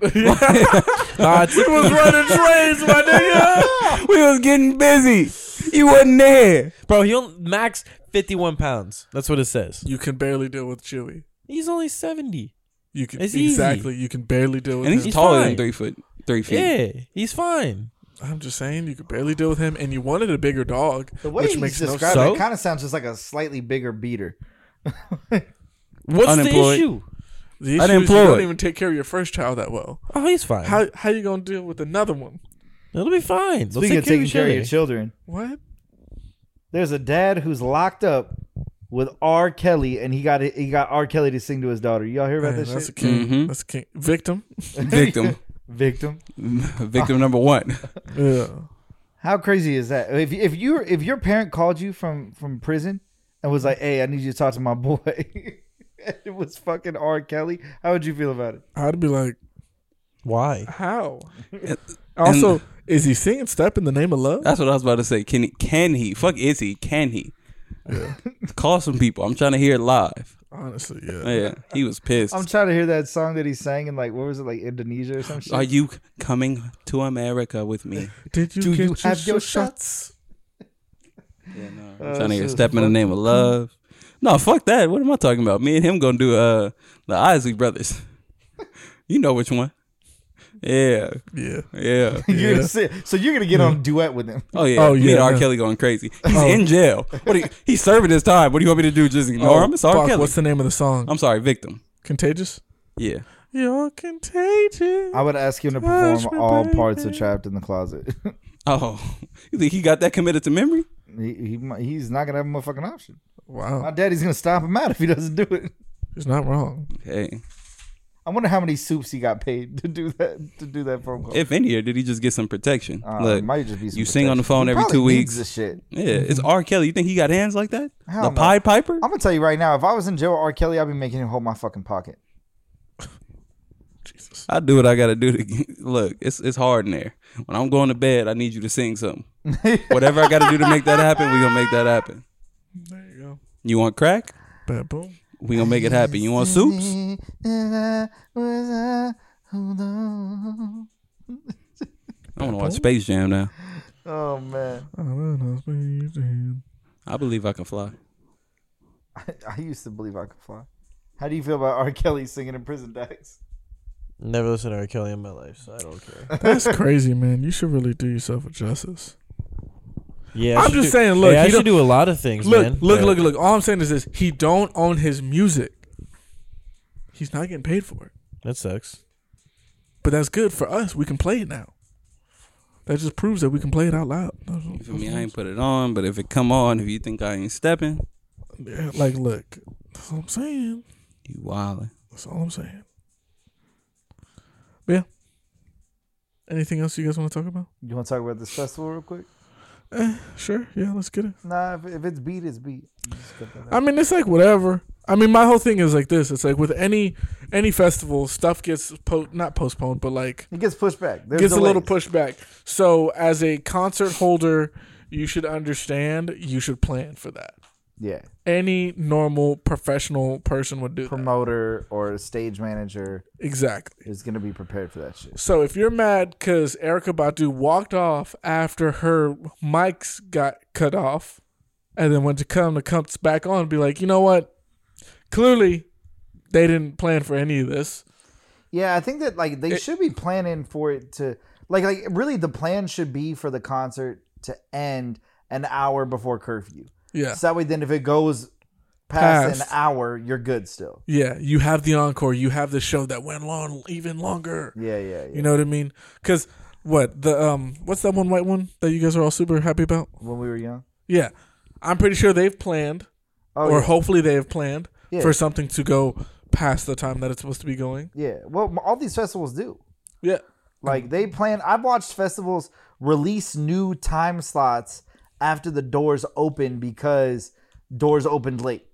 C: Nah, it's-
A: He was running trains, my nigga.
B: we was getting busy. You wasn't there.
C: bro, he only max fifty-one pounds. That's what it says.
A: You can barely deal with Chewy.
C: He's only seventy.
A: You can
C: It's easy.
A: exactly. You can barely deal with
B: And he's,
A: him.
C: He's
B: taller than
C: fine.
B: three foot three feet.
C: Yeah, he's fine.
A: I'm just saying, you could barely deal with him, and you wanted a bigger dog,
E: The way
A: which
E: he's
A: makes no sense.
E: describing
C: So?
E: it kind of sounds just like a slightly bigger beater.
C: What's
B: Unemployed.
C: the issue?
A: The issue is you
B: Unemployed.
A: don't even take care of your first child that well.
C: Oh, he's fine.
A: How how you gonna deal with another one?
C: It'll be fine. They'll
E: Speaking
C: take
E: of taking care of
C: each
E: your
C: other.
E: children,
A: What?
E: there's a dad who's locked up with R. Kelly, and he got it, he got R. Kelly to sing to his daughter. Y'all hear about
A: Man,
E: this
A: that's a
E: shit?
A: king.
B: Mhm.
A: That's a king. Victim.
B: Victim.
E: Victim.
B: Victim number one.
A: Yeah.
E: How crazy is that? If if you if your parent called you from from prison and was like, "Hey, I need you to talk to my boy," and it was fucking R. Kelly, how would you feel about it?
A: I'd be like,
C: Why?
A: how? also, is he singing "Step in the Name of Love"?
B: That's what I was about to say. Can he can he? Fuck is he? Can he? Call some people. I'm trying to hear it live.
A: Honestly, yeah.
B: Yeah. He was pissed.
E: I'm trying to hear that song that he sang in like what was it like Indonesia or some shit.
B: Are you coming to America with me?
A: Did you
E: Do
A: get
E: you
A: your
E: have your
A: shots?
B: Yeah, no.
E: Uh,
B: I'm trying to hear
E: so-
B: Step in the Name of Love. No, fuck that. What am I talking about? Me and him gonna do uh the Isley brothers. you know which one. Yeah.
A: Yeah.
B: Yeah.
E: You're gonna sit, so you're gonna get on a duet with him.
B: Oh yeah,
A: Oh,
B: me and
A: yeah, Oh.
B: R.
A: yeah.
B: Kelly going crazy. He's in jail. What? do you, he's serving his time. What do you want me to do? Just ignore him? It's R.
A: Oh, Fuck,
B: Kelly.
A: what's the name of the song?
B: I'm sorry, victim.
A: Contagious.
B: Yeah,
A: You're contagious.
E: I would ask him to
A: Touch
E: perform
A: me,
E: all
A: baby.
E: parts of Trapped in the Closet.
B: Oh, you think he got that committed to memory?
E: he, he might- he's not gonna have a motherfucking option. My
A: Wow,
E: daddy's gonna stomp him out if he doesn't do it.
A: he's not wrong.
B: Hey,
E: I wonder how many soups he got paid to do that to do that phone call.
B: if any, or did he just get some protection?
E: Uh,
B: Look,
E: it might just be some
B: you sing on the
E: protection.
B: phone
E: He
B: every
E: probably
B: two
E: needs
B: weeks.
E: This shit.
B: yeah, it's R. Kelly. You think he got hands like that?
E: Hell
B: the
E: no.
B: Pied Piper?
E: I'm gonna tell you right now. If I was in jail, with R. Kelly, I'd be making him hold my fucking pocket.
A: Jesus.
B: I do what I gotta do to get, look. It's it's hard in there. When I'm going to bed, I need you to sing something. Whatever I gotta do to make that happen, we gonna make that happen.
A: There you go.
B: You want crack?
A: Bad boom.
B: We gonna make it happen. You want soups?
E: Oh
B: I wanna watch Space Jam now.
E: Oh, man,
B: I believe I can fly.
E: I used to believe I could fly. How do you feel about R. Kelly singing in prison, Dax?
C: Never listened to R. Kelly in my life, so I don't care.
A: That's crazy, man. You should really do yourself a justice.
C: Yeah, I
A: I'm
C: should
A: just
C: do-
A: saying, look,
C: yeah, I
A: he
C: should
A: don't-
C: do a lot of things,
A: Look,
C: man.
A: look,
C: but-
A: look, look. All I'm saying is this: he don't own his music. He's not getting paid for it,
C: That sucks.
A: but that's good for us. We can play it now. That just proves that we can play it out loud.
B: You feel me? I ain't put it on, but if it come on, if you think I ain't stepping,
A: Yeah, like, look, that's all I'm saying.
B: you wildin'.
A: That's all I'm saying. But yeah. Anything else you guys want to talk about?
E: You want to talk about this festival real quick?
A: Sure. Yeah, let's get it.
E: Nah, if, if it's beat, it's beat. Just cut that out.
A: I mean, it's like whatever. I mean, my whole thing is like this. It's like with any any festival, stuff gets po- not postponed, but like
E: It gets pushed back. There's
A: gets a little
E: delays.
A: pushback. So as a concert holder, you should understand. You should plan for that.
E: Yeah.
A: Any normal professional person would do that.
E: Promoter or a stage manager
A: Exactly.
E: is gonna be prepared for that shit.
A: So if you're mad because Erica Badu walked off after her mics got cut off, and then when Tacoma comes back on, be like, you know what? Clearly, they didn't plan for any of this.
E: Yeah, I think that like they should be planning for it to like like really the plan should be for the concert to end an hour before curfew.
A: Yeah.
E: So that way, then if it goes past an
A: Past.
E: hour, you're good still.
A: Yeah, you have the encore. You have the show that went long, even longer.
E: Yeah, yeah, yeah.
A: You know what I mean? Because what the um, what's that one white one that you guys are all super happy about?
E: when we were young.
A: Yeah, I'm pretty sure they've planned,
E: Oh,
A: or
E: yeah.
A: hopefully they have planned
E: Yeah.
A: for something to go past the time that it's supposed to be going.
E: yeah. Well, m- all these festivals do.
A: Yeah,
E: Like they plan. I've watched festivals release new time slots after the doors open because doors opened late.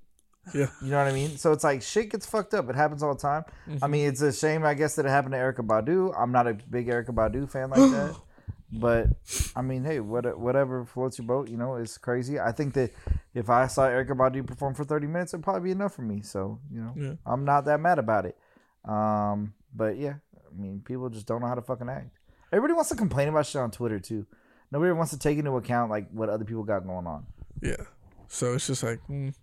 A: Yeah.
E: You know what I mean? So it's like shit gets fucked up. It happens all the time. I mean, it's a shame, I guess, that it happened to Erica Badu. I'm not a big Erica Badu fan like that. But I mean, hey, what, whatever floats your boat, you know, it's crazy. I think that if I saw Erica Badu perform for 30 minutes, it'd probably be enough for me. So, you know,
A: Yeah.
E: I'm not that mad about it. Um, but yeah, I mean, people just don't know how to fucking act. Everybody wants to complain about shit on Twitter too. Nobody wants to take into account like what other people got going on.
A: yeah. So it's just like, mm,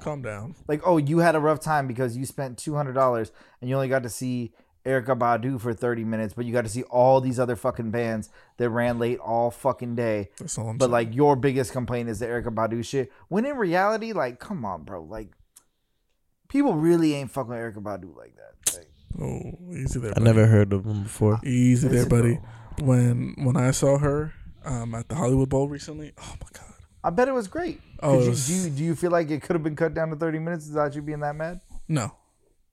A: calm down.
E: Like, oh, you had a rough time because you spent two hundred dollars and you only got to see Erica Badu for thirty minutes, but you got to see all these other fucking bands that ran late all fucking day.
A: That's all I'm
E: But
A: saying.
E: like your biggest complaint is the Erica Badu shit. When in reality, like, come on, bro. Like, people really ain't fucking with Erica Badu like that. Like,
A: oh, easy there.
C: I
A: buddy.
C: never heard of him before.
A: Easy there,
E: listen, bro.
A: buddy. When when I saw her um, at the Hollywood Bowl recently, oh my god.
E: I bet it was great.
A: Oh,
E: Could
A: it
E: you,
A: was-
E: do, you, do you feel like it could have been cut down to 30 minutes without you being that mad?
A: No,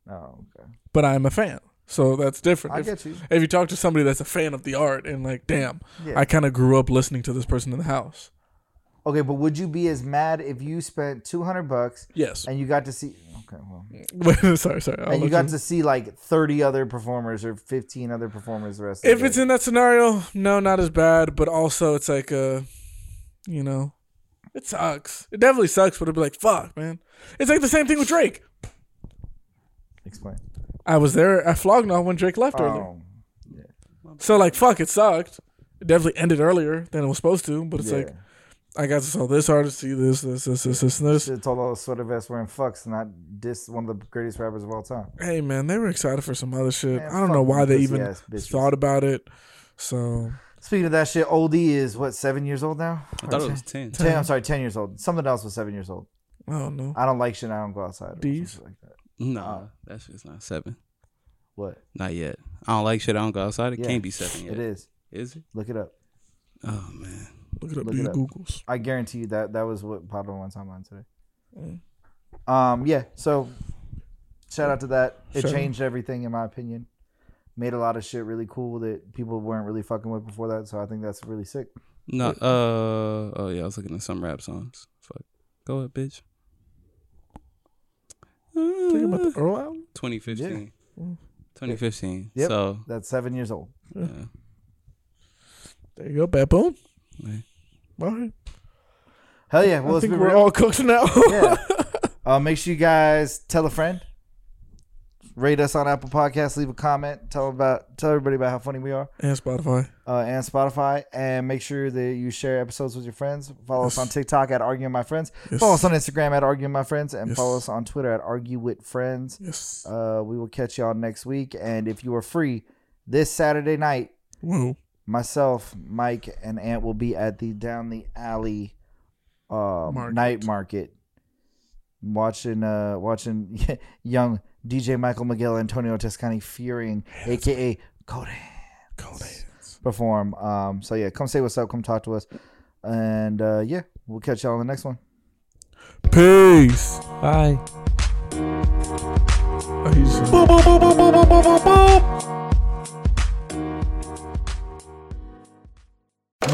E: Oh, okay.
A: but I'm a fan. So that's different.
E: I
A: If-
E: get you.
A: If you talk to somebody that's a fan of the art and like, damn,
E: Yeah.
A: I kind of grew up listening to this person in the house.
E: Okay, but would you be as mad if you spent 200 bucks
A: Yes.
E: and you got to see okay, well,
A: sorry, sorry. I'll
E: and you
A: let
E: got
A: you-
E: to see like 30 other performers or 15 other performers the rest of
A: if
E: the
A: it's
E: day?
A: in that scenario, no, not as bad. But also, it's like uh you know, it sucks. It definitely sucks. But it'd be like, fuck, man. It's like the same thing with Drake.
E: explain.
A: I was there at Flognaw when Drake left earlier.
E: Oh,
A: So like, fuck, it sucked. It definitely ended earlier than it was supposed to. But it's
E: yeah.
A: like, I got to saw this artist, see this, this, this, this, this, and this.
E: Should have told all the sweater vests wearing fucks and not diss one of the greatest rappers of all time.
A: Hey man, they were excited for some other shit.
E: Man,
A: I don't know
E: fuck
A: why
E: you
A: they
E: pussy
A: even
E: ass bitches.
A: thought about it. So
E: Speaking of that shit, Old E is what seven years old now.
B: I thought it was ten.
E: 10, I'm sorry, 10 years old. Something else was seven years old.
A: I don't know.
E: I don't like shit. I don't go outside. or
A: D's?
E: something Like that.
B: Nah, that shit's not seven.
E: What?
B: Not yet. I don't like shit. I don't go outside. It
E: Yeah,
B: can't be seven yet.
E: It is.
B: Is it?
E: Look it up.
B: Oh man.
A: Look it up.
E: Look
A: do
E: it
A: your
E: up.
A: Googles.
E: I guarantee you that that was what popped on my timeline today. Um, yeah. So, shout out to that. It
A: Mm. Sure.
E: changed everything, in my opinion. Made a lot of shit really cool that people weren't really fucking with before that. So I think that's really sick.
B: No. Uh. Oh yeah. I was looking at some rap songs. Fuck. Go ahead, bitch.
A: Talking about the Earl album?
B: 2015.
E: Yeah.
B: 2015.
E: Yep.
B: So
E: That's seven years old.
B: yeah.
A: There you go, Baboon.
B: Yeah.
A: All right.
E: Hell yeah. Well,
A: I
E: it's
A: think
E: been
A: we're
E: real.
A: all cooked now.
E: yeah. Uh, make sure you guys tell a friend, rate us on Apple Podcasts, leave a comment, tell about tell everybody about how funny we are.
A: and Spotify.
E: uh, and Spotify. And make sure that you share episodes with your friends. Follow us on TikTok at Arguing My Friends.
A: Yes.
E: Follow us on Instagram at Arguing My Friends. And
A: Yes.
E: follow us on Twitter at Argue with Friends.
A: Yes.
E: Uh, we will catch y'all next week. And if you are free this Saturday night,
A: Whoa.
E: myself, Mike, and Ant will be at the Down the Alley uh,
A: Market.
E: night market watching uh watching young DJ Michael Miguel Antonio Toscani Fearing, aka Cody
A: Cold
E: perform. Um, so yeah, come say what's up, come talk to us, and uh, yeah, we'll catch y'all on the next one.
A: Peace.
C: Bye.
A: Oh, he's-